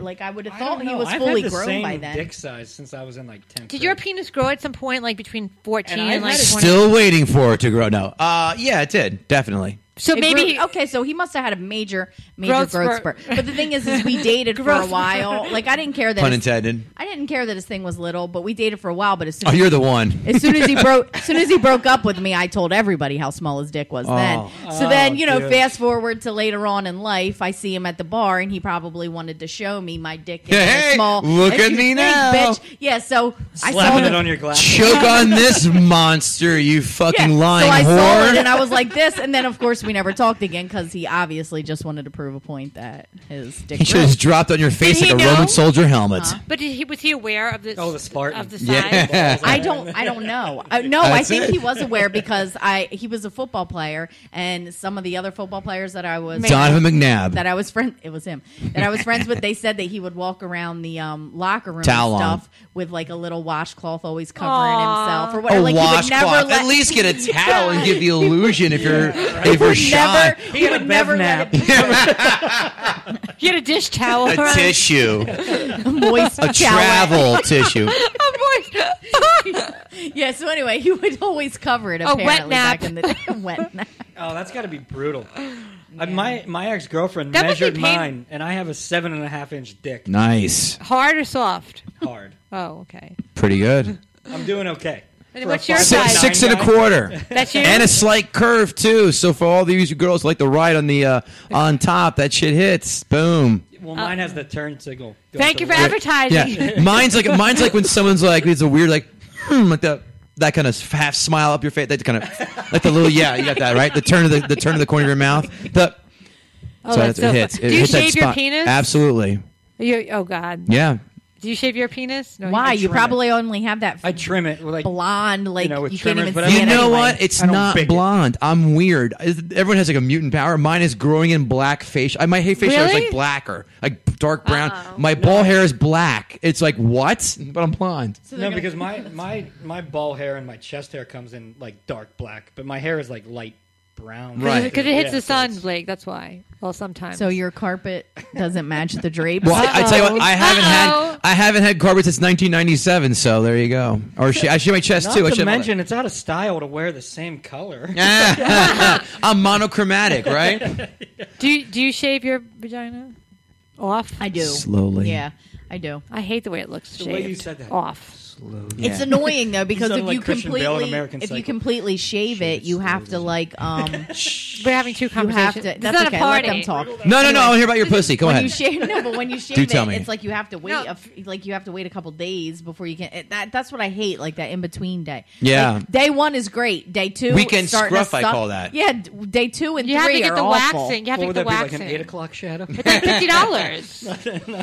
[SPEAKER 2] like I would have
[SPEAKER 3] I
[SPEAKER 2] thought
[SPEAKER 3] don't
[SPEAKER 2] he
[SPEAKER 3] know.
[SPEAKER 2] was
[SPEAKER 3] I've
[SPEAKER 2] fully
[SPEAKER 3] had the
[SPEAKER 2] grown
[SPEAKER 3] same
[SPEAKER 2] by then.
[SPEAKER 3] Dick size since I was in like tenth.
[SPEAKER 1] Did your
[SPEAKER 3] grade.
[SPEAKER 1] penis grow at some point, like between fourteen
[SPEAKER 3] And
[SPEAKER 1] and,
[SPEAKER 3] I
[SPEAKER 1] like
[SPEAKER 3] had it-
[SPEAKER 1] 20?
[SPEAKER 4] Still waiting for it to grow. No. Uh, yeah, it did. Definitely.
[SPEAKER 1] So
[SPEAKER 2] It
[SPEAKER 1] maybe
[SPEAKER 2] grew- okay, so he must have had a major major
[SPEAKER 1] Growth
[SPEAKER 2] growth,
[SPEAKER 1] spurt.
[SPEAKER 2] spurt. But the thing is, is we dated for
[SPEAKER 1] Growth
[SPEAKER 2] a
[SPEAKER 1] spurt.
[SPEAKER 2] while. Like I didn't care that
[SPEAKER 4] Pun
[SPEAKER 2] his-
[SPEAKER 4] intended.
[SPEAKER 2] I didn't care that his thing was little, but we dated for a while. But as soon
[SPEAKER 4] Oh,
[SPEAKER 2] as
[SPEAKER 4] you're the one.
[SPEAKER 2] As soon as he broke, as soon as he broke up with me, I told everybody how small his dick was then.
[SPEAKER 4] Oh.
[SPEAKER 2] So then, you know,
[SPEAKER 3] dude.
[SPEAKER 2] fast forward to later on in life, I see him at the bar, and he probably wanted to show me my dick is
[SPEAKER 4] Hey,
[SPEAKER 2] as small.
[SPEAKER 4] look
[SPEAKER 2] as
[SPEAKER 4] at
[SPEAKER 2] you
[SPEAKER 4] me
[SPEAKER 2] think,
[SPEAKER 4] now.
[SPEAKER 2] bitch. Yeah. So I saw
[SPEAKER 3] slapping it
[SPEAKER 2] him.
[SPEAKER 3] on your glass?
[SPEAKER 4] Choke on this monster, you
[SPEAKER 2] yeah.
[SPEAKER 4] fucking
[SPEAKER 2] so
[SPEAKER 4] lying
[SPEAKER 2] I saw it,
[SPEAKER 4] whore.
[SPEAKER 2] and I was like this, and then of course we never talked again because he obviously just wanted to prove a point that his dick.
[SPEAKER 4] he should
[SPEAKER 2] grew.
[SPEAKER 4] have dropped on your face
[SPEAKER 1] Did
[SPEAKER 4] like
[SPEAKER 1] he
[SPEAKER 4] a
[SPEAKER 1] know?
[SPEAKER 4] Roman soldier helmet.
[SPEAKER 2] Oh,
[SPEAKER 1] But did he, was he aware of the
[SPEAKER 3] Oh, the Spartan.
[SPEAKER 1] of the size?
[SPEAKER 4] Yeah.
[SPEAKER 2] I don't. I don't know. Uh, no, I
[SPEAKER 4] That's
[SPEAKER 2] think
[SPEAKER 4] it.
[SPEAKER 2] he was aware because I he was a football player, and some of the other football players that I was
[SPEAKER 4] Donovan McNabb.
[SPEAKER 2] that I was friend. It was him that I was friends with. They said that he would walk around the um, locker room
[SPEAKER 4] Towel
[SPEAKER 2] and
[SPEAKER 4] on.
[SPEAKER 2] stuff with like a little washcloth always covering himself or
[SPEAKER 4] a
[SPEAKER 2] whatever. like, he would
[SPEAKER 4] washcloth.
[SPEAKER 2] never let-
[SPEAKER 4] At least get a towel and give the illusion if you're
[SPEAKER 2] he
[SPEAKER 4] if you're
[SPEAKER 2] would
[SPEAKER 4] shy.
[SPEAKER 2] never.
[SPEAKER 3] He
[SPEAKER 2] He
[SPEAKER 3] had a Bev
[SPEAKER 2] would never
[SPEAKER 3] nap.
[SPEAKER 2] let it
[SPEAKER 1] He had a dish towel.
[SPEAKER 4] A
[SPEAKER 1] around-
[SPEAKER 4] tissue,
[SPEAKER 2] moist
[SPEAKER 4] a travel tissue.
[SPEAKER 1] Oh, boy.
[SPEAKER 2] Yeah. So anyway, he would always cover it.
[SPEAKER 1] A wet
[SPEAKER 2] Apparently,
[SPEAKER 1] nap.
[SPEAKER 2] back in the day. wet nap.
[SPEAKER 3] Oh, that's got to be brutal. Uh, my my ex girlfriend
[SPEAKER 1] That must be
[SPEAKER 3] measured
[SPEAKER 1] pain-
[SPEAKER 3] mine, and I have a seven and a half inch dick.
[SPEAKER 4] Nice,
[SPEAKER 1] Hard or soft?
[SPEAKER 3] Hard.
[SPEAKER 1] Oh, okay.
[SPEAKER 4] pretty good.
[SPEAKER 3] I'm doing okay.
[SPEAKER 1] And
[SPEAKER 3] For
[SPEAKER 1] what's
[SPEAKER 3] a
[SPEAKER 1] your
[SPEAKER 3] five
[SPEAKER 1] size?
[SPEAKER 4] Six,
[SPEAKER 3] nine
[SPEAKER 4] six and a
[SPEAKER 3] guy.
[SPEAKER 4] quarter,
[SPEAKER 1] That's you.
[SPEAKER 4] and a slight curve too. So for all these girls who like to ride on the uh, on top, that shit hits. Boom.
[SPEAKER 3] Well, mine has the turn signal. Goes
[SPEAKER 1] Uh, Thank
[SPEAKER 3] to
[SPEAKER 1] you for
[SPEAKER 3] right.
[SPEAKER 1] advertising.
[SPEAKER 4] Yeah, mine's like mine's like when someone's like it's a weird like hmm, like that that kind of half smile up your face. That kind of like the little yeah, you got that right. The turn of the the turn of the corner of your mouth. The
[SPEAKER 1] Oh, that's so
[SPEAKER 4] it hits.
[SPEAKER 1] fun.
[SPEAKER 4] It
[SPEAKER 1] Do you
[SPEAKER 4] hits that
[SPEAKER 1] shave your
[SPEAKER 4] spot.
[SPEAKER 1] penis?
[SPEAKER 4] Absolutely.
[SPEAKER 1] You- oh God.
[SPEAKER 4] Yeah.
[SPEAKER 1] Do you shave your penis? No,
[SPEAKER 2] Why?
[SPEAKER 1] you
[SPEAKER 2] You
[SPEAKER 3] trim it.
[SPEAKER 2] probably only have that.
[SPEAKER 3] I trim it with like
[SPEAKER 2] blonde, like you,
[SPEAKER 3] know, with
[SPEAKER 2] can't
[SPEAKER 3] trimmers,
[SPEAKER 2] even
[SPEAKER 3] but I
[SPEAKER 4] You
[SPEAKER 2] see
[SPEAKER 3] don't-
[SPEAKER 2] it
[SPEAKER 4] know
[SPEAKER 2] anyway.
[SPEAKER 4] what? It's
[SPEAKER 3] I don't
[SPEAKER 4] not
[SPEAKER 3] pick it.
[SPEAKER 4] blonde. I'm weird. Is- Everyone has like a mutant power. Mine is growing in black facial. I- My hair facial hair is
[SPEAKER 1] Really?
[SPEAKER 4] like blacker, like dark brown. My ball hair is black. It's like what? But I'm blonde.
[SPEAKER 3] no, because my my my ball hair and my chest hair comes in like dark black, but my hair is like light brown.
[SPEAKER 4] Right.
[SPEAKER 1] Because it hits
[SPEAKER 3] Yeah,
[SPEAKER 1] the
[SPEAKER 3] so
[SPEAKER 1] sun,
[SPEAKER 3] it's-
[SPEAKER 1] Blake. That's why. Well, sometimes.
[SPEAKER 2] So your carpet doesn't match the drapes.
[SPEAKER 4] Well, I, I tell you what, I haven't
[SPEAKER 1] Uh-oh.
[SPEAKER 4] had I haven't had carpet since 1997. So there you go. Or sh- I shave my chest
[SPEAKER 3] Not
[SPEAKER 4] too. I
[SPEAKER 3] to
[SPEAKER 4] shave all
[SPEAKER 3] mention, it's out of style to wear the same color.
[SPEAKER 4] that. I'm monochromatic, right?
[SPEAKER 1] do you, do you shave your vagina off?
[SPEAKER 2] I do
[SPEAKER 4] Slowly.
[SPEAKER 2] Yeah, I do.
[SPEAKER 1] I hate the way it looks
[SPEAKER 3] The
[SPEAKER 1] shaved
[SPEAKER 3] way you said that.
[SPEAKER 1] off.
[SPEAKER 2] It's annoying though because
[SPEAKER 3] sound
[SPEAKER 2] if
[SPEAKER 3] like
[SPEAKER 2] you
[SPEAKER 3] Christian
[SPEAKER 2] completely
[SPEAKER 3] Bale in American
[SPEAKER 2] if you
[SPEAKER 3] Psycho.
[SPEAKER 2] completely shave it, you have to like um
[SPEAKER 1] We're having two
[SPEAKER 2] you have
[SPEAKER 1] conversations.
[SPEAKER 2] to.
[SPEAKER 1] It's
[SPEAKER 2] That's
[SPEAKER 1] not
[SPEAKER 2] okay.
[SPEAKER 1] a party.
[SPEAKER 2] Let them talk.
[SPEAKER 4] No, no, no. I want to hear about your pussy. Go
[SPEAKER 2] when
[SPEAKER 4] ahead.
[SPEAKER 2] you shave no, but when you shave
[SPEAKER 4] Do
[SPEAKER 2] it,
[SPEAKER 4] tell me.
[SPEAKER 2] it's like you have to wait.
[SPEAKER 1] No.
[SPEAKER 2] a f like you have to wait a couple days before you can. It, that that's what I hate. Like that in between day.
[SPEAKER 4] Yeah.
[SPEAKER 2] Like, day one is great. Day two
[SPEAKER 4] Weekend
[SPEAKER 2] it's starting to
[SPEAKER 4] scruff, I
[SPEAKER 2] suck.
[SPEAKER 4] call that.
[SPEAKER 2] Yeah. d- Day two and
[SPEAKER 1] You have
[SPEAKER 2] three
[SPEAKER 1] to get
[SPEAKER 2] are
[SPEAKER 1] the
[SPEAKER 2] awful.
[SPEAKER 1] waxing. You have
[SPEAKER 3] What
[SPEAKER 1] to
[SPEAKER 3] would
[SPEAKER 1] get the
[SPEAKER 3] that be like an eight
[SPEAKER 1] waxing.
[SPEAKER 3] o'clock shadow?
[SPEAKER 1] Fifty dollars.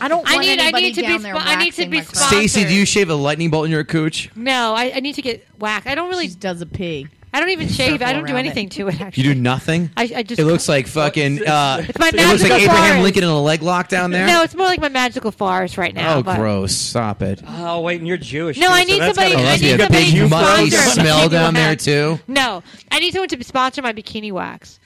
[SPEAKER 2] I don't. Want
[SPEAKER 1] I need- I
[SPEAKER 2] anybody
[SPEAKER 1] need to be
[SPEAKER 2] down there
[SPEAKER 1] spo- I need to
[SPEAKER 2] waxing
[SPEAKER 1] be
[SPEAKER 2] my crotch.
[SPEAKER 1] spo-
[SPEAKER 4] Stacy, do you
[SPEAKER 1] sponsored.
[SPEAKER 4] shave a lightning bolt in your cooch?
[SPEAKER 1] No, I, I need to get whacked. I don't really.
[SPEAKER 2] She does a pee.
[SPEAKER 1] I don't even shave. I don't do
[SPEAKER 2] around it.
[SPEAKER 1] anything to it. Actually,
[SPEAKER 4] You do nothing.
[SPEAKER 1] I- I just-
[SPEAKER 4] It looks like fucking. Uh,
[SPEAKER 1] It's my
[SPEAKER 4] it looks like
[SPEAKER 1] magical
[SPEAKER 4] Abraham
[SPEAKER 1] forest.
[SPEAKER 4] Lincoln in a leg lock down there.
[SPEAKER 1] No, it's more like my magical forest right now.
[SPEAKER 4] oh,
[SPEAKER 1] but-
[SPEAKER 4] gross! Stop it.
[SPEAKER 3] Oh wait, and you're Jewish.
[SPEAKER 1] No,
[SPEAKER 3] too,
[SPEAKER 1] I
[SPEAKER 3] so
[SPEAKER 1] need
[SPEAKER 3] that's
[SPEAKER 1] somebody-
[SPEAKER 4] Oh,
[SPEAKER 3] gotta-
[SPEAKER 1] I
[SPEAKER 4] must be
[SPEAKER 1] need
[SPEAKER 4] a
[SPEAKER 1] somebody
[SPEAKER 4] big
[SPEAKER 1] to
[SPEAKER 4] musky
[SPEAKER 1] sponsor a
[SPEAKER 4] smell
[SPEAKER 1] bikini
[SPEAKER 4] down there
[SPEAKER 1] wax.
[SPEAKER 4] too.
[SPEAKER 1] No, I need someone to sponsor my bikini wax.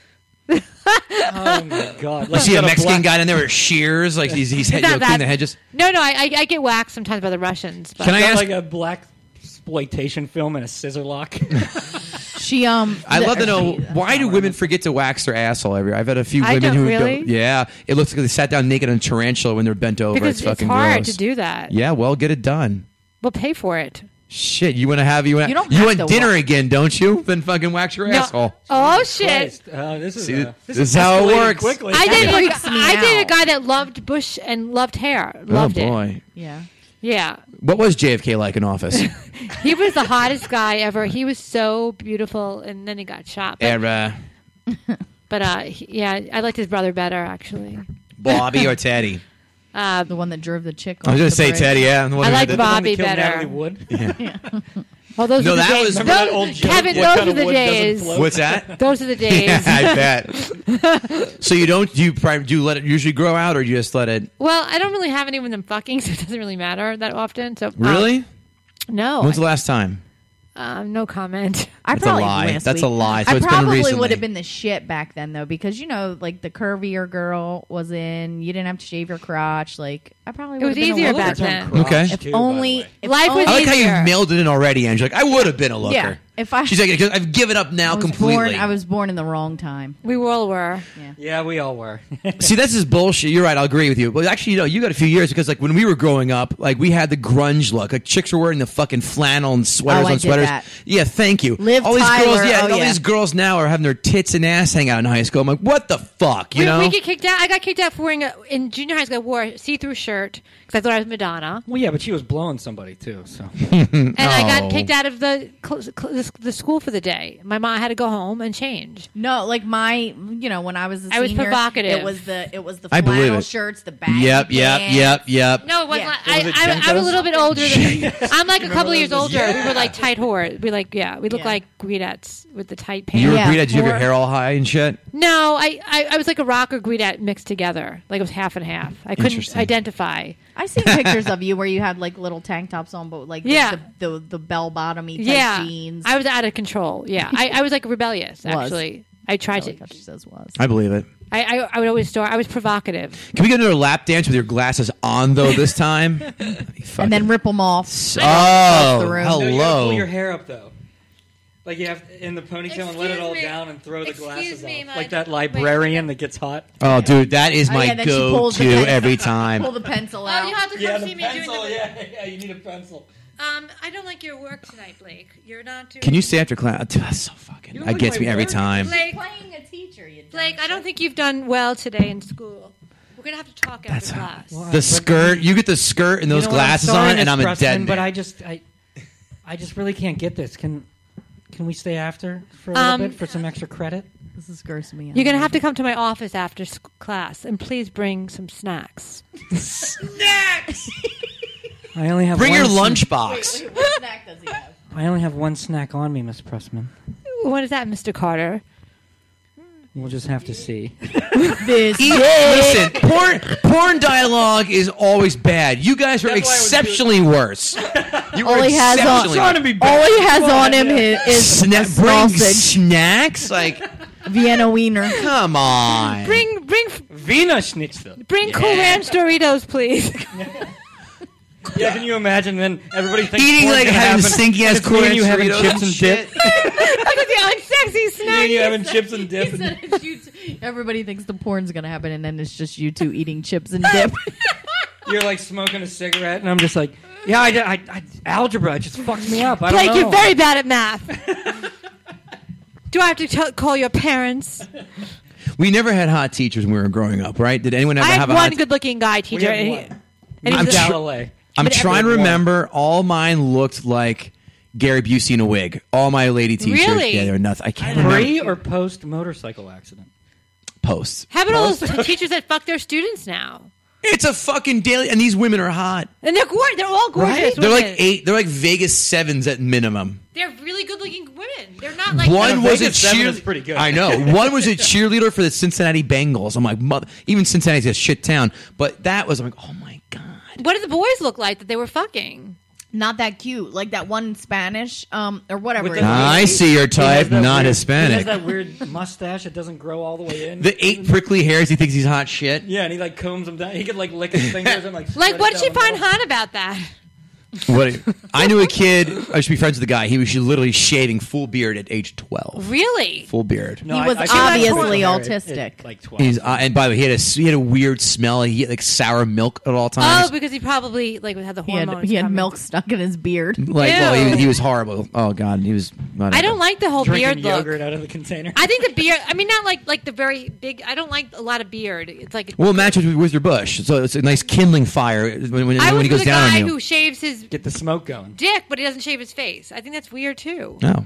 [SPEAKER 3] Oh my god!
[SPEAKER 4] You
[SPEAKER 3] Let's
[SPEAKER 4] see a
[SPEAKER 3] get
[SPEAKER 4] Mexican
[SPEAKER 3] black-
[SPEAKER 4] guy in there with shears, like he's he's head,
[SPEAKER 1] Not
[SPEAKER 4] you know,
[SPEAKER 1] that-
[SPEAKER 4] clean the hedges.
[SPEAKER 1] No, no, I, I, I get waxed sometimes by the Russians. But
[SPEAKER 4] Can I
[SPEAKER 3] Got
[SPEAKER 4] ask?
[SPEAKER 3] like a black exploitation film and a scissor lock.
[SPEAKER 2] She um.
[SPEAKER 4] I'd
[SPEAKER 2] the-
[SPEAKER 4] love to know
[SPEAKER 2] she-
[SPEAKER 4] why do women forget to wax their asshole every? I've had a few
[SPEAKER 1] I
[SPEAKER 4] women
[SPEAKER 1] don't
[SPEAKER 4] who
[SPEAKER 1] really.
[SPEAKER 4] go, yeah, it looks like they sat down naked on a tarantula when they're bent over.
[SPEAKER 1] because
[SPEAKER 4] it's
[SPEAKER 1] it's,
[SPEAKER 4] fucking
[SPEAKER 1] hard
[SPEAKER 4] gross.
[SPEAKER 1] to do that.
[SPEAKER 4] Yeah, well, get it done.
[SPEAKER 1] We'll pay for it.
[SPEAKER 4] Shit, you want to have you want
[SPEAKER 2] You don't
[SPEAKER 4] you
[SPEAKER 2] have
[SPEAKER 4] want
[SPEAKER 2] to
[SPEAKER 4] dinner
[SPEAKER 2] wax.
[SPEAKER 4] again, don't you? Then fucking wax your
[SPEAKER 1] No-
[SPEAKER 4] asshole.
[SPEAKER 1] Oh shit!
[SPEAKER 3] Christ. Oh, this is
[SPEAKER 4] See,
[SPEAKER 3] uh,
[SPEAKER 4] this is how it
[SPEAKER 3] escalating
[SPEAKER 4] works.
[SPEAKER 3] Quickly.
[SPEAKER 1] I did. A,
[SPEAKER 2] freaks me
[SPEAKER 1] I did a
[SPEAKER 2] out.
[SPEAKER 1] guy that loved bush and loved hair. Loved
[SPEAKER 4] oh
[SPEAKER 1] it.
[SPEAKER 4] boy,
[SPEAKER 2] Yeah.
[SPEAKER 1] Yeah.
[SPEAKER 4] what was JFK like in office?
[SPEAKER 1] He was the hottest guy ever. He was so beautiful, and then he got shot. But,
[SPEAKER 4] Era
[SPEAKER 1] but uh, he- yeah, I liked his brother better actually.
[SPEAKER 4] Bobby or Teddy?
[SPEAKER 1] Uh,
[SPEAKER 2] The one that drove the chick.
[SPEAKER 4] I was
[SPEAKER 2] off
[SPEAKER 4] gonna
[SPEAKER 2] the
[SPEAKER 4] say
[SPEAKER 2] bridge.
[SPEAKER 4] Teddy. Yeah, the one
[SPEAKER 1] I
[SPEAKER 4] who
[SPEAKER 1] like
[SPEAKER 4] had the-
[SPEAKER 1] Bob- Bobby
[SPEAKER 3] Only kill
[SPEAKER 1] better.
[SPEAKER 3] Natalie Wood.
[SPEAKER 1] oh, those
[SPEAKER 4] No,
[SPEAKER 1] are the
[SPEAKER 4] that
[SPEAKER 1] days.
[SPEAKER 4] was-
[SPEAKER 1] those,
[SPEAKER 4] Remember
[SPEAKER 3] that old joke,
[SPEAKER 1] Kevin,
[SPEAKER 3] what
[SPEAKER 1] those
[SPEAKER 3] kind
[SPEAKER 1] are
[SPEAKER 3] of
[SPEAKER 1] the
[SPEAKER 3] wood doesn't
[SPEAKER 1] days.
[SPEAKER 3] float?
[SPEAKER 4] What's that?
[SPEAKER 1] Those are the days.
[SPEAKER 4] yeah, I bet. so you don't you prime do you let it usually grow out, or you just let it
[SPEAKER 1] Well, I don't really have any with them fucking, so it doesn't really matter that often. So um,
[SPEAKER 4] really?
[SPEAKER 1] no,
[SPEAKER 4] When's the last time?
[SPEAKER 1] um, no comment.
[SPEAKER 2] I
[SPEAKER 4] That's a
[SPEAKER 2] probably
[SPEAKER 4] lie.
[SPEAKER 2] last
[SPEAKER 4] That's
[SPEAKER 2] week.
[SPEAKER 4] a lie. So
[SPEAKER 2] I
[SPEAKER 4] it's been
[SPEAKER 2] probably
[SPEAKER 4] recently.
[SPEAKER 2] would have been the shit back then though, because you know, like the curvier girl was in. You didn't have to shave your crotch. Like I probably
[SPEAKER 1] It was
[SPEAKER 2] would have been a
[SPEAKER 1] easier
[SPEAKER 2] looker.
[SPEAKER 1] back then.
[SPEAKER 4] Okay.
[SPEAKER 3] Too, by the
[SPEAKER 2] Only
[SPEAKER 3] way.
[SPEAKER 2] if
[SPEAKER 1] Life was
[SPEAKER 2] only-
[SPEAKER 4] I like how you
[SPEAKER 1] Easier.
[SPEAKER 4] mailed it in already, Angela. Like, I would have been a looker.
[SPEAKER 2] Yeah, if I-
[SPEAKER 4] she's like, I've given up now
[SPEAKER 2] I was
[SPEAKER 4] completely.
[SPEAKER 2] Born, I was born in the wrong time.
[SPEAKER 1] We all were.
[SPEAKER 3] Yeah, we all were.
[SPEAKER 4] See, this is bullshit. You're right. I'll agree with you. But actually, you know, you got a few years because, like, when we were growing up, like, we had the grunge look. Like, chicks were wearing the fucking flannel and sweaters
[SPEAKER 2] Oh, I
[SPEAKER 4] on
[SPEAKER 2] did
[SPEAKER 4] sweaters.
[SPEAKER 2] that.
[SPEAKER 4] Yeah, thank you.
[SPEAKER 2] Liv
[SPEAKER 4] all these
[SPEAKER 2] Tyler,
[SPEAKER 4] girls, yeah,
[SPEAKER 2] oh,
[SPEAKER 4] all
[SPEAKER 2] yeah.
[SPEAKER 4] these girls now are having their tits and ass hang out in high school. I'm like, what the fuck, you
[SPEAKER 1] we,
[SPEAKER 4] know?
[SPEAKER 1] we get kicked out. I got kicked out for wearing a in junior high school. I wore a see-through shirt because I thought I was Madonna,
[SPEAKER 3] Well, yeah, but she was blowing somebody too. So
[SPEAKER 1] and I
[SPEAKER 4] Oh.
[SPEAKER 1] got kicked out of the, cl- cl- the the school for the day. My mom had to go home and change.
[SPEAKER 2] No, like my, you know, when I was a
[SPEAKER 1] I was
[SPEAKER 2] senior,
[SPEAKER 1] provocative.
[SPEAKER 2] It was the it was the
[SPEAKER 4] I believe
[SPEAKER 2] flannel
[SPEAKER 4] it.
[SPEAKER 2] shirts, the baggy
[SPEAKER 4] yep, yep,
[SPEAKER 2] pants.
[SPEAKER 4] yep, yep.
[SPEAKER 1] No, it wasn't.
[SPEAKER 2] Yeah.
[SPEAKER 1] I,
[SPEAKER 3] Was it
[SPEAKER 1] I, I'm a
[SPEAKER 3] Junkos?
[SPEAKER 1] little bit older. Than, I'm like a couple years
[SPEAKER 3] those?
[SPEAKER 1] older. We were like tight whores. We like yeah. We look
[SPEAKER 2] Yeah.
[SPEAKER 1] like guidettes with the tight pants.
[SPEAKER 4] You were
[SPEAKER 2] Yeah,
[SPEAKER 4] agreed that you have your
[SPEAKER 2] or-
[SPEAKER 4] hair all high and shit.
[SPEAKER 1] No, I, I, I was like a rocker guidette mixed together. Like it was half and half. I couldn't
[SPEAKER 4] Interesting.
[SPEAKER 1] identify.
[SPEAKER 2] I've seen pictures of you where you had like little tank tops on, but like the-
[SPEAKER 1] Yeah.
[SPEAKER 2] the the, the bell bottomy type
[SPEAKER 1] yeah.
[SPEAKER 2] jeans.
[SPEAKER 1] I was out of control. Yeah. I, I was like rebellious,
[SPEAKER 2] Was.
[SPEAKER 1] actually. I tried
[SPEAKER 2] I like
[SPEAKER 1] to.
[SPEAKER 2] how she says was.
[SPEAKER 4] I believe it.
[SPEAKER 1] I, I, I would always store. I was provocative.
[SPEAKER 4] Can we get another lap dance with your glasses on though this time?
[SPEAKER 2] and then rip them off.
[SPEAKER 4] oh,
[SPEAKER 2] the room.
[SPEAKER 3] No, you gotta
[SPEAKER 4] hello.
[SPEAKER 3] pull your hair up though. Like you have in the ponytail and let it all
[SPEAKER 1] Excuse me.
[SPEAKER 3] down and throw the
[SPEAKER 1] Excuse
[SPEAKER 3] glasses
[SPEAKER 1] me,
[SPEAKER 3] off,
[SPEAKER 1] Mud.
[SPEAKER 3] like that librarian that gets hot.
[SPEAKER 4] oh, dude, that is
[SPEAKER 2] Oh,
[SPEAKER 4] my
[SPEAKER 2] yeah, then she pulls the
[SPEAKER 4] go-to
[SPEAKER 2] pencil-
[SPEAKER 4] every time.
[SPEAKER 2] Pull the
[SPEAKER 1] Oh,
[SPEAKER 2] pencil out.
[SPEAKER 1] to
[SPEAKER 3] Yeah, the pencil. yeah, yeah, you need a pencil.
[SPEAKER 1] Um, I don't like your work tonight, Blake. You're not doing.
[SPEAKER 4] Can you stay after class? Dude, that's so fucking.
[SPEAKER 3] look
[SPEAKER 4] That
[SPEAKER 3] like
[SPEAKER 4] gets me
[SPEAKER 3] my
[SPEAKER 4] every
[SPEAKER 3] work.
[SPEAKER 4] time.
[SPEAKER 1] Blake,
[SPEAKER 2] playing a teacher. You
[SPEAKER 1] Blake, I don't think you've done well today in school. We're gonna have to talk after class.
[SPEAKER 4] The skirt, you get the skirt and those
[SPEAKER 3] You know what? I'm
[SPEAKER 4] glasses
[SPEAKER 3] sorry,
[SPEAKER 4] on, and
[SPEAKER 3] Miss
[SPEAKER 4] I'm a
[SPEAKER 3] Preston,
[SPEAKER 4] dead man.
[SPEAKER 3] But I just, I, I just really can't get this. Can, can we stay after for a
[SPEAKER 1] Um,
[SPEAKER 3] little bit for some extra credit?
[SPEAKER 2] This is grossing me out.
[SPEAKER 1] You're gonna have to come to my office after sc- class, and please bring some snacks.
[SPEAKER 3] I only have
[SPEAKER 4] Bring
[SPEAKER 3] one
[SPEAKER 4] your
[SPEAKER 3] sn-
[SPEAKER 4] lunchbox.
[SPEAKER 2] What snack does he have?
[SPEAKER 3] I only have one snack on me, Miss Pressman.
[SPEAKER 1] What is that, Mr. Carter?
[SPEAKER 3] We'll just have to see.
[SPEAKER 2] This
[SPEAKER 4] Eat- Listen, porn, porn dialogue is always bad. You guys are exceptionally worse. You
[SPEAKER 2] All
[SPEAKER 4] are
[SPEAKER 2] he has on-
[SPEAKER 4] exceptionally
[SPEAKER 2] Trying
[SPEAKER 4] to be
[SPEAKER 2] all he has on him hi- is
[SPEAKER 4] Sna-
[SPEAKER 2] a
[SPEAKER 4] bring
[SPEAKER 2] sausage,
[SPEAKER 4] snacks? Like,
[SPEAKER 2] Vienna wiener.
[SPEAKER 4] come on.
[SPEAKER 1] Bring, bring,
[SPEAKER 3] Oh, Wiener Schnitzel.
[SPEAKER 1] bring Cool Ranch Doritos, please.
[SPEAKER 3] Yeah, can you imagine? Then everybody thinks
[SPEAKER 4] Eating
[SPEAKER 3] porn's
[SPEAKER 4] like
[SPEAKER 3] gonna
[SPEAKER 4] having
[SPEAKER 3] happen,
[SPEAKER 4] stinky ass
[SPEAKER 3] and it's me and you having
[SPEAKER 4] Doritos
[SPEAKER 3] chips and dip.
[SPEAKER 4] shit.
[SPEAKER 1] Look at the unsexy
[SPEAKER 3] Me and you
[SPEAKER 1] snack.
[SPEAKER 3] having chips and dip. and-
[SPEAKER 2] Everybody thinks the porn's gonna happen, and then it's just you two eating chips and dip.
[SPEAKER 3] You're like smoking a cigarette, and I'm just like, yeah, I, I, I algebra it just fucked me up. I don't
[SPEAKER 1] Blake,
[SPEAKER 3] know.
[SPEAKER 1] you're very bad at math. Do I have to tell call your parents?
[SPEAKER 4] We never had hot teachers when we were growing up, right? Did anyone ever
[SPEAKER 1] I
[SPEAKER 4] have
[SPEAKER 1] had
[SPEAKER 4] a hot
[SPEAKER 1] one good-looking guy
[SPEAKER 3] We
[SPEAKER 1] teacher.
[SPEAKER 3] have
[SPEAKER 1] and he-
[SPEAKER 3] one.
[SPEAKER 1] and he
[SPEAKER 4] I'm
[SPEAKER 1] was-
[SPEAKER 4] sure-
[SPEAKER 3] Galilei.
[SPEAKER 4] I'm trying to
[SPEAKER 3] everyone.
[SPEAKER 4] remember. All mine looked like Gary Busey in a wig. All my lady teachers.
[SPEAKER 1] Really?
[SPEAKER 4] Yeah, they were nothing. I can't remember.
[SPEAKER 3] Pre or post motorcycle accident?
[SPEAKER 4] Posts.
[SPEAKER 1] how about all those teachers that fuck their students now?
[SPEAKER 4] It's a fucking daily, and these women are hot.
[SPEAKER 1] And they're gorgeous. They're all gorgeous.
[SPEAKER 4] They're like
[SPEAKER 1] women.
[SPEAKER 4] eight. They're like Vegas sevens at minimum.
[SPEAKER 1] They're really good-looking women. seven. They're not like
[SPEAKER 4] One
[SPEAKER 3] And
[SPEAKER 4] was a
[SPEAKER 3] Vegas seven
[SPEAKER 4] cheer.
[SPEAKER 3] is pretty good.
[SPEAKER 4] I know. One was a cheerleader for the Cincinnati Bengals. I'm like, mother. Even Cincinnati's a shit town, but that was. I'm like, oh my god.
[SPEAKER 1] What did the boys look like that they were fucking?
[SPEAKER 2] Not that cute. Like that one in Spanish, um, or whatever.
[SPEAKER 3] With
[SPEAKER 2] it
[SPEAKER 3] the-
[SPEAKER 2] is.
[SPEAKER 4] I see your
[SPEAKER 3] He has
[SPEAKER 4] type,
[SPEAKER 3] that
[SPEAKER 4] not
[SPEAKER 3] weird- He has
[SPEAKER 4] Hispanic.
[SPEAKER 3] that weird mustache that doesn't grow all the way in.
[SPEAKER 4] The eight prickly hairs. He thinks he's hot shit.
[SPEAKER 3] Yeah, and he like combs them down. He could like lick his fingers and like.
[SPEAKER 1] Like,
[SPEAKER 3] spread
[SPEAKER 1] what
[SPEAKER 3] it
[SPEAKER 1] did she
[SPEAKER 3] down the
[SPEAKER 1] find
[SPEAKER 3] middle.
[SPEAKER 1] hot about that?
[SPEAKER 4] What? I knew a kid. I used to be friends with the guy. He was literally shaving full beard at age 12.
[SPEAKER 1] Really?
[SPEAKER 4] Full beard.
[SPEAKER 3] No,
[SPEAKER 2] He was
[SPEAKER 3] saw that
[SPEAKER 2] obviously
[SPEAKER 3] photo at- at,
[SPEAKER 2] autistic.
[SPEAKER 3] like twelve.
[SPEAKER 4] He's, uh, and by the way, he had a he had a weird smell. He had like sour milk at all times.
[SPEAKER 1] Oh, because he probably like had the
[SPEAKER 2] He had,
[SPEAKER 1] hormones.
[SPEAKER 2] he had
[SPEAKER 1] coming.
[SPEAKER 2] milk stuck in his beard.
[SPEAKER 4] like, well,
[SPEAKER 1] Ew.
[SPEAKER 4] he, he was horrible. Oh god, he was.
[SPEAKER 1] I don't like the whole
[SPEAKER 3] drinking
[SPEAKER 1] beard look.
[SPEAKER 3] yogurt out of the container.
[SPEAKER 1] I think the beard. I mean, not like like the very big. I don't like a lot of beard. It's like
[SPEAKER 4] Well, it matches with your bush, so it's a nice kindling fire when, when,
[SPEAKER 1] I
[SPEAKER 4] when
[SPEAKER 1] was
[SPEAKER 4] he
[SPEAKER 1] with
[SPEAKER 4] goes
[SPEAKER 1] a
[SPEAKER 4] down
[SPEAKER 1] guy
[SPEAKER 4] on you.
[SPEAKER 1] who shaves his
[SPEAKER 3] Get the smoke going.
[SPEAKER 1] dick, but he doesn't shave his face. I think that's weird too.
[SPEAKER 4] no.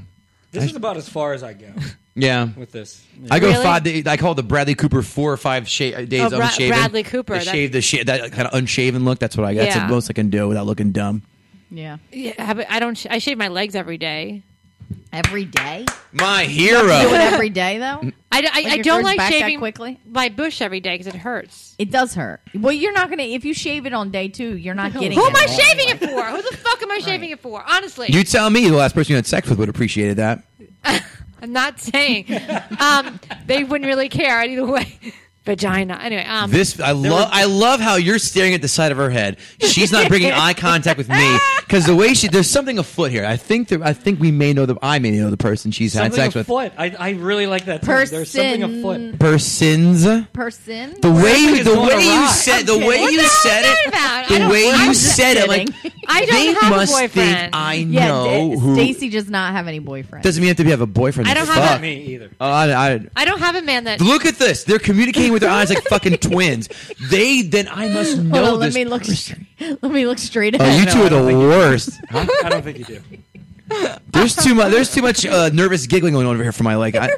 [SPEAKER 3] This is about as far as I go
[SPEAKER 4] Oh. Yeah.
[SPEAKER 3] with this.
[SPEAKER 4] I go
[SPEAKER 1] Really?
[SPEAKER 4] five. Day, I call the Bradley Cooper four or five sha- uh, days
[SPEAKER 1] Oh, Bra-
[SPEAKER 4] unshaven.
[SPEAKER 1] Bradley Cooper,
[SPEAKER 4] They
[SPEAKER 1] that's-
[SPEAKER 4] shave the sha- that kind of unshaven look. That's what I. That's
[SPEAKER 1] Yeah.
[SPEAKER 4] the most I can do without looking dumb.
[SPEAKER 2] Yeah.
[SPEAKER 1] Yeah, but I don't. Sh- I shave my legs every day.
[SPEAKER 2] Every day.
[SPEAKER 4] My
[SPEAKER 2] Do it
[SPEAKER 4] hero.
[SPEAKER 2] every day though.
[SPEAKER 1] I, I, I
[SPEAKER 2] your
[SPEAKER 1] don't
[SPEAKER 2] grows
[SPEAKER 1] like
[SPEAKER 2] back that
[SPEAKER 1] shaving
[SPEAKER 2] quickly?
[SPEAKER 1] my bush every day because it hurts.
[SPEAKER 2] It does hurt. Well, you're not gonna if you shave it on day two, you're not getting.
[SPEAKER 1] Who
[SPEAKER 2] it
[SPEAKER 1] am I
[SPEAKER 2] at all.
[SPEAKER 1] shaving it for? Who the fuck am I shaving it for? Honestly,
[SPEAKER 4] you tell me the last person you had sex with would appreciate that.
[SPEAKER 1] I'm not saying. um, they wouldn't really care either way. Vagina. Anyway, um,
[SPEAKER 4] This I love. I love how you're staring at the side of her head. She's not bringing eye contact with me because the way she there's something afoot here. I think there, I think we may know the I may know the person she's had
[SPEAKER 3] Something
[SPEAKER 4] sex with.
[SPEAKER 3] afoot. I, I really like that. term. There's something afoot.
[SPEAKER 4] Persons. The
[SPEAKER 2] Person.
[SPEAKER 4] way you,
[SPEAKER 3] is
[SPEAKER 4] the
[SPEAKER 3] going
[SPEAKER 4] way you
[SPEAKER 3] awry.
[SPEAKER 4] said
[SPEAKER 3] I'm
[SPEAKER 4] the way
[SPEAKER 1] what
[SPEAKER 4] you
[SPEAKER 1] the hell
[SPEAKER 4] said
[SPEAKER 1] is that
[SPEAKER 4] it.
[SPEAKER 1] about? I
[SPEAKER 4] The
[SPEAKER 1] don't-
[SPEAKER 4] way
[SPEAKER 1] I'm
[SPEAKER 4] you
[SPEAKER 1] just
[SPEAKER 4] said it, like
[SPEAKER 2] kidding.
[SPEAKER 1] I don't
[SPEAKER 4] they
[SPEAKER 1] have a
[SPEAKER 4] must think
[SPEAKER 1] boyfriend.
[SPEAKER 4] I
[SPEAKER 2] Yeah.
[SPEAKER 4] know who.
[SPEAKER 2] Stacy does not have any boyfriend.
[SPEAKER 4] Doesn't mean you have to have a boyfriend.
[SPEAKER 1] I don't
[SPEAKER 4] Fuck.
[SPEAKER 1] have
[SPEAKER 3] Not me either.
[SPEAKER 4] Oh, I, I,
[SPEAKER 1] I don't have a man that.
[SPEAKER 4] Look at this. They're communicating with their eyes like fucking twins. They then I must know
[SPEAKER 2] Hold on, let
[SPEAKER 4] this
[SPEAKER 2] me look. Straight, let me look straight
[SPEAKER 4] Oh,
[SPEAKER 2] ahead.
[SPEAKER 4] you two are the worst.
[SPEAKER 3] I don't think you do.
[SPEAKER 4] There's too much. There's too much uh, nervous giggling going on over here for my like. I,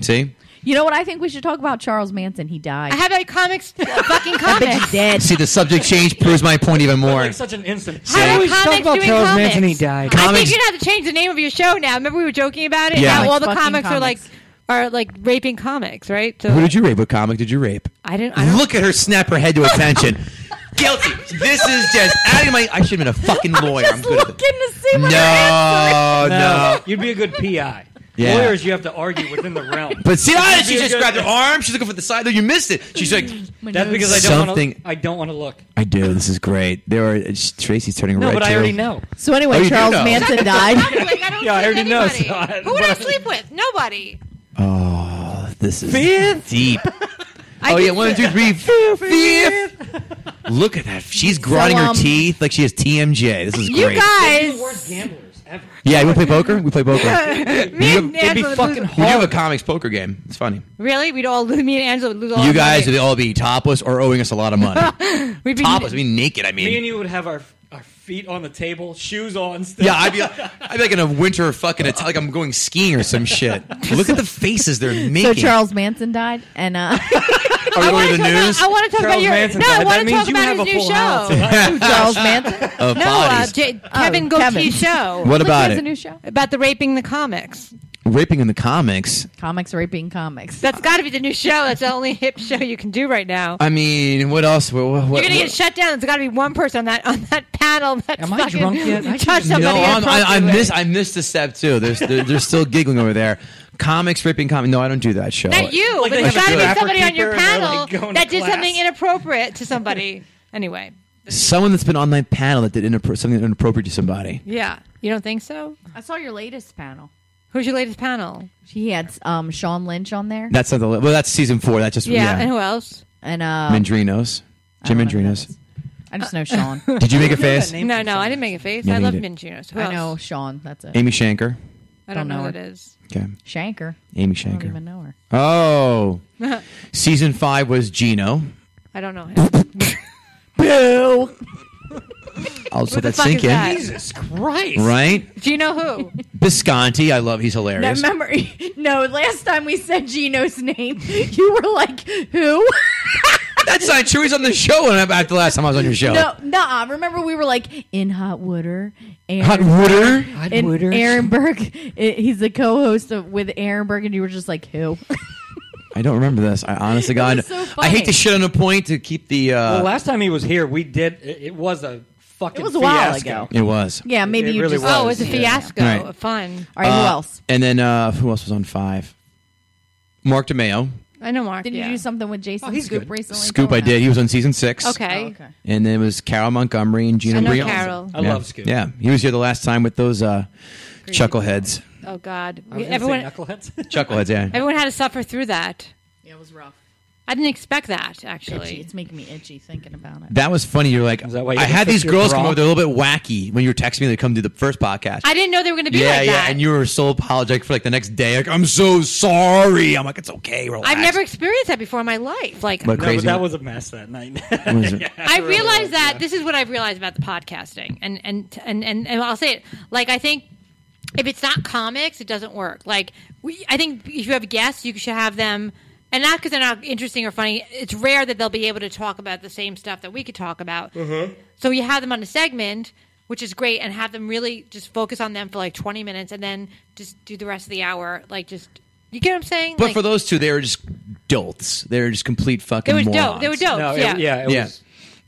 [SPEAKER 4] see,
[SPEAKER 2] You know what? I think we should talk about Charles Manson. He died.
[SPEAKER 1] I have a comics a fucking
[SPEAKER 2] I bet
[SPEAKER 1] comic.
[SPEAKER 2] you dead.
[SPEAKER 4] see the subject change proves my point even more.
[SPEAKER 3] Like such an instant.
[SPEAKER 1] How
[SPEAKER 4] Say-
[SPEAKER 1] are
[SPEAKER 4] We
[SPEAKER 1] comics
[SPEAKER 6] talk about
[SPEAKER 1] doing
[SPEAKER 6] Charles
[SPEAKER 1] comics?
[SPEAKER 6] Manson, he died.
[SPEAKER 1] I think
[SPEAKER 4] Comics-
[SPEAKER 1] you're gonna have to change the name of your show now. Remember we were joking about it.
[SPEAKER 4] Yeah.
[SPEAKER 1] Now all the
[SPEAKER 2] Like fucking
[SPEAKER 1] comics, are like
[SPEAKER 2] comics.
[SPEAKER 1] are like raping comics, right? So
[SPEAKER 4] Who did you rape? What comic did you rape?
[SPEAKER 1] I didn't. I don't,
[SPEAKER 4] Look at her snap her head to attention. Guilty. This is just out of my. I should have been a fucking lawyer. I'm
[SPEAKER 2] Just
[SPEAKER 4] good at
[SPEAKER 2] looking
[SPEAKER 4] this.
[SPEAKER 2] to see
[SPEAKER 4] No,
[SPEAKER 2] what
[SPEAKER 4] no.
[SPEAKER 3] You'd be a good PI.
[SPEAKER 4] Yeah.
[SPEAKER 3] Lawyers, you have to argue within the realm.
[SPEAKER 4] But see, I,
[SPEAKER 3] You'd
[SPEAKER 4] she
[SPEAKER 3] be a
[SPEAKER 4] just
[SPEAKER 3] good-
[SPEAKER 4] grabbed her arm. She's looking for the side. There, you missed it. She's like,
[SPEAKER 3] That's because I don't want
[SPEAKER 4] Something-
[SPEAKER 3] to. I don't want to look.
[SPEAKER 4] I do. This is great. There are it's- Tracy's turning
[SPEAKER 3] No,
[SPEAKER 4] red.
[SPEAKER 3] but I
[SPEAKER 4] too.
[SPEAKER 3] already know.
[SPEAKER 2] So
[SPEAKER 4] Oh,
[SPEAKER 2] anyway,
[SPEAKER 4] you do
[SPEAKER 2] Charles
[SPEAKER 4] know.
[SPEAKER 2] Manson died.
[SPEAKER 1] like, I don't
[SPEAKER 3] Yeah, I
[SPEAKER 1] sleep with
[SPEAKER 3] already know,
[SPEAKER 1] anybody.
[SPEAKER 3] so I-
[SPEAKER 1] Who would I
[SPEAKER 3] but I-
[SPEAKER 1] sleep with? Nobody.
[SPEAKER 4] Oh, this is
[SPEAKER 3] Fifth.
[SPEAKER 4] deep.
[SPEAKER 1] I
[SPEAKER 4] oh
[SPEAKER 1] just-
[SPEAKER 4] yeah, one, two, three, fifth. Look at that. She's grinding
[SPEAKER 2] um,
[SPEAKER 4] her teeth like she has TMJ. This is
[SPEAKER 1] You
[SPEAKER 3] They're
[SPEAKER 4] great.
[SPEAKER 3] the
[SPEAKER 1] guys.
[SPEAKER 3] worst gamblers ever.
[SPEAKER 4] yeah, you want to play poker? We play poker.
[SPEAKER 1] Me and
[SPEAKER 4] It'd
[SPEAKER 3] be
[SPEAKER 1] Angela would
[SPEAKER 3] fucking
[SPEAKER 1] lose-
[SPEAKER 4] we do have a comics poker game. It's funny.
[SPEAKER 1] Really? We'd all lose. Me and Angela would lose all.
[SPEAKER 4] you
[SPEAKER 1] our
[SPEAKER 4] guys would
[SPEAKER 1] money.
[SPEAKER 4] all be topless or owing us a lot of money.
[SPEAKER 1] We'd be
[SPEAKER 4] topless, I mean naked. I
[SPEAKER 3] Me and
[SPEAKER 4] mean,
[SPEAKER 3] you would have our our feet on the table, shoes on. Still.
[SPEAKER 4] yeah, I'd be, I'd be like in a winter fucking Ita- like I'm going skiing or some shit. Look at the faces they're making.
[SPEAKER 2] So Charles Manson died, and uh,
[SPEAKER 4] are we
[SPEAKER 1] I
[SPEAKER 4] going to the
[SPEAKER 1] wanna
[SPEAKER 4] news?
[SPEAKER 1] talk about- I want to talk about
[SPEAKER 3] Charles
[SPEAKER 1] your.
[SPEAKER 3] Manson
[SPEAKER 1] no, I
[SPEAKER 3] died.
[SPEAKER 1] want
[SPEAKER 3] That
[SPEAKER 1] to
[SPEAKER 3] means
[SPEAKER 1] talk
[SPEAKER 3] you have
[SPEAKER 1] about
[SPEAKER 3] a
[SPEAKER 1] his new
[SPEAKER 3] full
[SPEAKER 1] show.
[SPEAKER 3] house.
[SPEAKER 2] Charles Manson.
[SPEAKER 4] of
[SPEAKER 1] No, uh,
[SPEAKER 4] bodies.
[SPEAKER 1] J- Kevin
[SPEAKER 3] Oh,
[SPEAKER 2] Kevin.
[SPEAKER 1] Gaultier's show.
[SPEAKER 4] what about
[SPEAKER 2] What's
[SPEAKER 4] it?
[SPEAKER 2] a new show?
[SPEAKER 1] about the raping the comics.
[SPEAKER 4] Raping in the comics.
[SPEAKER 2] Comics raping comics.
[SPEAKER 1] That's got to be the new show. That's the only hip show you can do right now.
[SPEAKER 3] Uh,
[SPEAKER 4] I mean, what else? What, what,
[SPEAKER 1] You're gonna
[SPEAKER 4] what-
[SPEAKER 1] get shut down. There's got to be one person on that on that panel. That's
[SPEAKER 3] Am I
[SPEAKER 1] fucking
[SPEAKER 3] drunk yet? I
[SPEAKER 1] touched somebody.
[SPEAKER 3] didn't-
[SPEAKER 4] No, I'm, I, I
[SPEAKER 1] inappropriately.
[SPEAKER 4] missed. I missed a step too. There's they're, they're still giggling over there. Comics ripping comic. No, I don't do that show.
[SPEAKER 1] Not you,
[SPEAKER 3] Like
[SPEAKER 1] but
[SPEAKER 3] they
[SPEAKER 1] there's
[SPEAKER 3] have
[SPEAKER 1] got
[SPEAKER 3] a
[SPEAKER 1] to be
[SPEAKER 3] trapper
[SPEAKER 1] somebody on your
[SPEAKER 3] keeper and they're,
[SPEAKER 1] panel
[SPEAKER 3] like, going
[SPEAKER 1] that
[SPEAKER 3] to
[SPEAKER 1] did
[SPEAKER 3] class.
[SPEAKER 1] something inappropriate to somebody. anyway,
[SPEAKER 4] Someone that's been on my panel that did inappro- something inappropriate to somebody.
[SPEAKER 1] yeah, you don't think so?
[SPEAKER 2] I saw your latest panel.
[SPEAKER 1] Who's your latest panel?
[SPEAKER 2] He had um, Sean Lynch on there,
[SPEAKER 4] That's not the. Well, that's season four. That's just
[SPEAKER 1] Yeah,
[SPEAKER 4] yeah.
[SPEAKER 1] and who else?
[SPEAKER 2] and uh,
[SPEAKER 4] Mandrinos, Jim
[SPEAKER 2] I don't know who that
[SPEAKER 4] Mandrinos.
[SPEAKER 2] is. I just know Sean.
[SPEAKER 4] Did you make a face?
[SPEAKER 3] name.
[SPEAKER 1] No, no, I didn't make a face.
[SPEAKER 4] Yeah,
[SPEAKER 1] I
[SPEAKER 4] they
[SPEAKER 1] love
[SPEAKER 4] did.
[SPEAKER 1] Minginos. Who
[SPEAKER 2] I
[SPEAKER 1] else?
[SPEAKER 2] know Sean. That's it.
[SPEAKER 4] Amy Shanker.
[SPEAKER 1] I don't,
[SPEAKER 2] Don't
[SPEAKER 1] know who
[SPEAKER 2] know
[SPEAKER 1] that is.
[SPEAKER 4] Okay,
[SPEAKER 2] Shanker.
[SPEAKER 4] Amy
[SPEAKER 2] I don't even
[SPEAKER 4] Shanker.
[SPEAKER 2] know her.
[SPEAKER 4] Oh, season five was Gino.
[SPEAKER 1] I don't know him.
[SPEAKER 2] Boo.
[SPEAKER 4] I'll just let
[SPEAKER 1] the
[SPEAKER 4] that
[SPEAKER 1] fuck
[SPEAKER 4] sink
[SPEAKER 1] is
[SPEAKER 4] in.
[SPEAKER 1] that?
[SPEAKER 3] Jesus Christ!
[SPEAKER 4] Right,
[SPEAKER 1] Do you know who?
[SPEAKER 4] Bisconti. I love. He's
[SPEAKER 2] That
[SPEAKER 4] hilarious.
[SPEAKER 2] memory. No, last time we said Gino's name, you were like, "Who?"
[SPEAKER 4] That's not true. He's on the show when I'm back the last time I was on your show.
[SPEAKER 2] No, nah. Remember, we were like in hot water. Aaron,
[SPEAKER 4] Hot water.
[SPEAKER 2] and Aaron Burke. i- He's the co-host of, with Aaron Burke, and you were just like, who?
[SPEAKER 4] I don't remember this. I honestly, God,
[SPEAKER 2] was so
[SPEAKER 4] I hate
[SPEAKER 2] funny.
[SPEAKER 4] to shit on a point to keep the. Uh,
[SPEAKER 3] Well, last time he was here, we did. It, it was a fucking.
[SPEAKER 2] It was a while
[SPEAKER 3] fiasco.
[SPEAKER 2] ago.
[SPEAKER 4] it was.
[SPEAKER 2] yeah, maybe
[SPEAKER 3] It
[SPEAKER 2] you
[SPEAKER 3] really
[SPEAKER 2] just.
[SPEAKER 3] was.
[SPEAKER 1] Oh, it was a
[SPEAKER 3] Yeah.
[SPEAKER 1] fiasco.
[SPEAKER 4] All right.
[SPEAKER 1] Fun.
[SPEAKER 2] All right, who
[SPEAKER 4] Uh,
[SPEAKER 2] else?
[SPEAKER 4] And then uh, who else was on five? Mark DeMeo.
[SPEAKER 1] I know Mark.
[SPEAKER 2] Did
[SPEAKER 1] yeah.
[SPEAKER 2] you do something with Jason
[SPEAKER 3] Oh, he's
[SPEAKER 2] Scoop
[SPEAKER 3] good.
[SPEAKER 2] recently?
[SPEAKER 4] Scoop,
[SPEAKER 2] Don't
[SPEAKER 4] I did. He was on season six.
[SPEAKER 1] Okay.
[SPEAKER 3] Oh,
[SPEAKER 2] know. okay.
[SPEAKER 4] And then it was Carol Montgomery and Gina
[SPEAKER 1] I know
[SPEAKER 4] Brion.
[SPEAKER 1] Carol.
[SPEAKER 3] I
[SPEAKER 4] yeah.
[SPEAKER 3] love Scoop.
[SPEAKER 4] Yeah, he was here the last time with those uh, chuckleheads.
[SPEAKER 1] Oh God.
[SPEAKER 3] I was gonna
[SPEAKER 1] everyone,
[SPEAKER 3] say knuckleheads.
[SPEAKER 4] Chuckleheads, yeah.
[SPEAKER 1] everyone had to suffer through that.
[SPEAKER 2] Yeah, it was rough.
[SPEAKER 1] I didn't expect that
[SPEAKER 2] Itchy.
[SPEAKER 1] actually.
[SPEAKER 2] It's making me itchy thinking about it.
[SPEAKER 4] That was funny. You're like,
[SPEAKER 3] that why you
[SPEAKER 4] I
[SPEAKER 3] had to
[SPEAKER 4] had
[SPEAKER 3] fix
[SPEAKER 4] these
[SPEAKER 3] your
[SPEAKER 4] girls come
[SPEAKER 3] bra?
[SPEAKER 4] over. They're a little bit wacky when you were texting me. They come do the first podcast.
[SPEAKER 1] I didn't know they were going to be
[SPEAKER 4] yeah,
[SPEAKER 1] like
[SPEAKER 4] yeah,
[SPEAKER 1] that.
[SPEAKER 4] and you were so apologetic for like the next day. Like, I'm so sorry. I'm like, it's okay. Relax.
[SPEAKER 1] I've never experienced that before in my life. Like
[SPEAKER 4] But
[SPEAKER 3] no,
[SPEAKER 4] crazy.
[SPEAKER 3] but that was a mess that night.
[SPEAKER 4] was it?
[SPEAKER 1] I realize that this is what I've realized about the podcasting, and and and and, and I'll say it. Like I think if it's not comics, it doesn't work. Like we, I think if you have guests, you should have them, and not because they're not interesting or funny. It's rare that they'll be able to talk about the same stuff that we could talk about.
[SPEAKER 4] Mm-hmm.
[SPEAKER 1] So you have them on a segment, which is great, and have them really just focus on them for like twenty minutes, and then just do the rest of the hour. Like just, you get what I'm saying?
[SPEAKER 4] But
[SPEAKER 1] Like,
[SPEAKER 4] for those two, they were just dolts. They were just complete fucking.
[SPEAKER 1] they were dope.
[SPEAKER 4] morons.
[SPEAKER 1] They were dope.
[SPEAKER 3] no,
[SPEAKER 1] yeah,
[SPEAKER 3] It, yeah, it
[SPEAKER 4] Yeah.
[SPEAKER 3] was.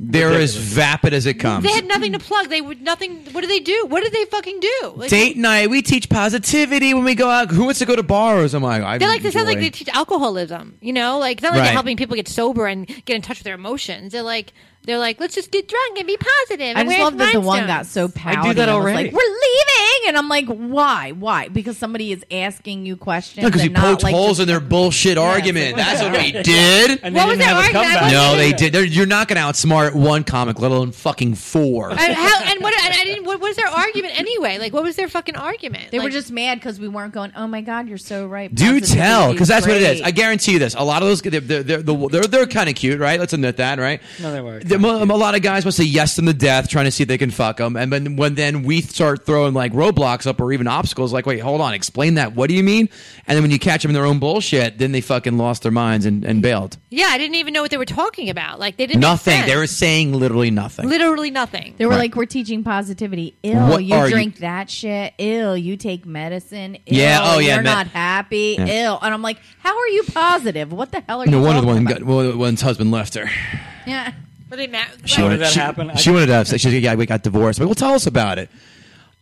[SPEAKER 4] They're as vapid as it comes.
[SPEAKER 1] They had nothing to plug. They would nothing. What did they do? What did they fucking do? Like,
[SPEAKER 4] Date night. We teach positivity when we go out. Who wants to go to bars? I'm like, I
[SPEAKER 1] They like to sound
[SPEAKER 4] enjoy.
[SPEAKER 1] like they teach alcoholism. You know, like it's not like
[SPEAKER 4] Right.
[SPEAKER 1] they're helping people get sober and get in touch with their emotions. They're like they're like let's just get drunk and be positive.
[SPEAKER 2] I
[SPEAKER 1] and
[SPEAKER 2] just
[SPEAKER 1] wear
[SPEAKER 2] love that the one got
[SPEAKER 1] rhinestones."
[SPEAKER 2] so
[SPEAKER 3] I
[SPEAKER 2] pouty.
[SPEAKER 3] do that
[SPEAKER 2] and was
[SPEAKER 3] already.
[SPEAKER 2] Like, We're leaving, and I'm like, why? Why? Because somebody is asking you questions.
[SPEAKER 4] because
[SPEAKER 2] and
[SPEAKER 4] you
[SPEAKER 2] not,
[SPEAKER 4] poked
[SPEAKER 2] like,
[SPEAKER 4] holes
[SPEAKER 2] just-
[SPEAKER 4] in their bullshit argument. That's what we did.
[SPEAKER 3] And
[SPEAKER 1] What
[SPEAKER 3] they
[SPEAKER 1] was
[SPEAKER 3] didn't
[SPEAKER 1] that
[SPEAKER 3] have
[SPEAKER 1] argument?
[SPEAKER 3] a
[SPEAKER 1] I
[SPEAKER 3] comeback.
[SPEAKER 1] wasn't
[SPEAKER 4] No, they
[SPEAKER 1] Yeah.
[SPEAKER 4] did. They're, you're not going to outsmart one comic, let alone fucking four.
[SPEAKER 1] And, how, and what? And I didn't. What was their argument anyway? Like, what was their fucking argument?
[SPEAKER 2] They were
[SPEAKER 1] Like,
[SPEAKER 2] just mad because we weren't going. Oh my God, you're so right.
[SPEAKER 4] Do
[SPEAKER 2] Positivity
[SPEAKER 4] tell, because that's what it is.
[SPEAKER 2] great."
[SPEAKER 4] I guarantee you this. A lot of those, they're they're they're, they're, they're kind of cute, right? Let's admit that, right?
[SPEAKER 3] No, they were
[SPEAKER 4] The- mo- a lot of guys will say yes to the death, trying to see if they can fuck them, and then when then we start throwing like roadblocks up or even obstacles, like wait, hold on, explain that. What do you mean? And then when you catch them in their own bullshit, then they fucking lost their minds and, and bailed.
[SPEAKER 1] yeah, I didn't even know what they were talking about. Like they didn't make
[SPEAKER 4] Nothing.
[SPEAKER 1] sense.
[SPEAKER 4] They were saying literally nothing.
[SPEAKER 1] literally nothing.
[SPEAKER 2] They were
[SPEAKER 4] Right.
[SPEAKER 2] like, "We're teaching positivity. Ill,
[SPEAKER 4] What
[SPEAKER 2] you
[SPEAKER 4] are you-
[SPEAKER 2] drink that shit. Ill, you take medicine. Ew,
[SPEAKER 4] Yeah, oh, yeah,
[SPEAKER 2] you're
[SPEAKER 4] med-
[SPEAKER 2] not happy. Ill." and I'm like, "How are you positive? What the hell are
[SPEAKER 4] no
[SPEAKER 2] you?"
[SPEAKER 4] one of the
[SPEAKER 2] talking
[SPEAKER 4] one
[SPEAKER 2] about?
[SPEAKER 4] got well, the one's husband left her.
[SPEAKER 2] Yeah,
[SPEAKER 1] Were they mad?
[SPEAKER 4] She
[SPEAKER 3] How
[SPEAKER 1] Like,
[SPEAKER 3] did that
[SPEAKER 4] she,
[SPEAKER 3] happen? I-
[SPEAKER 4] She wanted to have sex. She's like, yeah, we got divorced. But well, tell us about it.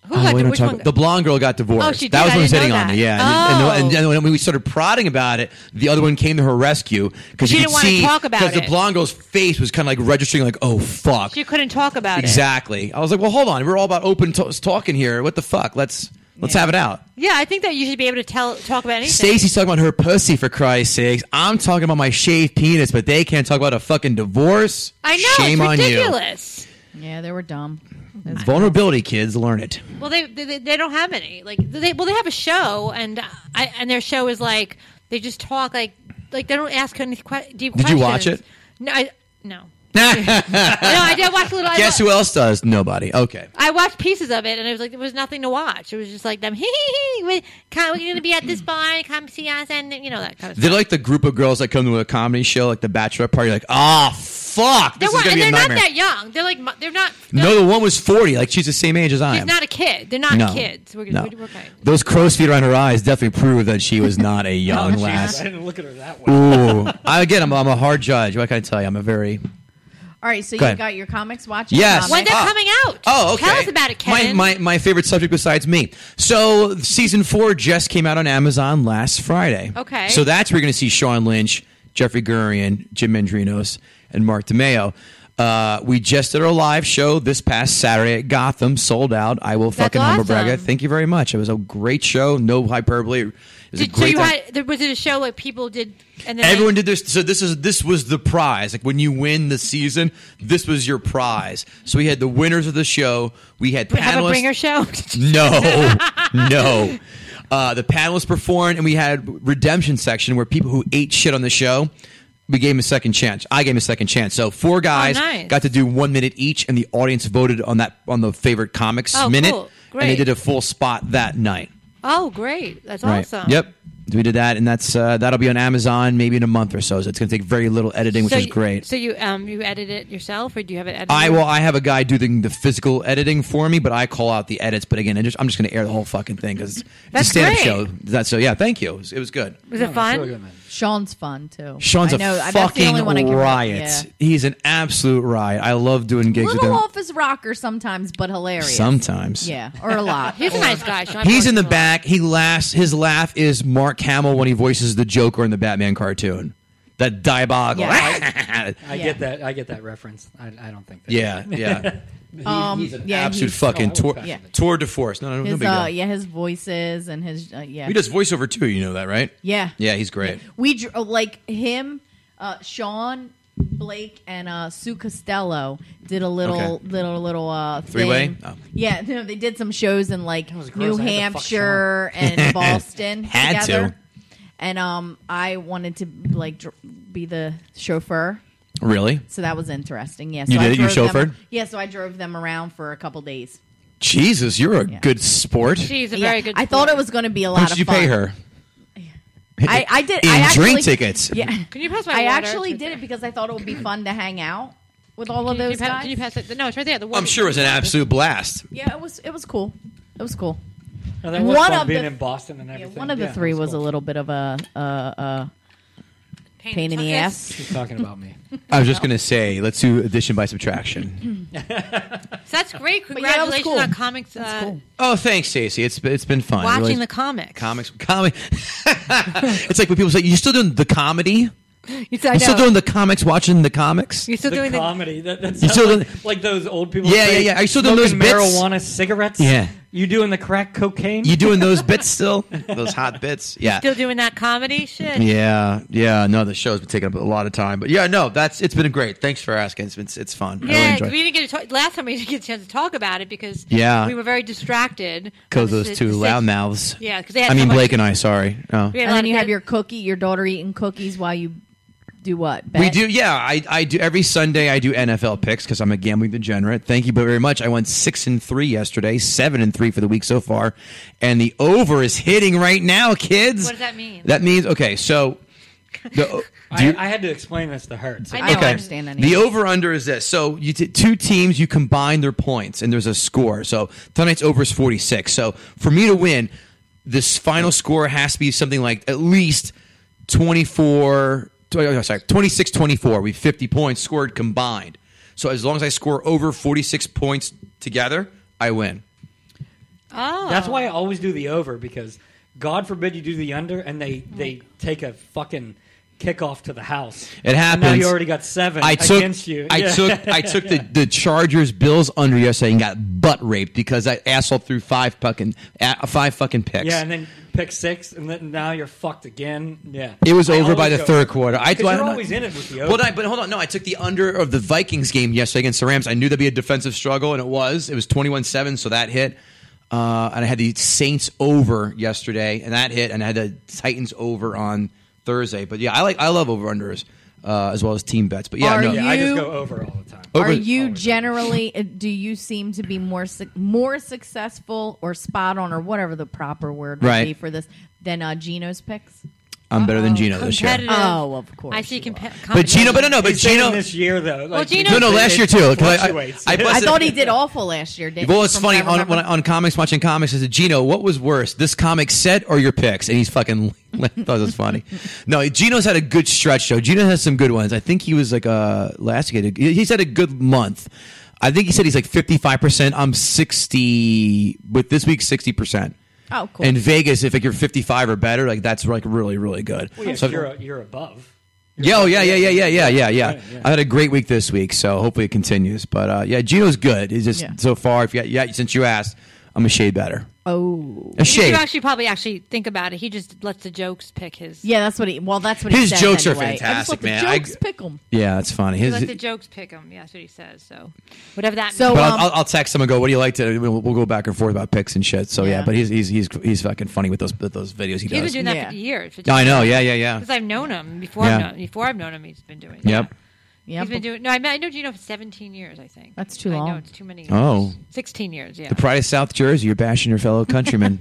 [SPEAKER 1] who got
[SPEAKER 4] we
[SPEAKER 1] to-
[SPEAKER 4] don't
[SPEAKER 1] Oh, which
[SPEAKER 4] talk-
[SPEAKER 1] one got-
[SPEAKER 4] the blonde girl got divorced.
[SPEAKER 1] Oh, she did?
[SPEAKER 4] That was
[SPEAKER 1] I
[SPEAKER 4] what was
[SPEAKER 1] didn't
[SPEAKER 4] hitting
[SPEAKER 1] know
[SPEAKER 4] on
[SPEAKER 1] that.
[SPEAKER 4] me. Yeah,
[SPEAKER 1] Oh.
[SPEAKER 4] and, and, and, when we started prodding about it, the other one came to her rescue because
[SPEAKER 1] She
[SPEAKER 4] you
[SPEAKER 1] didn't
[SPEAKER 4] could
[SPEAKER 1] wanna
[SPEAKER 4] see
[SPEAKER 1] talk about
[SPEAKER 4] because the
[SPEAKER 1] it.
[SPEAKER 4] blonde girl's face was kind of like registering, like, oh fuck,
[SPEAKER 1] she couldn't talk about it.
[SPEAKER 4] exactly. I was like, well, hold on, we're all about open to- talking here. What the fuck? Let's let's have it out.
[SPEAKER 1] Yeah, I think that you should be able to tell talk about anything.
[SPEAKER 4] Stacy's talking about her pussy for Christ's sakes. I'm talking about my shaved penis, but they can't talk about a fucking divorce.
[SPEAKER 1] I know
[SPEAKER 4] Shame
[SPEAKER 1] it's
[SPEAKER 4] on you.
[SPEAKER 1] ridiculous.
[SPEAKER 2] yeah, they were dumb.
[SPEAKER 4] Vulnerability, kids, learn it.
[SPEAKER 1] Well, they, they they don't have any. Like they well they have a show and I and their show is like they just talk like like they don't ask any que- deep.
[SPEAKER 4] Did you
[SPEAKER 1] questions.
[SPEAKER 4] watch it?
[SPEAKER 1] No, I, no. no, I did watch a little.
[SPEAKER 4] Guess
[SPEAKER 1] I, wa-
[SPEAKER 4] who else does? Nobody. Okay.
[SPEAKER 1] I watched pieces of it, and it was like there was nothing to watch. It was just like them. Hee hee hee. we- Come, we're gonna be at this bar and come see us, and you know that kind of stuff.
[SPEAKER 4] They're like the group of girls that come to a comedy show, like the bachelor party. Like, ah, fuck,
[SPEAKER 1] They're,
[SPEAKER 4] this is
[SPEAKER 1] wa-
[SPEAKER 4] gonna
[SPEAKER 1] and
[SPEAKER 4] be a
[SPEAKER 1] they're not
[SPEAKER 4] nightmare.
[SPEAKER 1] that young. They're like mu- they're not. They're
[SPEAKER 4] no, the one was forty. Like, she's the same age as I
[SPEAKER 1] she's
[SPEAKER 4] am.
[SPEAKER 1] not a kid. They're not
[SPEAKER 4] no,
[SPEAKER 1] kids. We're,
[SPEAKER 4] no.
[SPEAKER 1] we're, we're okay.
[SPEAKER 4] Those crow's feet around her eyes definitely prove that she was not a
[SPEAKER 1] Oh,
[SPEAKER 4] young
[SPEAKER 3] Jesus,
[SPEAKER 4] lass.
[SPEAKER 3] I didn't look at her that way.
[SPEAKER 4] Ooh, I, again, I'm, I'm a hard judge. What can I tell you? I'm a very
[SPEAKER 2] All right, so
[SPEAKER 4] Go
[SPEAKER 2] you
[SPEAKER 4] ahead.
[SPEAKER 2] got your comics watching.
[SPEAKER 4] Yes.
[SPEAKER 1] When
[SPEAKER 2] comics.
[SPEAKER 1] they're
[SPEAKER 4] Ah.
[SPEAKER 1] coming out.
[SPEAKER 4] Oh, okay.
[SPEAKER 1] Tell us about it, Kevin.
[SPEAKER 4] My, my, my favorite subject besides me. So season four just came out on Amazon last Friday.
[SPEAKER 1] Okay.
[SPEAKER 4] So that's where you're going to see Sean Lynch, Jeffrey Gurian, Jim Mendrinos, and Mark DeMeo. Uh, we just did our live show this past Saturday at Gotham, sold out. I will fucking humble brag it.
[SPEAKER 1] awesome.
[SPEAKER 4] Thank you very much. It was a great show, no hyperbole. It was a
[SPEAKER 1] Did,
[SPEAKER 4] great
[SPEAKER 1] so you
[SPEAKER 4] time.
[SPEAKER 1] had there was it a show like people did and then
[SPEAKER 4] Everyone
[SPEAKER 1] they,
[SPEAKER 4] did this. So this is this was the prize. Like when you win the season, this was your prize. So we had the winners of the show. We had
[SPEAKER 1] have a
[SPEAKER 4] panelists.
[SPEAKER 1] bringer show.
[SPEAKER 4] No, no. Uh, the panelists performed, and we had redemption section where people who ate shit on the show, we gave them a second chance. I gave them a second chance. So four guys
[SPEAKER 1] Oh, nice.
[SPEAKER 4] got to do one minute each, and the audience voted on that on the favorite comics
[SPEAKER 1] Oh,
[SPEAKER 4] minute,
[SPEAKER 1] cool.
[SPEAKER 4] and they
[SPEAKER 1] Great.
[SPEAKER 4] did a full spot that night.
[SPEAKER 1] oh, great! That's awesome.
[SPEAKER 4] Yep. We did that, and that's uh, that'll be on Amazon maybe in a month or so. So it's going to take very little editing, which
[SPEAKER 1] so
[SPEAKER 4] is
[SPEAKER 1] you-
[SPEAKER 4] great.
[SPEAKER 1] So you um you edit it yourself, or do you have it edited?
[SPEAKER 4] I well, I have a guy doing the physical editing for me, but I call out the edits. But again, I just, I'm just going to air the whole fucking thing because it's a
[SPEAKER 1] That's
[SPEAKER 4] stand-up
[SPEAKER 1] great.
[SPEAKER 4] show. That's so yeah. Thank you. It was, it was good.
[SPEAKER 1] Was it fun?
[SPEAKER 2] Sean's fun too.
[SPEAKER 4] Sean's
[SPEAKER 2] I know,
[SPEAKER 4] a
[SPEAKER 2] that's the
[SPEAKER 4] fucking
[SPEAKER 2] only one I can-
[SPEAKER 4] riot.
[SPEAKER 2] yeah.
[SPEAKER 4] He's an absolute riot. I love doing gigs with
[SPEAKER 2] Little
[SPEAKER 4] him.
[SPEAKER 2] office rocker sometimes, but hilarious.
[SPEAKER 4] Sometimes,
[SPEAKER 2] Yeah, or a lot.
[SPEAKER 4] Oh,
[SPEAKER 1] He's a nice guy. Sean
[SPEAKER 4] He's in the
[SPEAKER 1] Parkinson.
[SPEAKER 4] back. He laughs. His laugh is Mark Hamill when he voices the Joker in the Batman cartoon. That diabolical. Yeah,
[SPEAKER 3] I
[SPEAKER 2] Yeah.
[SPEAKER 3] get that. I get that reference. I, I don't think. That
[SPEAKER 4] yeah.
[SPEAKER 2] um, yeah,
[SPEAKER 4] Absolute
[SPEAKER 2] he's-
[SPEAKER 4] fucking
[SPEAKER 3] oh,
[SPEAKER 4] tour,
[SPEAKER 3] okay.
[SPEAKER 2] Yeah.
[SPEAKER 4] tour de force. No, no, no
[SPEAKER 2] His
[SPEAKER 4] big
[SPEAKER 2] uh,
[SPEAKER 4] deal.
[SPEAKER 2] yeah, his voices and his uh, yeah.
[SPEAKER 4] He does voiceover too. You know that, right?
[SPEAKER 2] Yeah.
[SPEAKER 4] Yeah, he's great.
[SPEAKER 2] We dr- uh, like him, uh, Sean Blake, and uh, Sue Costello did a little,
[SPEAKER 4] Okay.
[SPEAKER 2] little, little uh, thing.
[SPEAKER 4] Three-way? Oh.
[SPEAKER 2] Yeah, no, they did some shows in like
[SPEAKER 3] was
[SPEAKER 2] New
[SPEAKER 3] gross. I had to fuck
[SPEAKER 2] Hampshire and Boston
[SPEAKER 4] Had to.
[SPEAKER 2] together. And um, I wanted to like dr- be the chauffeur.
[SPEAKER 4] Really?
[SPEAKER 2] So that was interesting. Yeah, so
[SPEAKER 4] You
[SPEAKER 2] I
[SPEAKER 4] did it? You
[SPEAKER 2] drove them-
[SPEAKER 4] chauffeured?
[SPEAKER 2] Yeah, so I drove them around for a couple days.
[SPEAKER 4] Jesus, you're a
[SPEAKER 2] Yeah.
[SPEAKER 4] good sport.
[SPEAKER 1] She's a
[SPEAKER 2] Yeah,
[SPEAKER 1] very good.
[SPEAKER 2] I thought
[SPEAKER 1] sport.
[SPEAKER 2] it was going to be a lot
[SPEAKER 4] How much
[SPEAKER 2] of
[SPEAKER 4] did you
[SPEAKER 2] fun.
[SPEAKER 4] pay her?
[SPEAKER 2] I, I did.
[SPEAKER 4] In
[SPEAKER 2] I actually,
[SPEAKER 4] drink tickets.
[SPEAKER 2] Yeah.
[SPEAKER 1] Can you pass my
[SPEAKER 2] I
[SPEAKER 1] water?
[SPEAKER 2] actually
[SPEAKER 1] It's right
[SPEAKER 2] did it
[SPEAKER 1] there.
[SPEAKER 2] because I thought it would be fun to hang out with all of
[SPEAKER 1] Can you,
[SPEAKER 2] those
[SPEAKER 1] pa-
[SPEAKER 2] guys.
[SPEAKER 1] can you pass it? No, it's right there. The water.
[SPEAKER 4] I'm sure it was an absolute blast.
[SPEAKER 2] yeah, it was it was cool. It was cool.
[SPEAKER 3] No, that was
[SPEAKER 2] One
[SPEAKER 3] fun
[SPEAKER 2] of
[SPEAKER 3] being
[SPEAKER 2] the-
[SPEAKER 3] in Boston and
[SPEAKER 2] Yeah,
[SPEAKER 3] everything.
[SPEAKER 2] one of the
[SPEAKER 3] Yeah,
[SPEAKER 2] three
[SPEAKER 3] that
[SPEAKER 2] was a
[SPEAKER 3] cool.
[SPEAKER 2] little bit of a uh, uh, pain in the ass.
[SPEAKER 3] She's talking about me.
[SPEAKER 4] I was just gonna say, let's do addition by subtraction.
[SPEAKER 1] So that's great.
[SPEAKER 2] yeah, that was
[SPEAKER 1] Congratulations
[SPEAKER 2] cool.
[SPEAKER 1] on comics. Uh,
[SPEAKER 2] cool.
[SPEAKER 4] oh, thanks, Stacey. It's it's been fun.
[SPEAKER 1] Watching
[SPEAKER 4] Really-
[SPEAKER 1] the comics.
[SPEAKER 4] comics, comic. it's like when people say, "You're still doing the comedy."
[SPEAKER 1] You said, I
[SPEAKER 4] I'm still
[SPEAKER 1] know.
[SPEAKER 4] doing the comics, watching the comics.
[SPEAKER 1] You're still
[SPEAKER 3] The
[SPEAKER 1] doing the.
[SPEAKER 3] comedy. That, that
[SPEAKER 4] still
[SPEAKER 3] sounds
[SPEAKER 4] doing-
[SPEAKER 3] like, like those old people.
[SPEAKER 4] Yeah,
[SPEAKER 3] say,
[SPEAKER 4] yeah, yeah. Are you still doing those
[SPEAKER 3] smoking
[SPEAKER 4] bits?
[SPEAKER 3] marijuana cigarettes?
[SPEAKER 4] Yeah.
[SPEAKER 3] You doing the crack cocaine?
[SPEAKER 4] You doing those bits still? Those hot bits? Yeah.
[SPEAKER 1] Still doing that comedy shit.
[SPEAKER 4] Yeah, yeah. No, the show's been taking up a lot of time, but yeah, no, that's it's been great. Thanks for asking. It's been it's fun. I really
[SPEAKER 1] Yeah,
[SPEAKER 4] enjoy it.
[SPEAKER 1] we didn't get to talk, last time we didn't get a chance to talk about it because
[SPEAKER 4] Yeah.
[SPEAKER 1] we were very distracted
[SPEAKER 4] Cause
[SPEAKER 1] by the
[SPEAKER 4] those
[SPEAKER 1] si-
[SPEAKER 4] two
[SPEAKER 1] the sit-
[SPEAKER 4] loud mouths.
[SPEAKER 1] Yeah, because they had
[SPEAKER 4] I
[SPEAKER 1] so
[SPEAKER 4] mean
[SPEAKER 1] much-
[SPEAKER 4] Blake and I. Sorry.
[SPEAKER 1] we
[SPEAKER 4] Oh.
[SPEAKER 1] had a
[SPEAKER 2] And
[SPEAKER 1] lot
[SPEAKER 2] then
[SPEAKER 1] of
[SPEAKER 2] you have
[SPEAKER 1] bit-
[SPEAKER 2] your cookie, your daughter eating cookies while you do what?
[SPEAKER 4] We
[SPEAKER 2] Bet?
[SPEAKER 4] do, yeah. I, I do every Sunday. I do NFL picks because I'm a gambling degenerate. Thank you very much. I went six and three yesterday, seven and three for the week so far, and the over is hitting right now, kids.
[SPEAKER 1] What does that mean?
[SPEAKER 4] That means okay. So, the, do
[SPEAKER 3] I,
[SPEAKER 4] you-
[SPEAKER 3] I had to explain this to Hertz.
[SPEAKER 1] I
[SPEAKER 2] I don't
[SPEAKER 1] Okay.
[SPEAKER 2] understand any.
[SPEAKER 4] the over under is this. So you t- two teams, you combine their points, and there's a score. So tonight's over is 46. So for me to win, this final score has to be something like at least 24. tw- oh, Sorry, 26 24. We have 50 points scored combined. So as long as I score over 46 points together, I win.
[SPEAKER 1] Oh,
[SPEAKER 3] That's why I always do the over because God forbid you do the under and they they take a fucking kickoff to the house.
[SPEAKER 4] It
[SPEAKER 3] And now
[SPEAKER 4] happens.
[SPEAKER 3] you already got seven
[SPEAKER 4] I took,
[SPEAKER 3] against you.
[SPEAKER 4] I
[SPEAKER 3] Yeah.
[SPEAKER 4] took I took the, the Chargers Bills under yesterday and got butt raped because that asshole threw five fucking a- five fucking picks.
[SPEAKER 3] Yeah, and then pick six, and then now you're fucked again. Yeah,
[SPEAKER 4] It was
[SPEAKER 3] I
[SPEAKER 4] over by
[SPEAKER 3] always go-
[SPEAKER 4] the third quarter. I,
[SPEAKER 3] Because
[SPEAKER 4] I
[SPEAKER 3] you're
[SPEAKER 4] don't know.
[SPEAKER 3] always in it with the over.
[SPEAKER 4] Well, no, but hold on. No, I took the under of the Vikings game yesterday against the Rams. I knew that'd be a defensive struggle, and it was. It was 21 7, so that hit. Uh, and I had the Saints over yesterday, and that hit. And I had the Titans over on Thursday. But yeah, I like I love over unders uh, as well as team bets. But yeah,
[SPEAKER 2] Are
[SPEAKER 4] no.
[SPEAKER 3] yeah, I just
[SPEAKER 2] You-
[SPEAKER 3] go over all the time.
[SPEAKER 4] Over-
[SPEAKER 2] Are you generally? uh, Do you seem to be more suc- more successful or spot on or whatever the proper word would
[SPEAKER 4] Right.
[SPEAKER 2] be for this than uh, Gino's picks?
[SPEAKER 4] I'm better than Gino this year.
[SPEAKER 1] competitive.
[SPEAKER 2] Oh, of course.
[SPEAKER 1] I see. Compa-
[SPEAKER 4] But Gino, but no, no, but
[SPEAKER 3] He's saying
[SPEAKER 4] Gino.
[SPEAKER 3] this year though. Like,
[SPEAKER 1] Gino-
[SPEAKER 4] No, no,
[SPEAKER 3] it-
[SPEAKER 4] last
[SPEAKER 3] it
[SPEAKER 4] year too. 'cause I, I,
[SPEAKER 3] fluctuates.
[SPEAKER 4] I busted-
[SPEAKER 2] I thought he did awful last year. Didn't
[SPEAKER 4] Well,
[SPEAKER 2] he,
[SPEAKER 4] it's
[SPEAKER 2] from
[SPEAKER 4] funny
[SPEAKER 2] what I
[SPEAKER 4] on,
[SPEAKER 2] remember?
[SPEAKER 4] when I, on comics watching comics. I said, Gino, what was worse, this comic set or your picks? And he's fucking thought it was funny. No, Gino's had a good stretch though. Gino has some good ones. I think he was like uh last year. He's had a good month. I think he said he's like fifty five percent. I'm sixty, but this week sixty percent.
[SPEAKER 2] Oh, cool.
[SPEAKER 4] In Vegas, if like you're fifty five or better, like that's like really really good.
[SPEAKER 3] Well, yeah,
[SPEAKER 4] So-
[SPEAKER 3] you're, you're above.
[SPEAKER 4] yeah, oh, yeah, yeah, yeah, yeah, yeah, yeah, yeah. I had a great week this week, so hopefully it continues. But uh, yeah, Gino's good. He's just
[SPEAKER 2] Yeah.
[SPEAKER 4] so far. If you, yeah, since you asked, I'm a shade better.
[SPEAKER 2] oh,
[SPEAKER 4] A
[SPEAKER 1] You
[SPEAKER 4] shade.
[SPEAKER 1] actually probably actually think about it. He just lets the jokes pick his.
[SPEAKER 2] yeah, that's what he. Well, that's what he
[SPEAKER 4] His
[SPEAKER 2] said
[SPEAKER 4] jokes are
[SPEAKER 2] anyway. I just
[SPEAKER 4] fantastic,
[SPEAKER 2] let the
[SPEAKER 4] man. I-
[SPEAKER 2] jokes pick 'em.
[SPEAKER 4] Yeah, that's funny.
[SPEAKER 1] He
[SPEAKER 4] His,
[SPEAKER 1] lets the jokes pick him. Yeah, that's what he says. So whatever that.
[SPEAKER 2] So,
[SPEAKER 4] but
[SPEAKER 1] means.
[SPEAKER 4] I'll,
[SPEAKER 2] um,
[SPEAKER 4] I'll, I'll text him and go, "What do you like to?" We'll, we'll go back and forth about picks and shit. So yeah,
[SPEAKER 2] Yeah.
[SPEAKER 4] but he's, he's he's he's fucking funny with those with those videos he
[SPEAKER 1] he's been
[SPEAKER 4] does.
[SPEAKER 1] doing that
[SPEAKER 2] Yeah.
[SPEAKER 1] for years. For
[SPEAKER 4] I know. Yeah, yeah, yeah.
[SPEAKER 1] Because I've known him before.
[SPEAKER 4] Yeah.
[SPEAKER 1] I've known, before I've known him, he's been doing. that.
[SPEAKER 4] Yep.
[SPEAKER 2] Yeah,
[SPEAKER 1] He's been
[SPEAKER 2] but
[SPEAKER 1] doing. No, I, mean, I know Gino for 17 years. I think
[SPEAKER 2] That's too
[SPEAKER 1] I
[SPEAKER 2] long.
[SPEAKER 1] know it's too many. Years.
[SPEAKER 4] Oh.
[SPEAKER 1] 16 years. Yeah.
[SPEAKER 4] The pride of South Jersey. You're bashing your fellow countrymen.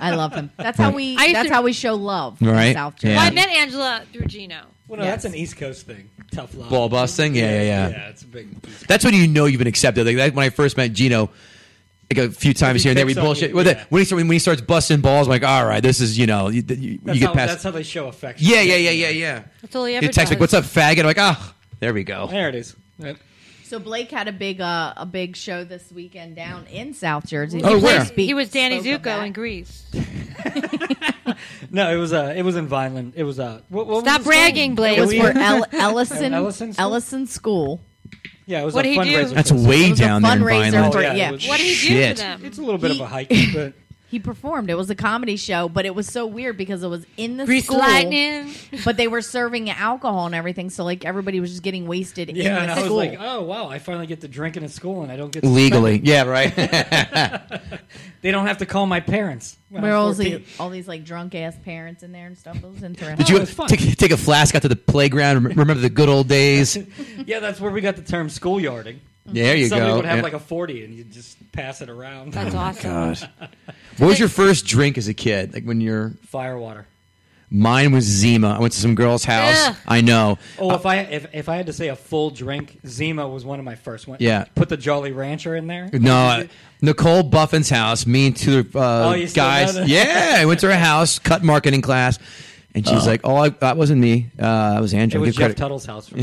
[SPEAKER 2] I love him. That's how we.
[SPEAKER 1] I used
[SPEAKER 2] That's
[SPEAKER 1] to-
[SPEAKER 2] how we show love.
[SPEAKER 4] Right.
[SPEAKER 2] In South Jersey.
[SPEAKER 1] Well, I
[SPEAKER 4] Yeah.
[SPEAKER 1] met Angela through Gino.
[SPEAKER 3] Well, no, that's an East Coast thing. Tough love.
[SPEAKER 4] Ball busting? Yeah, yeah, yeah.
[SPEAKER 3] Yeah, it's a big.
[SPEAKER 4] That's when you know you've been accepted. Like that, when I first met Gino, like a few times
[SPEAKER 3] he
[SPEAKER 4] here and there, we
[SPEAKER 3] picks on
[SPEAKER 4] bullshit.
[SPEAKER 3] you,
[SPEAKER 4] Well, the-
[SPEAKER 3] yeah.
[SPEAKER 4] When, he start, when he starts busting balls, I'm like, all right, this is you know, you, you,
[SPEAKER 3] That's,
[SPEAKER 4] you get
[SPEAKER 3] how,
[SPEAKER 4] past.
[SPEAKER 3] that's how they show affection.
[SPEAKER 4] yeah, yeah, yeah, yeah, yeah.
[SPEAKER 1] That's all he ever
[SPEAKER 4] He texts me,
[SPEAKER 1] does.
[SPEAKER 4] "What's up, faggot?" I'm like, ah, there we go.
[SPEAKER 3] There it is. Yep.
[SPEAKER 2] So Blake had a big uh, a big show this weekend down in South Jersey.
[SPEAKER 4] Oh,
[SPEAKER 2] He
[SPEAKER 4] where?
[SPEAKER 2] speak-
[SPEAKER 1] He was Danny
[SPEAKER 2] spoke of
[SPEAKER 1] Zuko
[SPEAKER 2] that.
[SPEAKER 1] in Greece.
[SPEAKER 3] No, it was uh, it was in Vineland. It was uh, what, what was
[SPEAKER 1] Stop
[SPEAKER 3] it
[SPEAKER 1] bragging,
[SPEAKER 3] called?
[SPEAKER 1] Blake.
[SPEAKER 2] It was
[SPEAKER 3] Yeah,
[SPEAKER 2] for El- Ellison
[SPEAKER 3] Ellison
[SPEAKER 2] Ellison
[SPEAKER 3] School?
[SPEAKER 2] School.
[SPEAKER 3] Yeah, it was
[SPEAKER 1] What
[SPEAKER 3] a
[SPEAKER 1] did he do?
[SPEAKER 3] fundraiser. for
[SPEAKER 4] That's
[SPEAKER 3] us.
[SPEAKER 4] way
[SPEAKER 2] It was a
[SPEAKER 4] down there in
[SPEAKER 2] fundraiser
[SPEAKER 4] Vineland.
[SPEAKER 2] for-
[SPEAKER 3] Yeah, it
[SPEAKER 2] yeah.
[SPEAKER 3] was-
[SPEAKER 1] What did he do
[SPEAKER 4] Shit.
[SPEAKER 1] to them?
[SPEAKER 3] It's a little bit of
[SPEAKER 2] He-
[SPEAKER 3] a hike, but
[SPEAKER 2] He performed. It was a comedy show, but it was so weird because it was in the
[SPEAKER 1] Grease
[SPEAKER 2] school.
[SPEAKER 1] lightning.
[SPEAKER 2] But they were serving alcohol and everything, so like everybody was just getting wasted
[SPEAKER 3] yeah,
[SPEAKER 2] in
[SPEAKER 3] and
[SPEAKER 2] the
[SPEAKER 3] I was
[SPEAKER 2] school.
[SPEAKER 3] like, oh wow, I finally get to drinking at school, and I don't get
[SPEAKER 4] Legally, yeah, right.
[SPEAKER 3] They don't have to call my parents. when
[SPEAKER 2] Where
[SPEAKER 3] I'm
[SPEAKER 2] all these,
[SPEAKER 3] 14.
[SPEAKER 2] all these like drunk ass parents in there and stuff. It was interesting.
[SPEAKER 4] Did
[SPEAKER 3] Oh,
[SPEAKER 4] you
[SPEAKER 3] it's fun.
[SPEAKER 4] take, take a flask out to the playground? rem- Remember the good old days?
[SPEAKER 3] yeah, that's where we got the term schoolyarding.
[SPEAKER 4] There you
[SPEAKER 3] Somebody
[SPEAKER 4] go.
[SPEAKER 3] would have
[SPEAKER 4] Yeah.
[SPEAKER 3] like a forty, and you just pass it around.
[SPEAKER 4] Oh
[SPEAKER 1] That's awesome.
[SPEAKER 4] what was your first drink as a kid? Like when you're
[SPEAKER 3] Fire water.
[SPEAKER 4] Mine was Zima. I went to some girl's house.
[SPEAKER 1] Ugh.
[SPEAKER 4] I know.
[SPEAKER 3] Oh, if I if, if I had to say a full drink, Zima was one of my first ones.
[SPEAKER 4] Yeah.
[SPEAKER 3] put the Jolly Rancher in there.
[SPEAKER 4] No, I- Nicole Buffin's house. Me and two uh,
[SPEAKER 3] Oh, you still
[SPEAKER 4] guys.
[SPEAKER 3] know that?
[SPEAKER 4] Yeah, I went to her house, cut marketing class, and she's like, "Oh, I, that wasn't me. Uh, that was
[SPEAKER 3] It
[SPEAKER 4] Andrew.
[SPEAKER 3] was
[SPEAKER 4] Give
[SPEAKER 3] Jeff
[SPEAKER 4] credit."
[SPEAKER 3] Tuttle's house. For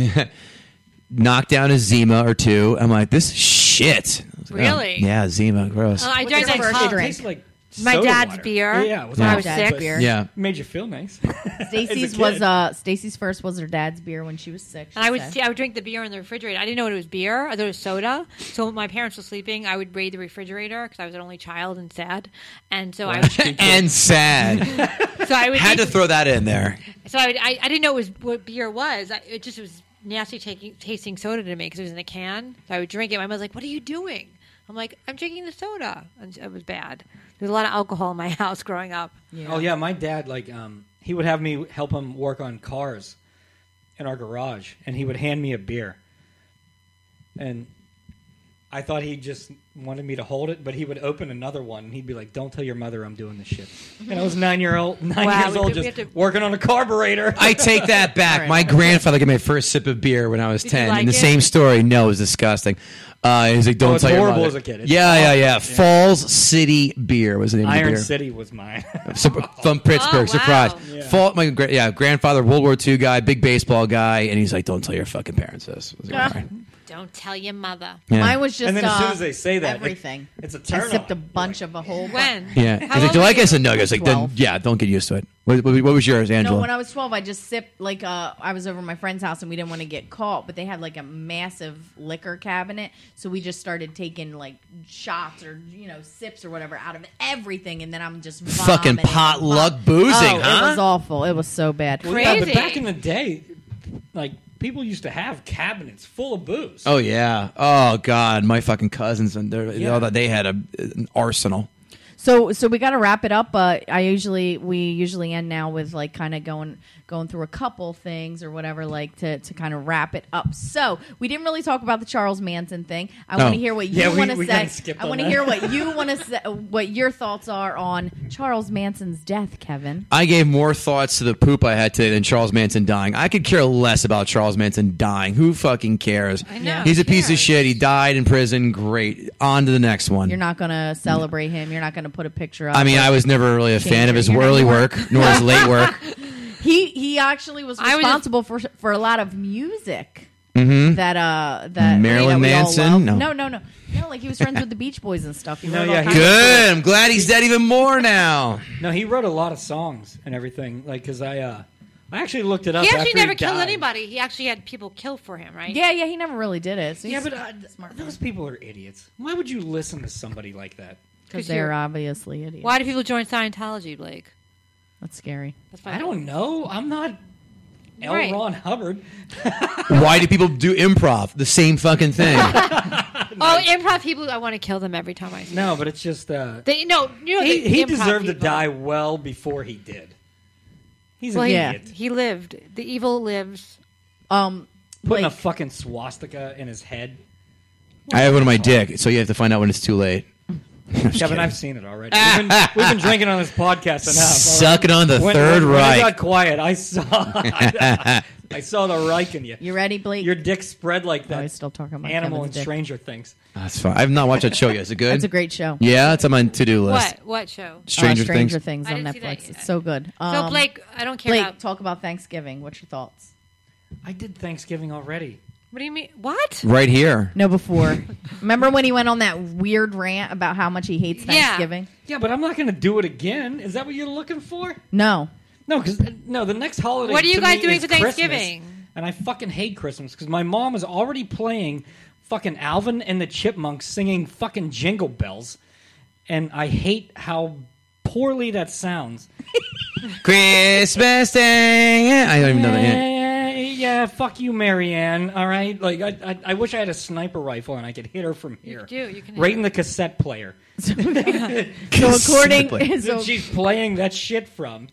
[SPEAKER 4] Knocked down a Zima or two. I'm like, "This is shit." I was like, oh,
[SPEAKER 1] Really?
[SPEAKER 4] yeah, Zima. Gross.
[SPEAKER 1] Oh, I
[SPEAKER 2] What's
[SPEAKER 1] drank
[SPEAKER 2] your
[SPEAKER 1] that
[SPEAKER 2] first
[SPEAKER 1] cup.
[SPEAKER 3] It
[SPEAKER 2] drink?
[SPEAKER 3] tastes like
[SPEAKER 1] My
[SPEAKER 3] soda
[SPEAKER 1] dad's
[SPEAKER 3] water.
[SPEAKER 1] beer.
[SPEAKER 3] Yeah, it was
[SPEAKER 1] When I
[SPEAKER 3] not
[SPEAKER 1] was
[SPEAKER 3] bad,
[SPEAKER 1] sick.
[SPEAKER 3] but
[SPEAKER 2] beer.
[SPEAKER 4] yeah.
[SPEAKER 3] It made you feel nice. As a
[SPEAKER 2] Stacy's
[SPEAKER 3] kid.
[SPEAKER 2] was uh Stacy's first was her dad's beer when she was six.
[SPEAKER 1] And I would
[SPEAKER 2] said.
[SPEAKER 1] see, I would drink the beer in the refrigerator. I didn't know it was beer. I thought it was soda. So when my parents were sleeping, I would raid the refrigerator because I was an only child and sad. And so I would,
[SPEAKER 4] And sad.
[SPEAKER 1] so I would
[SPEAKER 4] Had to
[SPEAKER 1] eat-
[SPEAKER 4] throw that in there.
[SPEAKER 1] so I, would, I I didn't know it was what beer was. I, it just was nasty taking, tasting soda to me because it was in a can. So I would drink it. My mother's like, "What are you doing?" I'm like, "I'm drinking the soda." And it was bad. There's a lot of alcohol in my house growing up.
[SPEAKER 3] Oh yeah, my dad like um he would have me help him work on cars in our garage, and he would hand me a beer, and I thought he just wanted me to hold it, but he would open another one, and he'd be like, "Don't tell your mother I'm doing this shit." And I was nine year old, nine
[SPEAKER 1] Wow,
[SPEAKER 3] years
[SPEAKER 1] we
[SPEAKER 3] old,
[SPEAKER 1] did- we
[SPEAKER 3] just
[SPEAKER 1] had to-
[SPEAKER 3] working on a carburetor.
[SPEAKER 4] I take that back. My grandfather gave me my first sip of beer when I was
[SPEAKER 1] Did you
[SPEAKER 4] ten.
[SPEAKER 1] like
[SPEAKER 4] and the
[SPEAKER 1] it?
[SPEAKER 4] same story. No, it was disgusting. Uh, he's like, "Don't
[SPEAKER 3] Oh, it's
[SPEAKER 4] tell your
[SPEAKER 3] horrible
[SPEAKER 4] mother."
[SPEAKER 3] as a kid. It's
[SPEAKER 4] yeah, yeah, yeah, Falls City Beer was the name of the
[SPEAKER 3] Iron
[SPEAKER 4] beer.
[SPEAKER 3] City was mine.
[SPEAKER 4] Sup- From Pittsburgh,
[SPEAKER 1] Oh, wow.
[SPEAKER 4] surprise.
[SPEAKER 3] Yeah.
[SPEAKER 4] Fall, my gra- yeah, grandfather, World War II guy, big baseball guy, and he's like, "Don't tell your fucking parents this." I was like, "All right."
[SPEAKER 1] Don't tell your mother.
[SPEAKER 4] Yeah.
[SPEAKER 2] Mine was just
[SPEAKER 3] and then as soon
[SPEAKER 2] uh,
[SPEAKER 3] as they say that, it-
[SPEAKER 2] everything.
[SPEAKER 3] it's a
[SPEAKER 2] I
[SPEAKER 3] turn.
[SPEAKER 2] sipped a bunch of a whole bunch.
[SPEAKER 1] When?
[SPEAKER 4] yeah.
[SPEAKER 1] How
[SPEAKER 4] He's like,
[SPEAKER 1] old
[SPEAKER 4] "Do you
[SPEAKER 1] were
[SPEAKER 4] like
[SPEAKER 1] you?"
[SPEAKER 4] us?" And no, I was like, then,
[SPEAKER 2] Twelve.
[SPEAKER 4] yeah, don't get used to it. What, what, what was yours, Angela?
[SPEAKER 2] No, when I was 12, I just sipped, like, uh, I was over at my friend's house and we didn't want to get caught, but they had, like, a massive liquor cabinet. So we just started taking, like, shots or, you know, sips or whatever out of everything. And then I'm just
[SPEAKER 4] Fucking
[SPEAKER 2] vomiting.
[SPEAKER 4] potluck
[SPEAKER 2] Vom-
[SPEAKER 4] boozing,
[SPEAKER 2] Oh,
[SPEAKER 4] huh?
[SPEAKER 2] It was awful. It was so bad.
[SPEAKER 3] Yeah,
[SPEAKER 1] Crazy.
[SPEAKER 3] but back in the day, like people used to have cabinets full of booze.
[SPEAKER 4] oh yeah. Oh god, my fucking cousins and they're-
[SPEAKER 3] Yeah.
[SPEAKER 4] all that they had a, an arsenal.
[SPEAKER 2] So, so we got to wrap it up. Uh, I usually we usually end now with like kind of going going through a couple things or whatever, like to to kind of wrap it up. So we didn't really talk about the Charles Manson thing. I
[SPEAKER 4] No.
[SPEAKER 2] want to hear what you
[SPEAKER 3] Yeah, we-
[SPEAKER 2] want
[SPEAKER 3] we
[SPEAKER 2] to
[SPEAKER 3] kinda
[SPEAKER 2] say.
[SPEAKER 3] skipped
[SPEAKER 2] I
[SPEAKER 3] on
[SPEAKER 2] want to
[SPEAKER 3] that.
[SPEAKER 2] hear what you want to say. What your thoughts are on Charles Manson's death, Kevin?
[SPEAKER 4] I gave more thoughts to the poop I had today than Charles Manson dying. I could care less about Charles Manson dying. Who fucking cares?
[SPEAKER 1] I know,
[SPEAKER 4] He's a
[SPEAKER 1] who
[SPEAKER 4] piece of
[SPEAKER 1] cares?
[SPEAKER 4] shit. He died in prison. Great. On to the next one.
[SPEAKER 2] You're not going to celebrate him. You're not going to put a picture. Up
[SPEAKER 4] I mean, I was never really a fan of his
[SPEAKER 2] You're not
[SPEAKER 4] early
[SPEAKER 2] gonna
[SPEAKER 4] work nor his late work.
[SPEAKER 2] he he actually was
[SPEAKER 1] I was-
[SPEAKER 2] responsible for for a lot of music that uh that
[SPEAKER 4] Mm-hmm. Marilyn
[SPEAKER 2] that we all
[SPEAKER 4] Manson?
[SPEAKER 2] love.
[SPEAKER 4] No.
[SPEAKER 2] no no no no like he was friends with the Beach Boys and stuff. He
[SPEAKER 3] No,
[SPEAKER 2] wrote
[SPEAKER 3] yeah,
[SPEAKER 2] all
[SPEAKER 3] he-
[SPEAKER 2] kinds of-
[SPEAKER 4] Good. I'm glad he's dead even more now.
[SPEAKER 3] No, he wrote a lot of songs and everything. Like, cause I, uh, I actually looked it up.
[SPEAKER 1] He actually
[SPEAKER 3] after
[SPEAKER 1] never
[SPEAKER 3] he
[SPEAKER 1] killed
[SPEAKER 3] died.
[SPEAKER 1] anybody. He actually had people kill for him, right?
[SPEAKER 2] Yeah, yeah, he never really did it. So
[SPEAKER 3] Yeah,
[SPEAKER 2] he's
[SPEAKER 3] but uh,
[SPEAKER 2] smart
[SPEAKER 3] those people are idiots. Why would you listen to somebody like that?
[SPEAKER 2] because they're obviously idiots.
[SPEAKER 1] Why do people join Scientology, Blake?
[SPEAKER 2] That's scary.
[SPEAKER 1] That's my
[SPEAKER 3] I don't know. I'm not L.
[SPEAKER 1] Right.
[SPEAKER 3] Ron Hubbard.
[SPEAKER 4] Why do people do improv? The same fucking thing.
[SPEAKER 1] Oh, improv people! I want to kill them every time I see. them.
[SPEAKER 3] No, but it's just uh,
[SPEAKER 1] They no, you know
[SPEAKER 3] he,
[SPEAKER 1] the
[SPEAKER 3] he
[SPEAKER 1] improv
[SPEAKER 3] deserved to
[SPEAKER 1] people.
[SPEAKER 3] die well before he did. He's an
[SPEAKER 1] Well, he,
[SPEAKER 2] Yeah.
[SPEAKER 3] idiot.
[SPEAKER 1] he lived. The evil lives.
[SPEAKER 2] Um,
[SPEAKER 3] Putting
[SPEAKER 2] like,
[SPEAKER 3] a fucking swastika in his head.
[SPEAKER 4] I have one on my dick, so you have to find out when it's too late.
[SPEAKER 3] Kevin, I've seen it already. We've been, we've been drinking on this podcast enough.
[SPEAKER 4] Suck it on the
[SPEAKER 3] When-
[SPEAKER 4] third
[SPEAKER 3] when, When I
[SPEAKER 4] right.
[SPEAKER 3] got quiet. I saw. I, saw the Reich in you.
[SPEAKER 2] You ready, Blake? Oh,
[SPEAKER 3] Your dick spread like that.
[SPEAKER 2] he's still talking about
[SPEAKER 3] animal
[SPEAKER 2] Kevin's
[SPEAKER 3] and
[SPEAKER 2] dick.
[SPEAKER 3] Stranger Things.
[SPEAKER 4] Ah, That's fine. I've not watched that show yet. Is it good?
[SPEAKER 2] That's a great show.
[SPEAKER 4] yeah, it's on my to-do list.
[SPEAKER 1] What? What show? So
[SPEAKER 4] Stranger,
[SPEAKER 2] Uh, Stranger
[SPEAKER 4] Things.
[SPEAKER 2] Things,
[SPEAKER 1] I
[SPEAKER 2] on
[SPEAKER 1] didn't see that
[SPEAKER 2] Netflix.
[SPEAKER 1] yet.
[SPEAKER 2] It's so good. Um,
[SPEAKER 1] Blake, I don't care
[SPEAKER 2] Blake,
[SPEAKER 1] about.
[SPEAKER 2] talk about Thanksgiving. What's your thoughts?
[SPEAKER 3] I did Thanksgiving already.
[SPEAKER 1] What do you mean? What?
[SPEAKER 4] Right here.
[SPEAKER 2] No, before. Remember when he went on that weird rant about how much he hates
[SPEAKER 1] Yeah.
[SPEAKER 2] Thanksgiving?
[SPEAKER 3] Yeah, but I'm not going to do it again. Is that what you're looking for?
[SPEAKER 2] No.
[SPEAKER 3] No, because no, the next holiday.
[SPEAKER 1] What are you
[SPEAKER 3] to
[SPEAKER 1] guys
[SPEAKER 3] me
[SPEAKER 1] doing
[SPEAKER 3] is
[SPEAKER 1] for
[SPEAKER 3] Christmas,
[SPEAKER 1] Thanksgiving?
[SPEAKER 3] and I fucking hate Christmas because my mom is already playing fucking Alvin and the Chipmunks singing fucking Jingle Bells, and I hate how poorly that sounds.
[SPEAKER 4] Christmas Day. I don't even know the hint.
[SPEAKER 3] Yeah, yeah, fuck you, Marianne. All right, like I, I, I wish I had a sniper rifle and I could hit her from here.
[SPEAKER 1] do, you can hit
[SPEAKER 3] right
[SPEAKER 1] her.
[SPEAKER 3] in the cassette player.
[SPEAKER 2] So according,
[SPEAKER 3] that
[SPEAKER 2] so
[SPEAKER 3] she's playing that shit from.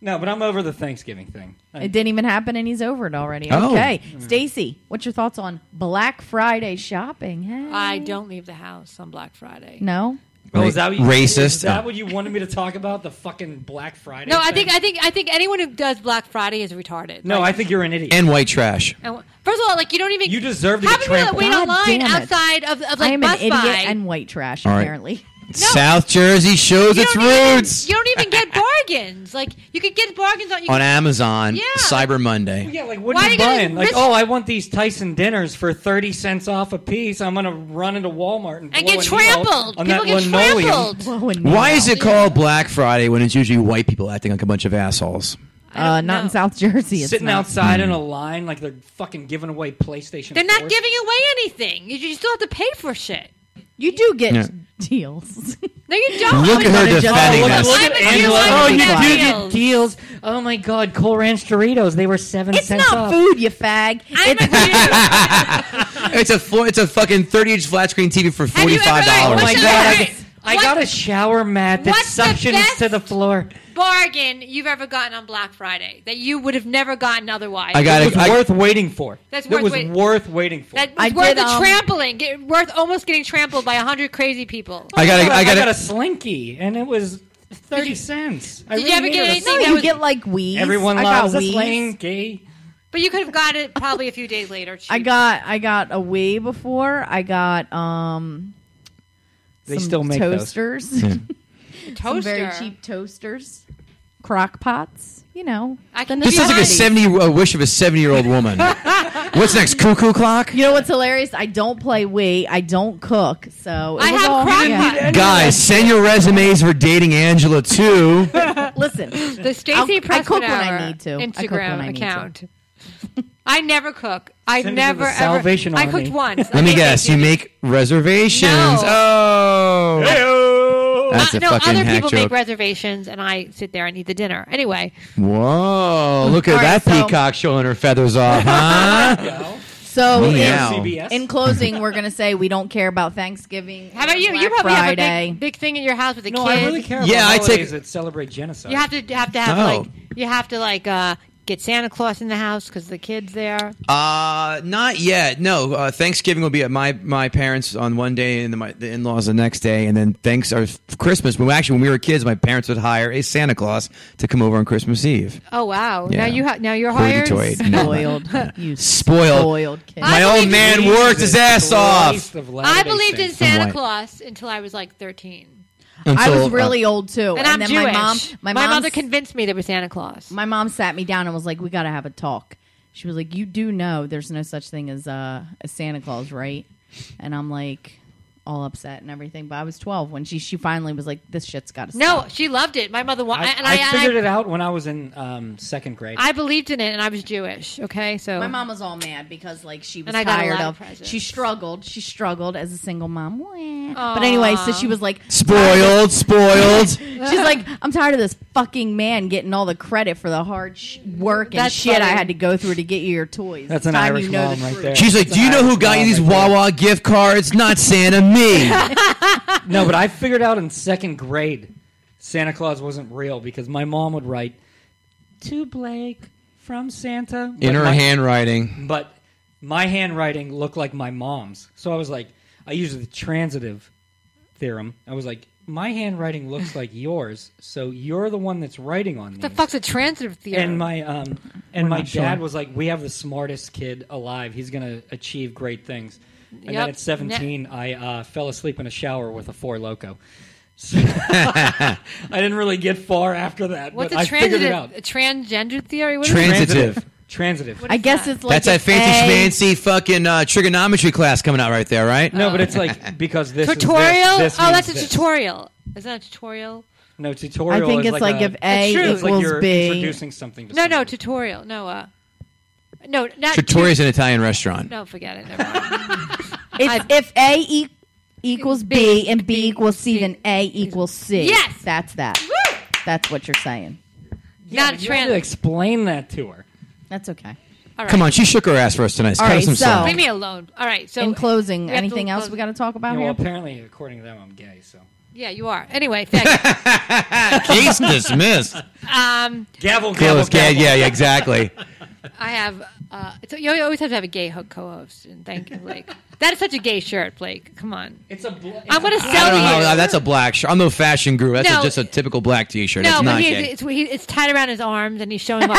[SPEAKER 3] No, but I'm over the Thanksgiving thing.
[SPEAKER 2] it didn't even happen, and he's over it already.
[SPEAKER 4] Oh.
[SPEAKER 2] Okay, Stacy, what's your thoughts on Black Friday shopping? Hey.
[SPEAKER 1] I don't leave the house on Black Friday.
[SPEAKER 2] no,
[SPEAKER 3] Oh, is that what you,
[SPEAKER 4] Racist.
[SPEAKER 3] Is that
[SPEAKER 4] Oh.
[SPEAKER 3] what you wanted me to talk about? The fucking Black Friday.
[SPEAKER 1] No, I
[SPEAKER 3] thing?
[SPEAKER 1] think I think I think anyone who does Black Friday is retarded.
[SPEAKER 3] No, I
[SPEAKER 1] Like,
[SPEAKER 3] think you're an idiot.
[SPEAKER 4] And white trash.
[SPEAKER 1] and- first of all, like you don't even
[SPEAKER 3] You deserve to
[SPEAKER 1] how
[SPEAKER 3] get
[SPEAKER 1] many people that
[SPEAKER 3] trampled.
[SPEAKER 1] wait
[SPEAKER 2] God
[SPEAKER 1] online
[SPEAKER 2] damn it.
[SPEAKER 1] outside of, of
[SPEAKER 2] I
[SPEAKER 1] like
[SPEAKER 2] am
[SPEAKER 1] Best
[SPEAKER 2] an idiot
[SPEAKER 1] Buy.
[SPEAKER 2] and white trash.
[SPEAKER 4] All right.
[SPEAKER 2] Apparently,
[SPEAKER 4] South Jersey shows
[SPEAKER 1] you
[SPEAKER 4] its
[SPEAKER 1] don't even-
[SPEAKER 4] roots
[SPEAKER 1] you don't even get bargains. Like you could get bargains on you.
[SPEAKER 4] on Amazon
[SPEAKER 1] Yeah.
[SPEAKER 4] Cyber Monday.
[SPEAKER 3] yeah, like what
[SPEAKER 1] Why
[SPEAKER 3] are
[SPEAKER 1] are
[SPEAKER 3] you
[SPEAKER 1] you gonna
[SPEAKER 3] buying? Like,
[SPEAKER 1] risk-
[SPEAKER 3] oh, I want these Tyson dinners for thirty cents off a piece. I'm gonna run into Walmart and,
[SPEAKER 1] and get
[SPEAKER 3] blow a needle
[SPEAKER 1] trampled.
[SPEAKER 3] On
[SPEAKER 1] People
[SPEAKER 3] that
[SPEAKER 1] get
[SPEAKER 3] linoleum.
[SPEAKER 1] trampled.
[SPEAKER 4] Why is it called Black Friday when it's usually white people acting like a bunch of assholes?
[SPEAKER 2] Uh, not in
[SPEAKER 1] know.
[SPEAKER 2] South Jersey. It's
[SPEAKER 3] Sitting
[SPEAKER 2] not.
[SPEAKER 3] outside
[SPEAKER 4] Hmm.
[SPEAKER 3] in a line like they're fucking giving away PlayStation.
[SPEAKER 1] They're not
[SPEAKER 3] 4s.
[SPEAKER 1] giving away anything. You, you still have to pay for shit.
[SPEAKER 2] You do get
[SPEAKER 4] Yeah.
[SPEAKER 2] deals.
[SPEAKER 1] No, you don't.
[SPEAKER 4] Look at her
[SPEAKER 2] just-
[SPEAKER 4] defending
[SPEAKER 2] Oh,
[SPEAKER 3] Look,
[SPEAKER 4] this.
[SPEAKER 3] look
[SPEAKER 1] I'm
[SPEAKER 3] at
[SPEAKER 1] a
[SPEAKER 3] Angela.
[SPEAKER 1] Jew, I
[SPEAKER 3] Oh,
[SPEAKER 1] don't
[SPEAKER 3] you
[SPEAKER 1] get
[SPEAKER 3] do
[SPEAKER 1] deals.
[SPEAKER 3] get deals. Oh my God, Cole Ranch Doritos. They were seven
[SPEAKER 2] it's
[SPEAKER 3] cents
[SPEAKER 2] not
[SPEAKER 3] off.
[SPEAKER 2] food, you fag.
[SPEAKER 1] I'm
[SPEAKER 2] it's
[SPEAKER 1] a Jew.
[SPEAKER 4] It's a flo- it's a fucking thirty inch flat screen TV for
[SPEAKER 1] Have
[SPEAKER 4] forty
[SPEAKER 1] you ever-
[SPEAKER 4] five
[SPEAKER 1] what's
[SPEAKER 4] dollars.
[SPEAKER 3] Oh my
[SPEAKER 1] the-
[SPEAKER 3] God, I,
[SPEAKER 1] wait,
[SPEAKER 3] I
[SPEAKER 1] what-
[SPEAKER 3] got a shower mat that
[SPEAKER 1] what's the
[SPEAKER 3] suctions
[SPEAKER 1] best-
[SPEAKER 3] to the floor.
[SPEAKER 1] bargain you've ever gotten on Black Friday that you would have never gotten otherwise.
[SPEAKER 4] I got
[SPEAKER 3] It
[SPEAKER 4] it.
[SPEAKER 3] was
[SPEAKER 4] I-
[SPEAKER 3] worth waiting for.
[SPEAKER 1] That's
[SPEAKER 3] it
[SPEAKER 1] worth
[SPEAKER 3] was
[SPEAKER 1] wait-
[SPEAKER 3] worth waiting for.
[SPEAKER 1] That was
[SPEAKER 2] I
[SPEAKER 1] worth
[SPEAKER 2] did,
[SPEAKER 1] the
[SPEAKER 2] um,
[SPEAKER 1] trampling, get, worth almost getting trampled by a hundred crazy people.
[SPEAKER 4] I got
[SPEAKER 3] I,
[SPEAKER 4] I
[SPEAKER 3] got
[SPEAKER 4] got
[SPEAKER 3] a
[SPEAKER 4] it.
[SPEAKER 3] slinky, and it was thirty cents. I
[SPEAKER 1] did you
[SPEAKER 3] really
[SPEAKER 1] ever get
[SPEAKER 3] needed a
[SPEAKER 1] anything
[SPEAKER 2] no,
[SPEAKER 3] Slink.
[SPEAKER 1] that
[SPEAKER 2] you
[SPEAKER 1] was-
[SPEAKER 2] get like Wheaties.
[SPEAKER 3] Everyone
[SPEAKER 2] I
[SPEAKER 3] loves
[SPEAKER 2] got
[SPEAKER 3] a
[SPEAKER 2] Wheaties.
[SPEAKER 3] slinky.
[SPEAKER 1] But you could have got it probably a few days later.
[SPEAKER 2] I got I got a Wii before. I got um
[SPEAKER 3] They
[SPEAKER 2] some
[SPEAKER 3] still make those.
[SPEAKER 2] toasters.
[SPEAKER 1] toaster.
[SPEAKER 2] Some very cheap toasters, crock pots. You know,
[SPEAKER 1] I can
[SPEAKER 4] This sounds like a
[SPEAKER 1] Behind.
[SPEAKER 4] seventy a wish of a seventy year old woman. What's next? Cuckoo clock.
[SPEAKER 2] you know what's hilarious? I don't play Wii. I don't cook, so it
[SPEAKER 1] I
[SPEAKER 2] was
[SPEAKER 1] have
[SPEAKER 2] all-
[SPEAKER 1] crock
[SPEAKER 2] yeah.
[SPEAKER 1] pot.
[SPEAKER 4] Guys, send your resumes for dating Angela too.
[SPEAKER 2] Listen,
[SPEAKER 1] The
[SPEAKER 2] I'll- I
[SPEAKER 1] Stacy Pressman
[SPEAKER 2] cook when I
[SPEAKER 1] Hour
[SPEAKER 2] need to. I cook when
[SPEAKER 1] Instagram
[SPEAKER 2] I need to.
[SPEAKER 1] account. I never cook. I've
[SPEAKER 3] Send it to
[SPEAKER 1] never
[SPEAKER 3] the
[SPEAKER 1] ever.
[SPEAKER 3] Salvation
[SPEAKER 1] I
[SPEAKER 3] Army.
[SPEAKER 1] cooked once.
[SPEAKER 4] Let me guess. You make reservations.
[SPEAKER 1] No.
[SPEAKER 4] Oh. That's
[SPEAKER 1] Uh,
[SPEAKER 4] a
[SPEAKER 1] no,
[SPEAKER 4] fucking
[SPEAKER 1] other
[SPEAKER 4] hack
[SPEAKER 1] people
[SPEAKER 4] joke.
[SPEAKER 1] make reservations, and I sit there and eat the dinner. Anyway,
[SPEAKER 4] Whoa! Look at
[SPEAKER 2] All right,
[SPEAKER 4] that
[SPEAKER 2] so-
[SPEAKER 4] peacock showing her feathers off, huh?
[SPEAKER 2] so in-
[SPEAKER 4] Meow.
[SPEAKER 3] CBS.
[SPEAKER 2] in closing, we're gonna say we don't care about Thanksgiving.
[SPEAKER 1] how about you?
[SPEAKER 2] Black
[SPEAKER 1] you probably
[SPEAKER 2] Friday.
[SPEAKER 1] have a big, big thing at your house with a
[SPEAKER 3] no,
[SPEAKER 1] kid.
[SPEAKER 3] I really care. About
[SPEAKER 4] Yeah, I take-
[SPEAKER 3] holidays that celebrate genocide.
[SPEAKER 1] You have to have to have
[SPEAKER 4] No.
[SPEAKER 1] like you have to like uh, get Santa Claus in the house because the kids there.
[SPEAKER 4] Uh, not yet. No, uh, Thanksgiving will be at my my parents on one day, and then my, the in laws the next day, and then thanks or Christmas. When actually, when we were kids, my parents would hire a Santa Claus to come over on Christmas Eve.
[SPEAKER 1] Oh wow!
[SPEAKER 4] Yeah.
[SPEAKER 1] Now you ha- now you're
[SPEAKER 4] Hoity
[SPEAKER 1] hired.
[SPEAKER 4] toity. No,
[SPEAKER 2] spoiled. you
[SPEAKER 4] Spoiled.
[SPEAKER 2] spoiled kid.
[SPEAKER 1] I
[SPEAKER 4] My old
[SPEAKER 1] believe
[SPEAKER 4] man
[SPEAKER 3] Jesus
[SPEAKER 4] worked his ass
[SPEAKER 3] Christ
[SPEAKER 4] off
[SPEAKER 3] of
[SPEAKER 1] I
[SPEAKER 3] Latter-day
[SPEAKER 1] believed in
[SPEAKER 3] Saints.
[SPEAKER 1] Santa
[SPEAKER 4] Right.
[SPEAKER 1] Claus until I was like 13,
[SPEAKER 2] I
[SPEAKER 4] until,
[SPEAKER 2] was really old too,
[SPEAKER 1] and, I'm
[SPEAKER 2] then
[SPEAKER 1] Jewish.
[SPEAKER 2] my mom, my, mom
[SPEAKER 1] mother convinced me there was Santa Claus.
[SPEAKER 2] my mom sat me down and was like, "We got to have a talk." She was like, "You do know there's no such thing as uh, a Santa Claus, right?" And I'm like, all upset and everything. But I was 12 when she she finally was like, "This shit's got to
[SPEAKER 1] no, she loved it. My mother wa-
[SPEAKER 3] I,
[SPEAKER 1] and
[SPEAKER 3] I
[SPEAKER 1] I, and
[SPEAKER 3] figured
[SPEAKER 1] I,
[SPEAKER 3] it out when I was in um, second grade.
[SPEAKER 1] I believed in it, and I was Jewish. Okay, so
[SPEAKER 2] My mom was all mad because like she was
[SPEAKER 1] And I got a
[SPEAKER 2] tired
[SPEAKER 1] lot of
[SPEAKER 2] of.
[SPEAKER 1] presents.
[SPEAKER 2] she struggled. She struggled as a single mom. Wah. But anyway, so she was like,
[SPEAKER 4] spoiled, spoiled.
[SPEAKER 2] She's like, I'm tired of this fucking man getting all the credit for the hard sh- work and
[SPEAKER 1] That's
[SPEAKER 2] shit I
[SPEAKER 1] funny.
[SPEAKER 2] had to go through to get you your toys.
[SPEAKER 3] That's
[SPEAKER 2] It's
[SPEAKER 3] an
[SPEAKER 2] time
[SPEAKER 3] Irish
[SPEAKER 2] you know
[SPEAKER 3] mom
[SPEAKER 2] the
[SPEAKER 3] right
[SPEAKER 2] truth."
[SPEAKER 3] there.
[SPEAKER 4] She's like, "Do you know who got you
[SPEAKER 3] Oh
[SPEAKER 4] these Wawa gift cards? Not Santa, me."
[SPEAKER 3] No, but I figured out in second grade Santa Claus wasn't real because my mom would write to Blake from Santa
[SPEAKER 4] In
[SPEAKER 3] but
[SPEAKER 4] her
[SPEAKER 3] my-
[SPEAKER 4] handwriting.
[SPEAKER 3] But my handwriting looked like my mom's, so I was like, I used the transitive theorem. I was like, my handwriting looks like yours, so you're the one that's writing on
[SPEAKER 1] The
[SPEAKER 3] these.
[SPEAKER 1] fuck's a transitive theory?
[SPEAKER 3] and my um and my dad was like, "We have the smartest kid alive. He's gonna achieve great things." And
[SPEAKER 1] Yep.
[SPEAKER 3] then at 17, I uh, fell asleep in a shower with a four loco. So I didn't really get far after that,
[SPEAKER 1] What's
[SPEAKER 3] but
[SPEAKER 1] a
[SPEAKER 3] I figured it
[SPEAKER 1] transitive?
[SPEAKER 3] out.
[SPEAKER 1] A transgender theory? What is it?
[SPEAKER 4] Transitive.
[SPEAKER 3] Transitive.
[SPEAKER 2] I guess it's like
[SPEAKER 4] That's that
[SPEAKER 2] if
[SPEAKER 4] fancy
[SPEAKER 2] A-
[SPEAKER 4] schmancy fucking uh, trigonometry class coming out right there, right?
[SPEAKER 3] No, but it's like because this is this,
[SPEAKER 1] tutorial?
[SPEAKER 3] this
[SPEAKER 1] oh,
[SPEAKER 3] means
[SPEAKER 1] that's a
[SPEAKER 3] this.
[SPEAKER 1] tutorial. Is that a tutorial?
[SPEAKER 3] No, tutorial.
[SPEAKER 2] I think
[SPEAKER 3] is
[SPEAKER 2] it's like,
[SPEAKER 3] a,
[SPEAKER 2] if A
[SPEAKER 1] It's true.
[SPEAKER 3] it's like
[SPEAKER 2] equals
[SPEAKER 3] you're
[SPEAKER 2] B.
[SPEAKER 3] introducing something. To
[SPEAKER 1] No, no,
[SPEAKER 3] someone.
[SPEAKER 1] tutorial. No, uh, no, not
[SPEAKER 4] Trattoria's an Italian restaurant.
[SPEAKER 1] No, forget it. Never mind.
[SPEAKER 2] It's if A e- equals B and B equals C, then A equals C.
[SPEAKER 1] Yes!
[SPEAKER 2] that's that.
[SPEAKER 1] Woo!
[SPEAKER 2] That's what you're saying.
[SPEAKER 1] not a
[SPEAKER 3] You had to
[SPEAKER 1] trans.
[SPEAKER 3] explain that to her.
[SPEAKER 2] That's okay.
[SPEAKER 4] Come on, she shook her ass for us tonight.
[SPEAKER 2] All
[SPEAKER 4] Cut
[SPEAKER 2] right,
[SPEAKER 4] us some
[SPEAKER 2] so-
[SPEAKER 4] slack.
[SPEAKER 1] Leave me alone. All right. So
[SPEAKER 2] In closing,
[SPEAKER 1] we have to
[SPEAKER 2] anything else
[SPEAKER 1] close-
[SPEAKER 2] we got to talk about
[SPEAKER 1] Oh,
[SPEAKER 3] Yeah, well,
[SPEAKER 2] here?
[SPEAKER 3] apparently, according to them, I'm gay. So
[SPEAKER 1] Yeah, you are. Anyway, thank you.
[SPEAKER 4] Case dismissed.
[SPEAKER 1] Um,
[SPEAKER 3] gavel, gavel,
[SPEAKER 4] Close. Yeah,
[SPEAKER 3] gavel.
[SPEAKER 4] yeah, yeah, exactly.
[SPEAKER 1] I have. Uh, so you always have to have a gay ho- co-host, and thank you, Blake. that is such a gay shirt, Blake. Come on.
[SPEAKER 3] It's a. Bl-
[SPEAKER 1] I'm gonna
[SPEAKER 4] I
[SPEAKER 1] sell
[SPEAKER 4] don't
[SPEAKER 1] you.
[SPEAKER 4] know how, Oh, uh, that's a black shirt. I'm no fashion guru. That's a-
[SPEAKER 1] No.
[SPEAKER 4] just a typical black T-shirt.
[SPEAKER 1] no,
[SPEAKER 4] it's
[SPEAKER 1] but
[SPEAKER 4] not
[SPEAKER 1] he,
[SPEAKER 4] gay.
[SPEAKER 1] it's, he, it's tied around his arms, and he's showing off.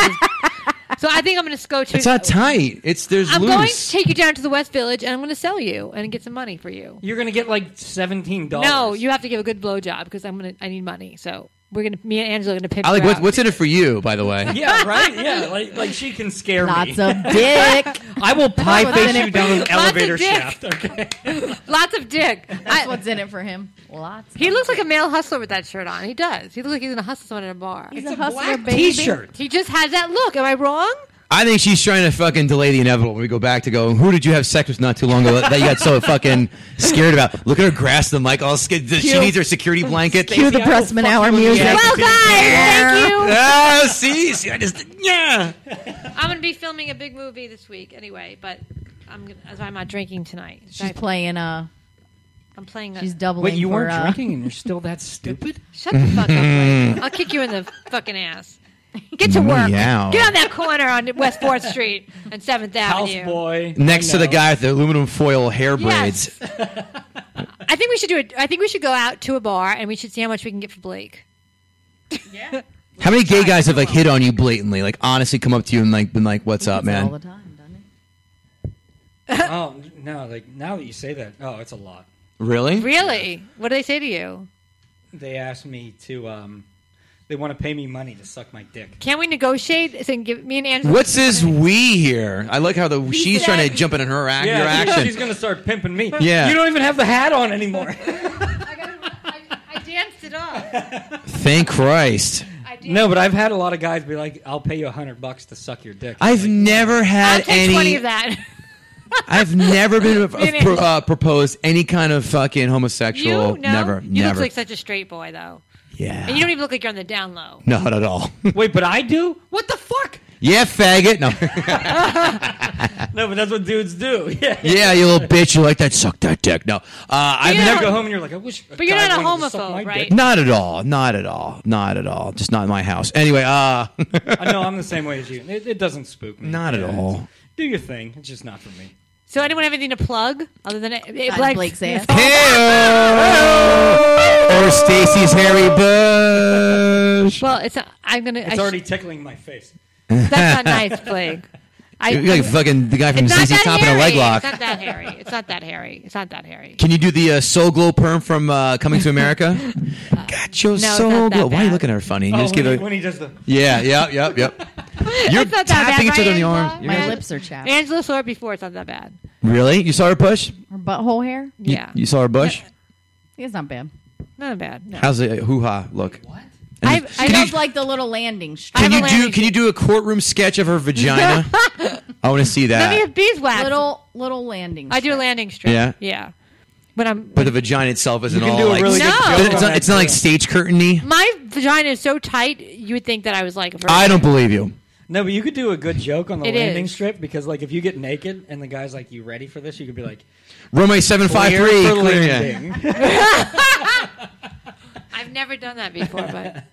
[SPEAKER 1] His, so I think I'm gonna go to.
[SPEAKER 4] It's not tight. It's there's
[SPEAKER 1] I'm going to
[SPEAKER 4] loose.
[SPEAKER 1] take you down to the West Village, and I'm going to sell you and get some money for you.
[SPEAKER 3] You're gonna get like seventeen dollars.
[SPEAKER 1] No, you have to give a good blowjob because I'm gonna. I need money, so we're gonna. Me and Angela are gonna pimp.
[SPEAKER 4] I like
[SPEAKER 1] her
[SPEAKER 4] what,
[SPEAKER 1] out.
[SPEAKER 4] what's in it for you, by the way.
[SPEAKER 3] Yeah, right. Yeah, like like she can scare me.
[SPEAKER 2] Lots of dick.
[SPEAKER 3] I will pie
[SPEAKER 2] What's in
[SPEAKER 3] face
[SPEAKER 2] it
[SPEAKER 3] you
[SPEAKER 2] for
[SPEAKER 3] down
[SPEAKER 2] you?
[SPEAKER 3] an
[SPEAKER 2] Lots
[SPEAKER 1] of
[SPEAKER 3] elevator
[SPEAKER 1] dick.
[SPEAKER 3] shaft. Okay.
[SPEAKER 1] Lots of dick. I-
[SPEAKER 2] That's what's in it for him. Lots.
[SPEAKER 1] he looks like a male hustler with that shirt on. He does. He looks like he's gonna hustle someone in a bar.
[SPEAKER 2] He's a hustler,
[SPEAKER 3] black
[SPEAKER 2] baby.
[SPEAKER 3] T-shirt.
[SPEAKER 1] He just has that look. Am I wrong?
[SPEAKER 4] I think she's trying to fucking delay the inevitable. When we go back to go, who did you have sex with not too long ago that you got so fucking scared about? Look at her grasp the mic. All scared. She
[SPEAKER 2] Cute.
[SPEAKER 4] needs her security blanket.
[SPEAKER 2] Cue the Pressman Hour music.
[SPEAKER 1] Well, Oh, guys, thank you.
[SPEAKER 4] Ah, see, see, I just yeah.
[SPEAKER 1] I'm gonna be filming a big movie this week anyway, but I'm gonna, that's why I'm not drinking tonight.
[SPEAKER 2] She's playing. Uh,
[SPEAKER 1] I'm playing. A,
[SPEAKER 2] she's doubling.
[SPEAKER 3] Wait, you
[SPEAKER 2] for,
[SPEAKER 3] weren't
[SPEAKER 2] uh,
[SPEAKER 3] drinking and you're still that stupid?
[SPEAKER 1] shut the fuck up. Blake. I'll kick you in the fucking ass. Get to work.
[SPEAKER 4] Meow.
[SPEAKER 1] Get on that corner on West Fourth Street and Seventh Avenue.
[SPEAKER 3] Houseboy.
[SPEAKER 4] Next
[SPEAKER 3] I
[SPEAKER 4] to the
[SPEAKER 3] know.
[SPEAKER 4] guy with the aluminum foil hair
[SPEAKER 1] Yes.
[SPEAKER 4] braids.
[SPEAKER 1] I think we should do it. I think we should go out to a bar and we should see how much we can get for Blake.
[SPEAKER 4] How many gay guys have like hit on you blatantly? Like honestly, come up to you and like been like, "What's up,
[SPEAKER 2] All the
[SPEAKER 4] man?"
[SPEAKER 2] time, doesn't it?
[SPEAKER 3] Oh no! Like now that you say that, oh, it's a lot.
[SPEAKER 4] Really?
[SPEAKER 1] Really? What do they say to you?
[SPEAKER 3] They asked me to. um They want to pay me money to suck my dick.
[SPEAKER 1] Can we negotiate? And give me and Angela.
[SPEAKER 4] What's this we here? I like how the she's
[SPEAKER 1] said-
[SPEAKER 4] trying to jump in her act, your
[SPEAKER 3] she-
[SPEAKER 4] action.
[SPEAKER 3] she's gonna start pimping me.
[SPEAKER 4] Yeah.
[SPEAKER 3] you don't even have the hat on anymore.
[SPEAKER 1] I, gotta- I, I danced it off.
[SPEAKER 4] Thank Christ.
[SPEAKER 1] I danced.
[SPEAKER 3] no, but I've had a lot of guys be like, "I'll pay you a hundred bucks to suck your dick."
[SPEAKER 4] I've
[SPEAKER 3] Like,
[SPEAKER 4] never
[SPEAKER 1] I'll
[SPEAKER 4] had
[SPEAKER 1] take
[SPEAKER 4] any.
[SPEAKER 1] twenty of that.
[SPEAKER 4] I've never been uh,
[SPEAKER 1] Maybe.
[SPEAKER 4] pro- uh, proposed any kind of fucking
[SPEAKER 1] You
[SPEAKER 4] homosexual.
[SPEAKER 1] no?
[SPEAKER 4] Never,
[SPEAKER 1] You look
[SPEAKER 4] never.
[SPEAKER 1] like such a straight boy though,
[SPEAKER 4] yeah.
[SPEAKER 1] and you don't even look like you're on the down low.
[SPEAKER 4] Not at all.
[SPEAKER 3] wait, but I do. What the fuck?
[SPEAKER 4] yeah, faggot. No.
[SPEAKER 3] No, but that's what dudes do. Yeah.
[SPEAKER 4] yeah, you little bitch. You like that? Suck that dick. No. Uh, I've
[SPEAKER 1] You
[SPEAKER 4] never.
[SPEAKER 3] Go home and you're like, I wish.
[SPEAKER 1] But you're
[SPEAKER 3] God
[SPEAKER 1] not a
[SPEAKER 3] wanted to suck
[SPEAKER 1] homophobe,
[SPEAKER 3] my dick.
[SPEAKER 1] right?
[SPEAKER 4] Not at all. Not at all. Not at all. Just not in my house. Anyway, uh,
[SPEAKER 3] I know I'm the same way as you. It, it doesn't spook me.
[SPEAKER 4] not at
[SPEAKER 3] Yeah,
[SPEAKER 4] all.
[SPEAKER 3] Do your thing. It's just not for me.
[SPEAKER 1] So anyone have anything to plug other than it, it,
[SPEAKER 2] God,
[SPEAKER 1] Blake-
[SPEAKER 2] Blake's ass.
[SPEAKER 4] Heyo! Or Stacy's hairy bush.
[SPEAKER 1] Well, it's not- I'm gonna. I
[SPEAKER 3] It's
[SPEAKER 1] sh-
[SPEAKER 3] already tickling my face.
[SPEAKER 1] that's not nice, Blake. I,
[SPEAKER 4] You're like
[SPEAKER 1] I'm-
[SPEAKER 4] fucking the guy from
[SPEAKER 1] it's not
[SPEAKER 4] ZZ
[SPEAKER 1] that
[SPEAKER 4] Top
[SPEAKER 1] hairy.
[SPEAKER 4] and a leg lock.
[SPEAKER 1] It's not that hairy. It's not that hairy. It's not that hairy.
[SPEAKER 4] Can you do the uh, Soul Glow perm from uh, Coming to America? Got your
[SPEAKER 1] not
[SPEAKER 4] Soul
[SPEAKER 1] that
[SPEAKER 4] Glow. Why are you
[SPEAKER 1] bad.
[SPEAKER 4] looking at her funny? You
[SPEAKER 3] Oh,
[SPEAKER 4] just give
[SPEAKER 3] when,
[SPEAKER 4] her.
[SPEAKER 3] he, when he does the.
[SPEAKER 4] Yeah, yeah, yeah, yeah. You're
[SPEAKER 1] It's not that bad,
[SPEAKER 4] tapping each other
[SPEAKER 1] right,
[SPEAKER 4] in the
[SPEAKER 1] Angela?
[SPEAKER 4] arms.
[SPEAKER 1] Yeah.
[SPEAKER 2] My lips are chapped.
[SPEAKER 1] Angela saw it before. It's not that bad.
[SPEAKER 4] Really? You saw her push?
[SPEAKER 2] Her butthole hair.
[SPEAKER 4] You-
[SPEAKER 1] Yeah,
[SPEAKER 4] You, saw her bush?
[SPEAKER 2] It's not bad.
[SPEAKER 1] not bad. No.
[SPEAKER 4] How's the hoo ha look? What?
[SPEAKER 1] I, I
[SPEAKER 2] It
[SPEAKER 1] don't
[SPEAKER 2] does
[SPEAKER 1] like.
[SPEAKER 2] like the little landing strip.
[SPEAKER 4] Can
[SPEAKER 1] I
[SPEAKER 4] you
[SPEAKER 1] have a
[SPEAKER 4] do?
[SPEAKER 1] landing
[SPEAKER 4] Can you do a courtroom sketch of her vagina? I want to see
[SPEAKER 1] Let me
[SPEAKER 4] that.
[SPEAKER 1] have beeswax.
[SPEAKER 2] Little little landing.
[SPEAKER 1] I do a
[SPEAKER 2] strip.
[SPEAKER 1] landing strip.
[SPEAKER 4] Yeah?
[SPEAKER 1] yeah. When I'm
[SPEAKER 4] But the vagina itself isn't
[SPEAKER 3] can
[SPEAKER 4] all
[SPEAKER 3] do a
[SPEAKER 4] like.
[SPEAKER 3] really
[SPEAKER 1] good No. joke
[SPEAKER 4] But it's,
[SPEAKER 3] on
[SPEAKER 4] not,
[SPEAKER 3] that,
[SPEAKER 4] it's not like
[SPEAKER 3] too.
[SPEAKER 4] stage curtainy.
[SPEAKER 1] my vagina is so tight, you would think that I was like. a virgin.
[SPEAKER 4] I don't believe you.
[SPEAKER 3] No, but you could do a good joke on the
[SPEAKER 1] It
[SPEAKER 3] landing
[SPEAKER 1] is.
[SPEAKER 3] strip because, like, if you get naked and the guy's like, "You ready for this?" You could be like,
[SPEAKER 4] Runway seven five
[SPEAKER 3] "Clear
[SPEAKER 4] three.
[SPEAKER 3] for
[SPEAKER 4] Clear. yeah.
[SPEAKER 3] landing."
[SPEAKER 1] I've never done that before, but.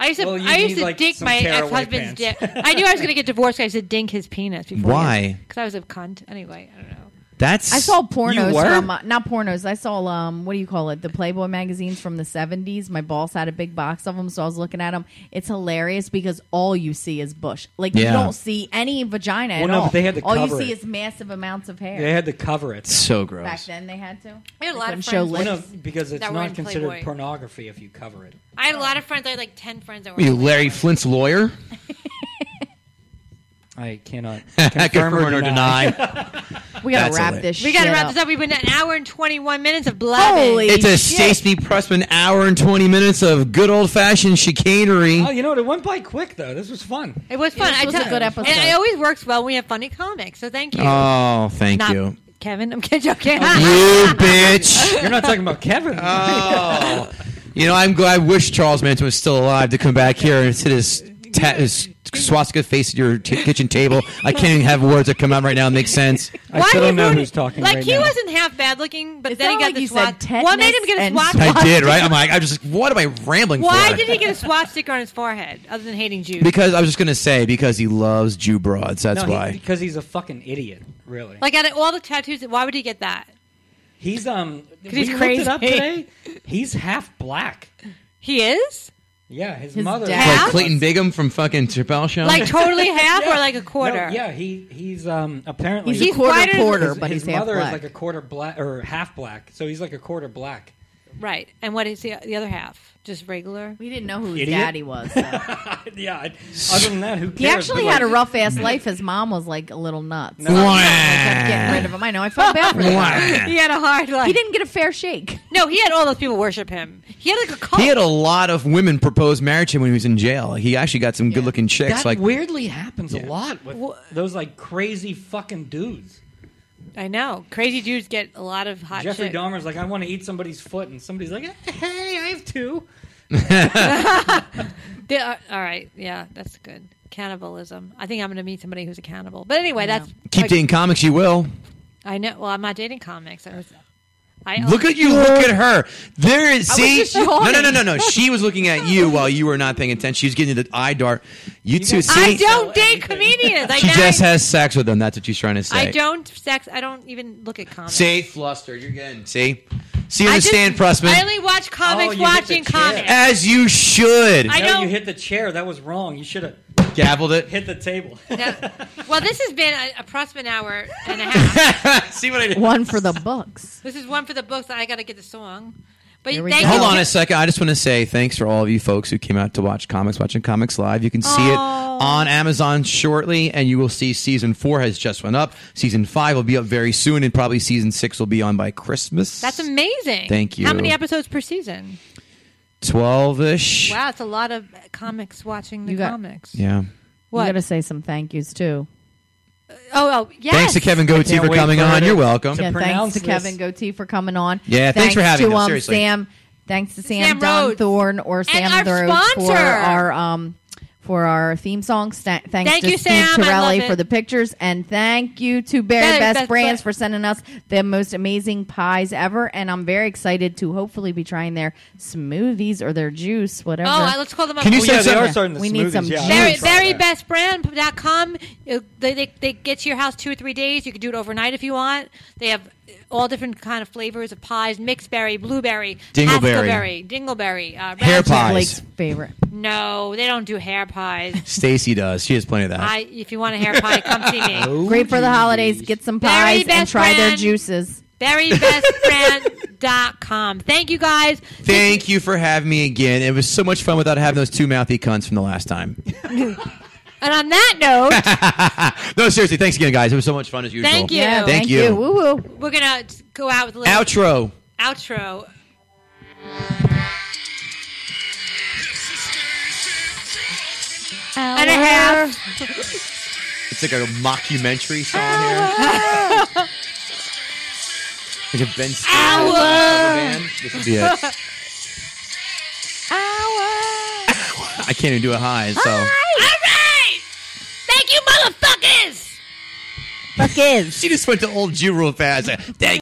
[SPEAKER 1] I used to,
[SPEAKER 3] Well, you
[SPEAKER 1] I used
[SPEAKER 3] need,
[SPEAKER 1] to
[SPEAKER 3] like,
[SPEAKER 1] dink
[SPEAKER 3] some
[SPEAKER 1] my
[SPEAKER 3] tearaway
[SPEAKER 1] ex husband's dick.
[SPEAKER 3] pants.
[SPEAKER 1] I knew I was going to get divorced. 'cause I used to dink his penis before.
[SPEAKER 4] Why?
[SPEAKER 1] Because I was a cunt. Anyway, I don't know.
[SPEAKER 4] That's
[SPEAKER 2] I saw pornos
[SPEAKER 3] You were?
[SPEAKER 2] from uh, not pornos. I saw um what do you call it? The Playboy magazines from the 70s. My boss had a big box of them, so I was looking at them. It's hilarious because all you see is bush. Like you
[SPEAKER 4] Yeah.
[SPEAKER 2] don't see any vagina
[SPEAKER 3] Well,
[SPEAKER 2] at
[SPEAKER 3] no,
[SPEAKER 2] all.
[SPEAKER 3] but they had to
[SPEAKER 2] all you
[SPEAKER 3] cover
[SPEAKER 2] see
[SPEAKER 3] it.
[SPEAKER 2] is massive amounts of hair.
[SPEAKER 3] They had to cover it.
[SPEAKER 4] so gross.
[SPEAKER 2] Back then they had to.
[SPEAKER 1] I had a
[SPEAKER 2] They
[SPEAKER 1] lot of
[SPEAKER 2] couldn't show
[SPEAKER 1] friends
[SPEAKER 3] Well,
[SPEAKER 2] lips.
[SPEAKER 3] no, because it's
[SPEAKER 1] That were
[SPEAKER 3] not
[SPEAKER 1] in
[SPEAKER 3] considered
[SPEAKER 1] Playboy.
[SPEAKER 3] pornography if you cover it.
[SPEAKER 1] I had a lot of friends. I had like ten friends that were.
[SPEAKER 4] You Larry Flint's lawyer?
[SPEAKER 3] I cannot
[SPEAKER 4] Confirm
[SPEAKER 3] confirm or deny.
[SPEAKER 2] We gotta
[SPEAKER 4] That's
[SPEAKER 2] wrap
[SPEAKER 4] hilarious.
[SPEAKER 2] this.
[SPEAKER 1] we gotta
[SPEAKER 2] shit
[SPEAKER 1] wrap
[SPEAKER 2] up.
[SPEAKER 1] this up. We've been an hour and twenty-one minutes of blabbing.
[SPEAKER 2] Holy
[SPEAKER 4] It's a
[SPEAKER 2] shit.
[SPEAKER 4] Stacey Pressman hour and 20 minutes of good old fashioned chicanery.
[SPEAKER 3] Oh, you know what? It went by quick though. This was fun.
[SPEAKER 1] It was fun.
[SPEAKER 2] this
[SPEAKER 1] I
[SPEAKER 2] was a
[SPEAKER 1] tell-
[SPEAKER 2] good episode.
[SPEAKER 1] And it always works well when we have funny comics. So thank you.
[SPEAKER 4] Oh, thank
[SPEAKER 1] Not
[SPEAKER 4] you.
[SPEAKER 1] Kevin. I'm kidding. Okay.
[SPEAKER 4] You bitch.
[SPEAKER 3] You're not talking about Kevin.
[SPEAKER 4] Oh. You know, I'm glad. I wish Charles Manson was still alive to come back here and sit his, ta- his swastika face at your t- kitchen table. I can't even have words that come out right now that make sense.
[SPEAKER 3] I still
[SPEAKER 1] do you
[SPEAKER 3] don't know
[SPEAKER 1] vote-
[SPEAKER 3] who's talking
[SPEAKER 1] Like
[SPEAKER 3] right
[SPEAKER 1] he
[SPEAKER 3] now.
[SPEAKER 1] wasn't half bad looking, but
[SPEAKER 2] It
[SPEAKER 1] then he got
[SPEAKER 2] sounded like
[SPEAKER 1] the
[SPEAKER 2] you said
[SPEAKER 1] swastika. What made him get a
[SPEAKER 2] tetanus and
[SPEAKER 1] swastika?
[SPEAKER 4] I did, right? I'm like, I'm just, what am I rambling
[SPEAKER 1] Why
[SPEAKER 4] for?
[SPEAKER 1] did he get a swastika on his forehead other than hating Jews?
[SPEAKER 4] Because I was just going to say, because he loves Jew broads. That's
[SPEAKER 3] no, he-
[SPEAKER 4] why.
[SPEAKER 3] because he's a fucking idiot. Really.
[SPEAKER 1] like out of all the tattoos, why would he get that?
[SPEAKER 3] He's um. We
[SPEAKER 1] he's
[SPEAKER 3] looked it up
[SPEAKER 1] crazy.
[SPEAKER 3] today. He's half black.
[SPEAKER 1] He is
[SPEAKER 3] Yeah, his,
[SPEAKER 2] His
[SPEAKER 3] mother.
[SPEAKER 2] dad?
[SPEAKER 4] like
[SPEAKER 1] Half?
[SPEAKER 4] Clayton Bigham from fucking Chappelle Show.
[SPEAKER 1] like totally half or like a
[SPEAKER 3] No,
[SPEAKER 1] quarter.
[SPEAKER 3] yeah, he he's um apparently
[SPEAKER 2] He's a
[SPEAKER 1] He's
[SPEAKER 2] quarter
[SPEAKER 1] whiter-
[SPEAKER 2] porter,
[SPEAKER 3] his,
[SPEAKER 2] but
[SPEAKER 3] his
[SPEAKER 2] he's half
[SPEAKER 3] mother
[SPEAKER 2] black.
[SPEAKER 3] is like a quarter black or half black, so he's like a quarter black.
[SPEAKER 1] Right. And what is the, the other half? Just regular.
[SPEAKER 2] we didn't know who his
[SPEAKER 3] Idiot.
[SPEAKER 2] daddy was. so.
[SPEAKER 3] yeah. I- Other than that, who cares?
[SPEAKER 2] He actually
[SPEAKER 3] But,
[SPEAKER 2] had a
[SPEAKER 3] like,
[SPEAKER 2] rough ass life. His mom was like a little nuts.
[SPEAKER 3] No.
[SPEAKER 2] Like, I kept getting rid of him. I know. I felt bad for him.
[SPEAKER 1] He had a hard life.
[SPEAKER 2] He didn't get a fair shake.
[SPEAKER 1] No, he had all those people worship him. He had like a cult.
[SPEAKER 4] He had a lot of women propose marriage to him when he was in jail. He actually got some good looking chicks.
[SPEAKER 3] That
[SPEAKER 4] like
[SPEAKER 3] weirdly happens a lot with
[SPEAKER 1] Wha-
[SPEAKER 3] those like crazy fucking dudes.
[SPEAKER 1] I know. Crazy dudes get a lot of hot
[SPEAKER 3] Jeffrey
[SPEAKER 1] shit.
[SPEAKER 3] Dahmer's like, I want to eat somebody's foot, and somebody's like, Hey, I have two.
[SPEAKER 1] They are- all right. Yeah, that's good. Cannibalism. I think I'm going to meet somebody who's a cannibal. But anyway, that's
[SPEAKER 4] keep
[SPEAKER 1] like,
[SPEAKER 4] dating comics, you will.
[SPEAKER 1] I know. Well, I'm not dating comics. I was. I
[SPEAKER 4] Look at you! Look at her. There is. See,
[SPEAKER 2] just
[SPEAKER 4] no,
[SPEAKER 2] yawning.
[SPEAKER 4] no, no, no, no. She was looking at you while you were not paying attention. She was getting the eye dart. You two
[SPEAKER 3] guys-
[SPEAKER 4] see.
[SPEAKER 1] I don't
[SPEAKER 3] So
[SPEAKER 1] date
[SPEAKER 3] anything.
[SPEAKER 1] comedians. I
[SPEAKER 4] she
[SPEAKER 1] know-
[SPEAKER 4] just has sex with them. That's what she's trying to
[SPEAKER 1] I
[SPEAKER 4] say.
[SPEAKER 1] don't sex. I don't even look at comics.
[SPEAKER 4] See, flustered. You're getting. See, see, you
[SPEAKER 1] I
[SPEAKER 4] understand,
[SPEAKER 1] just-
[SPEAKER 4] Pressman.
[SPEAKER 1] I only watch comics
[SPEAKER 3] you
[SPEAKER 2] Oh,
[SPEAKER 3] hit the
[SPEAKER 1] watching
[SPEAKER 3] chair.
[SPEAKER 1] comics.
[SPEAKER 4] As you should.
[SPEAKER 1] I
[SPEAKER 3] No,
[SPEAKER 1] don't-
[SPEAKER 3] you hit the chair. That was wrong. You should have
[SPEAKER 4] Gavelled it.
[SPEAKER 3] hit the table.
[SPEAKER 1] No. Well, this has been a, a Pressman hour and a half.
[SPEAKER 4] see what I did.
[SPEAKER 2] One for the books.
[SPEAKER 1] this is one for the books. I got to get the song. But
[SPEAKER 2] Here we
[SPEAKER 1] thank
[SPEAKER 2] go.
[SPEAKER 1] you.
[SPEAKER 4] Hold on a second. I just want to say thanks for all of you folks who came out to watch comics, watching comics live. You can see it on Amazon shortly, and you will see season four has just went up. Season five will be up very soon, and probably season six will be on by Christmas.
[SPEAKER 1] That's amazing.
[SPEAKER 4] Thank you.
[SPEAKER 1] How many episodes per season?
[SPEAKER 4] twelve ish.
[SPEAKER 1] Wow, it's a lot of comics watching the
[SPEAKER 2] You got-
[SPEAKER 1] comics.
[SPEAKER 4] Yeah.
[SPEAKER 2] We
[SPEAKER 1] What?
[SPEAKER 2] gotta say some thank yous too.
[SPEAKER 1] oh, oh, yes.
[SPEAKER 4] Thanks to Kevin Goatee
[SPEAKER 3] can't
[SPEAKER 4] for
[SPEAKER 3] wait
[SPEAKER 4] coming
[SPEAKER 3] for her
[SPEAKER 4] on.
[SPEAKER 3] to-
[SPEAKER 4] You're welcome.
[SPEAKER 3] to-
[SPEAKER 2] Yeah, thanks
[SPEAKER 3] pronounce
[SPEAKER 2] to
[SPEAKER 3] this.
[SPEAKER 2] Kevin Goatee for coming on.
[SPEAKER 4] Yeah, thanks for having
[SPEAKER 2] to,
[SPEAKER 4] us,
[SPEAKER 2] um,
[SPEAKER 4] seriously.
[SPEAKER 2] Sam. Thanks to Sam,
[SPEAKER 1] Sam
[SPEAKER 2] Don
[SPEAKER 1] Rhodes.
[SPEAKER 2] Thorne or Sam
[SPEAKER 1] our
[SPEAKER 2] Rhodes for
[SPEAKER 1] sponsor.
[SPEAKER 2] our um for our theme song. Sta- thanks
[SPEAKER 1] Thank
[SPEAKER 2] to
[SPEAKER 1] you,
[SPEAKER 2] Steve
[SPEAKER 1] Sam. I love
[SPEAKER 2] Torelli
[SPEAKER 1] it.
[SPEAKER 2] for the pictures, and thank you to Barry
[SPEAKER 1] Barry
[SPEAKER 2] Best,
[SPEAKER 1] Best
[SPEAKER 2] Brands
[SPEAKER 1] Bra-
[SPEAKER 2] for sending us the most amazing pies ever. And I'm very excited to hopefully be trying their smoothies or their juice, whatever.
[SPEAKER 1] Oh, let's call them up.
[SPEAKER 4] Can you
[SPEAKER 3] Well,
[SPEAKER 4] say
[SPEAKER 3] yeah, they
[SPEAKER 4] something?
[SPEAKER 3] are starting the
[SPEAKER 2] We need
[SPEAKER 3] smoothies,
[SPEAKER 2] some
[SPEAKER 3] yeah, I
[SPEAKER 1] Very,
[SPEAKER 3] would try
[SPEAKER 1] very
[SPEAKER 3] that.
[SPEAKER 1] bestbrand.com. They, they, they get to your house two or three days. You can do it overnight if you want. They have all different kind of flavors of pies: mixed berry, blueberry,
[SPEAKER 4] Dingleberry.
[SPEAKER 1] Haskellberry, dingleberry, uh,
[SPEAKER 4] Hair
[SPEAKER 1] raspberry.
[SPEAKER 4] pie.
[SPEAKER 2] Blake's favorite.
[SPEAKER 1] No, they don't do hair pies.
[SPEAKER 4] Stacy does. She has plenty of that.
[SPEAKER 1] I, if you want a hair pie, come see me.
[SPEAKER 2] Great for the holidays. Get some
[SPEAKER 1] Barry
[SPEAKER 2] pies and
[SPEAKER 1] Best
[SPEAKER 2] try their
[SPEAKER 1] Brand.
[SPEAKER 2] juices.
[SPEAKER 1] Berrybestbrand.com. Thank you guys.
[SPEAKER 4] Thank you for having me again. It was so much fun without having those two mouthy cunts from the last time.
[SPEAKER 1] And on that note,
[SPEAKER 4] No, seriously. Thanks again, guys. It was so much fun as usual.
[SPEAKER 1] Thank you.
[SPEAKER 2] Yeah,
[SPEAKER 1] Thank
[SPEAKER 2] thank
[SPEAKER 4] you.
[SPEAKER 2] you. Woo woo.
[SPEAKER 1] we're gonna go out with a little
[SPEAKER 4] Outro.
[SPEAKER 1] outro. And a half.
[SPEAKER 4] It's like a mockumentary song here. like a Ben Stiller
[SPEAKER 1] Hour.
[SPEAKER 4] cover band. This would be it. I can't even do a high, so.
[SPEAKER 1] All right. Thank you, motherfuckers.
[SPEAKER 2] Fuck is.
[SPEAKER 4] She just went to old Jew real fast. Thank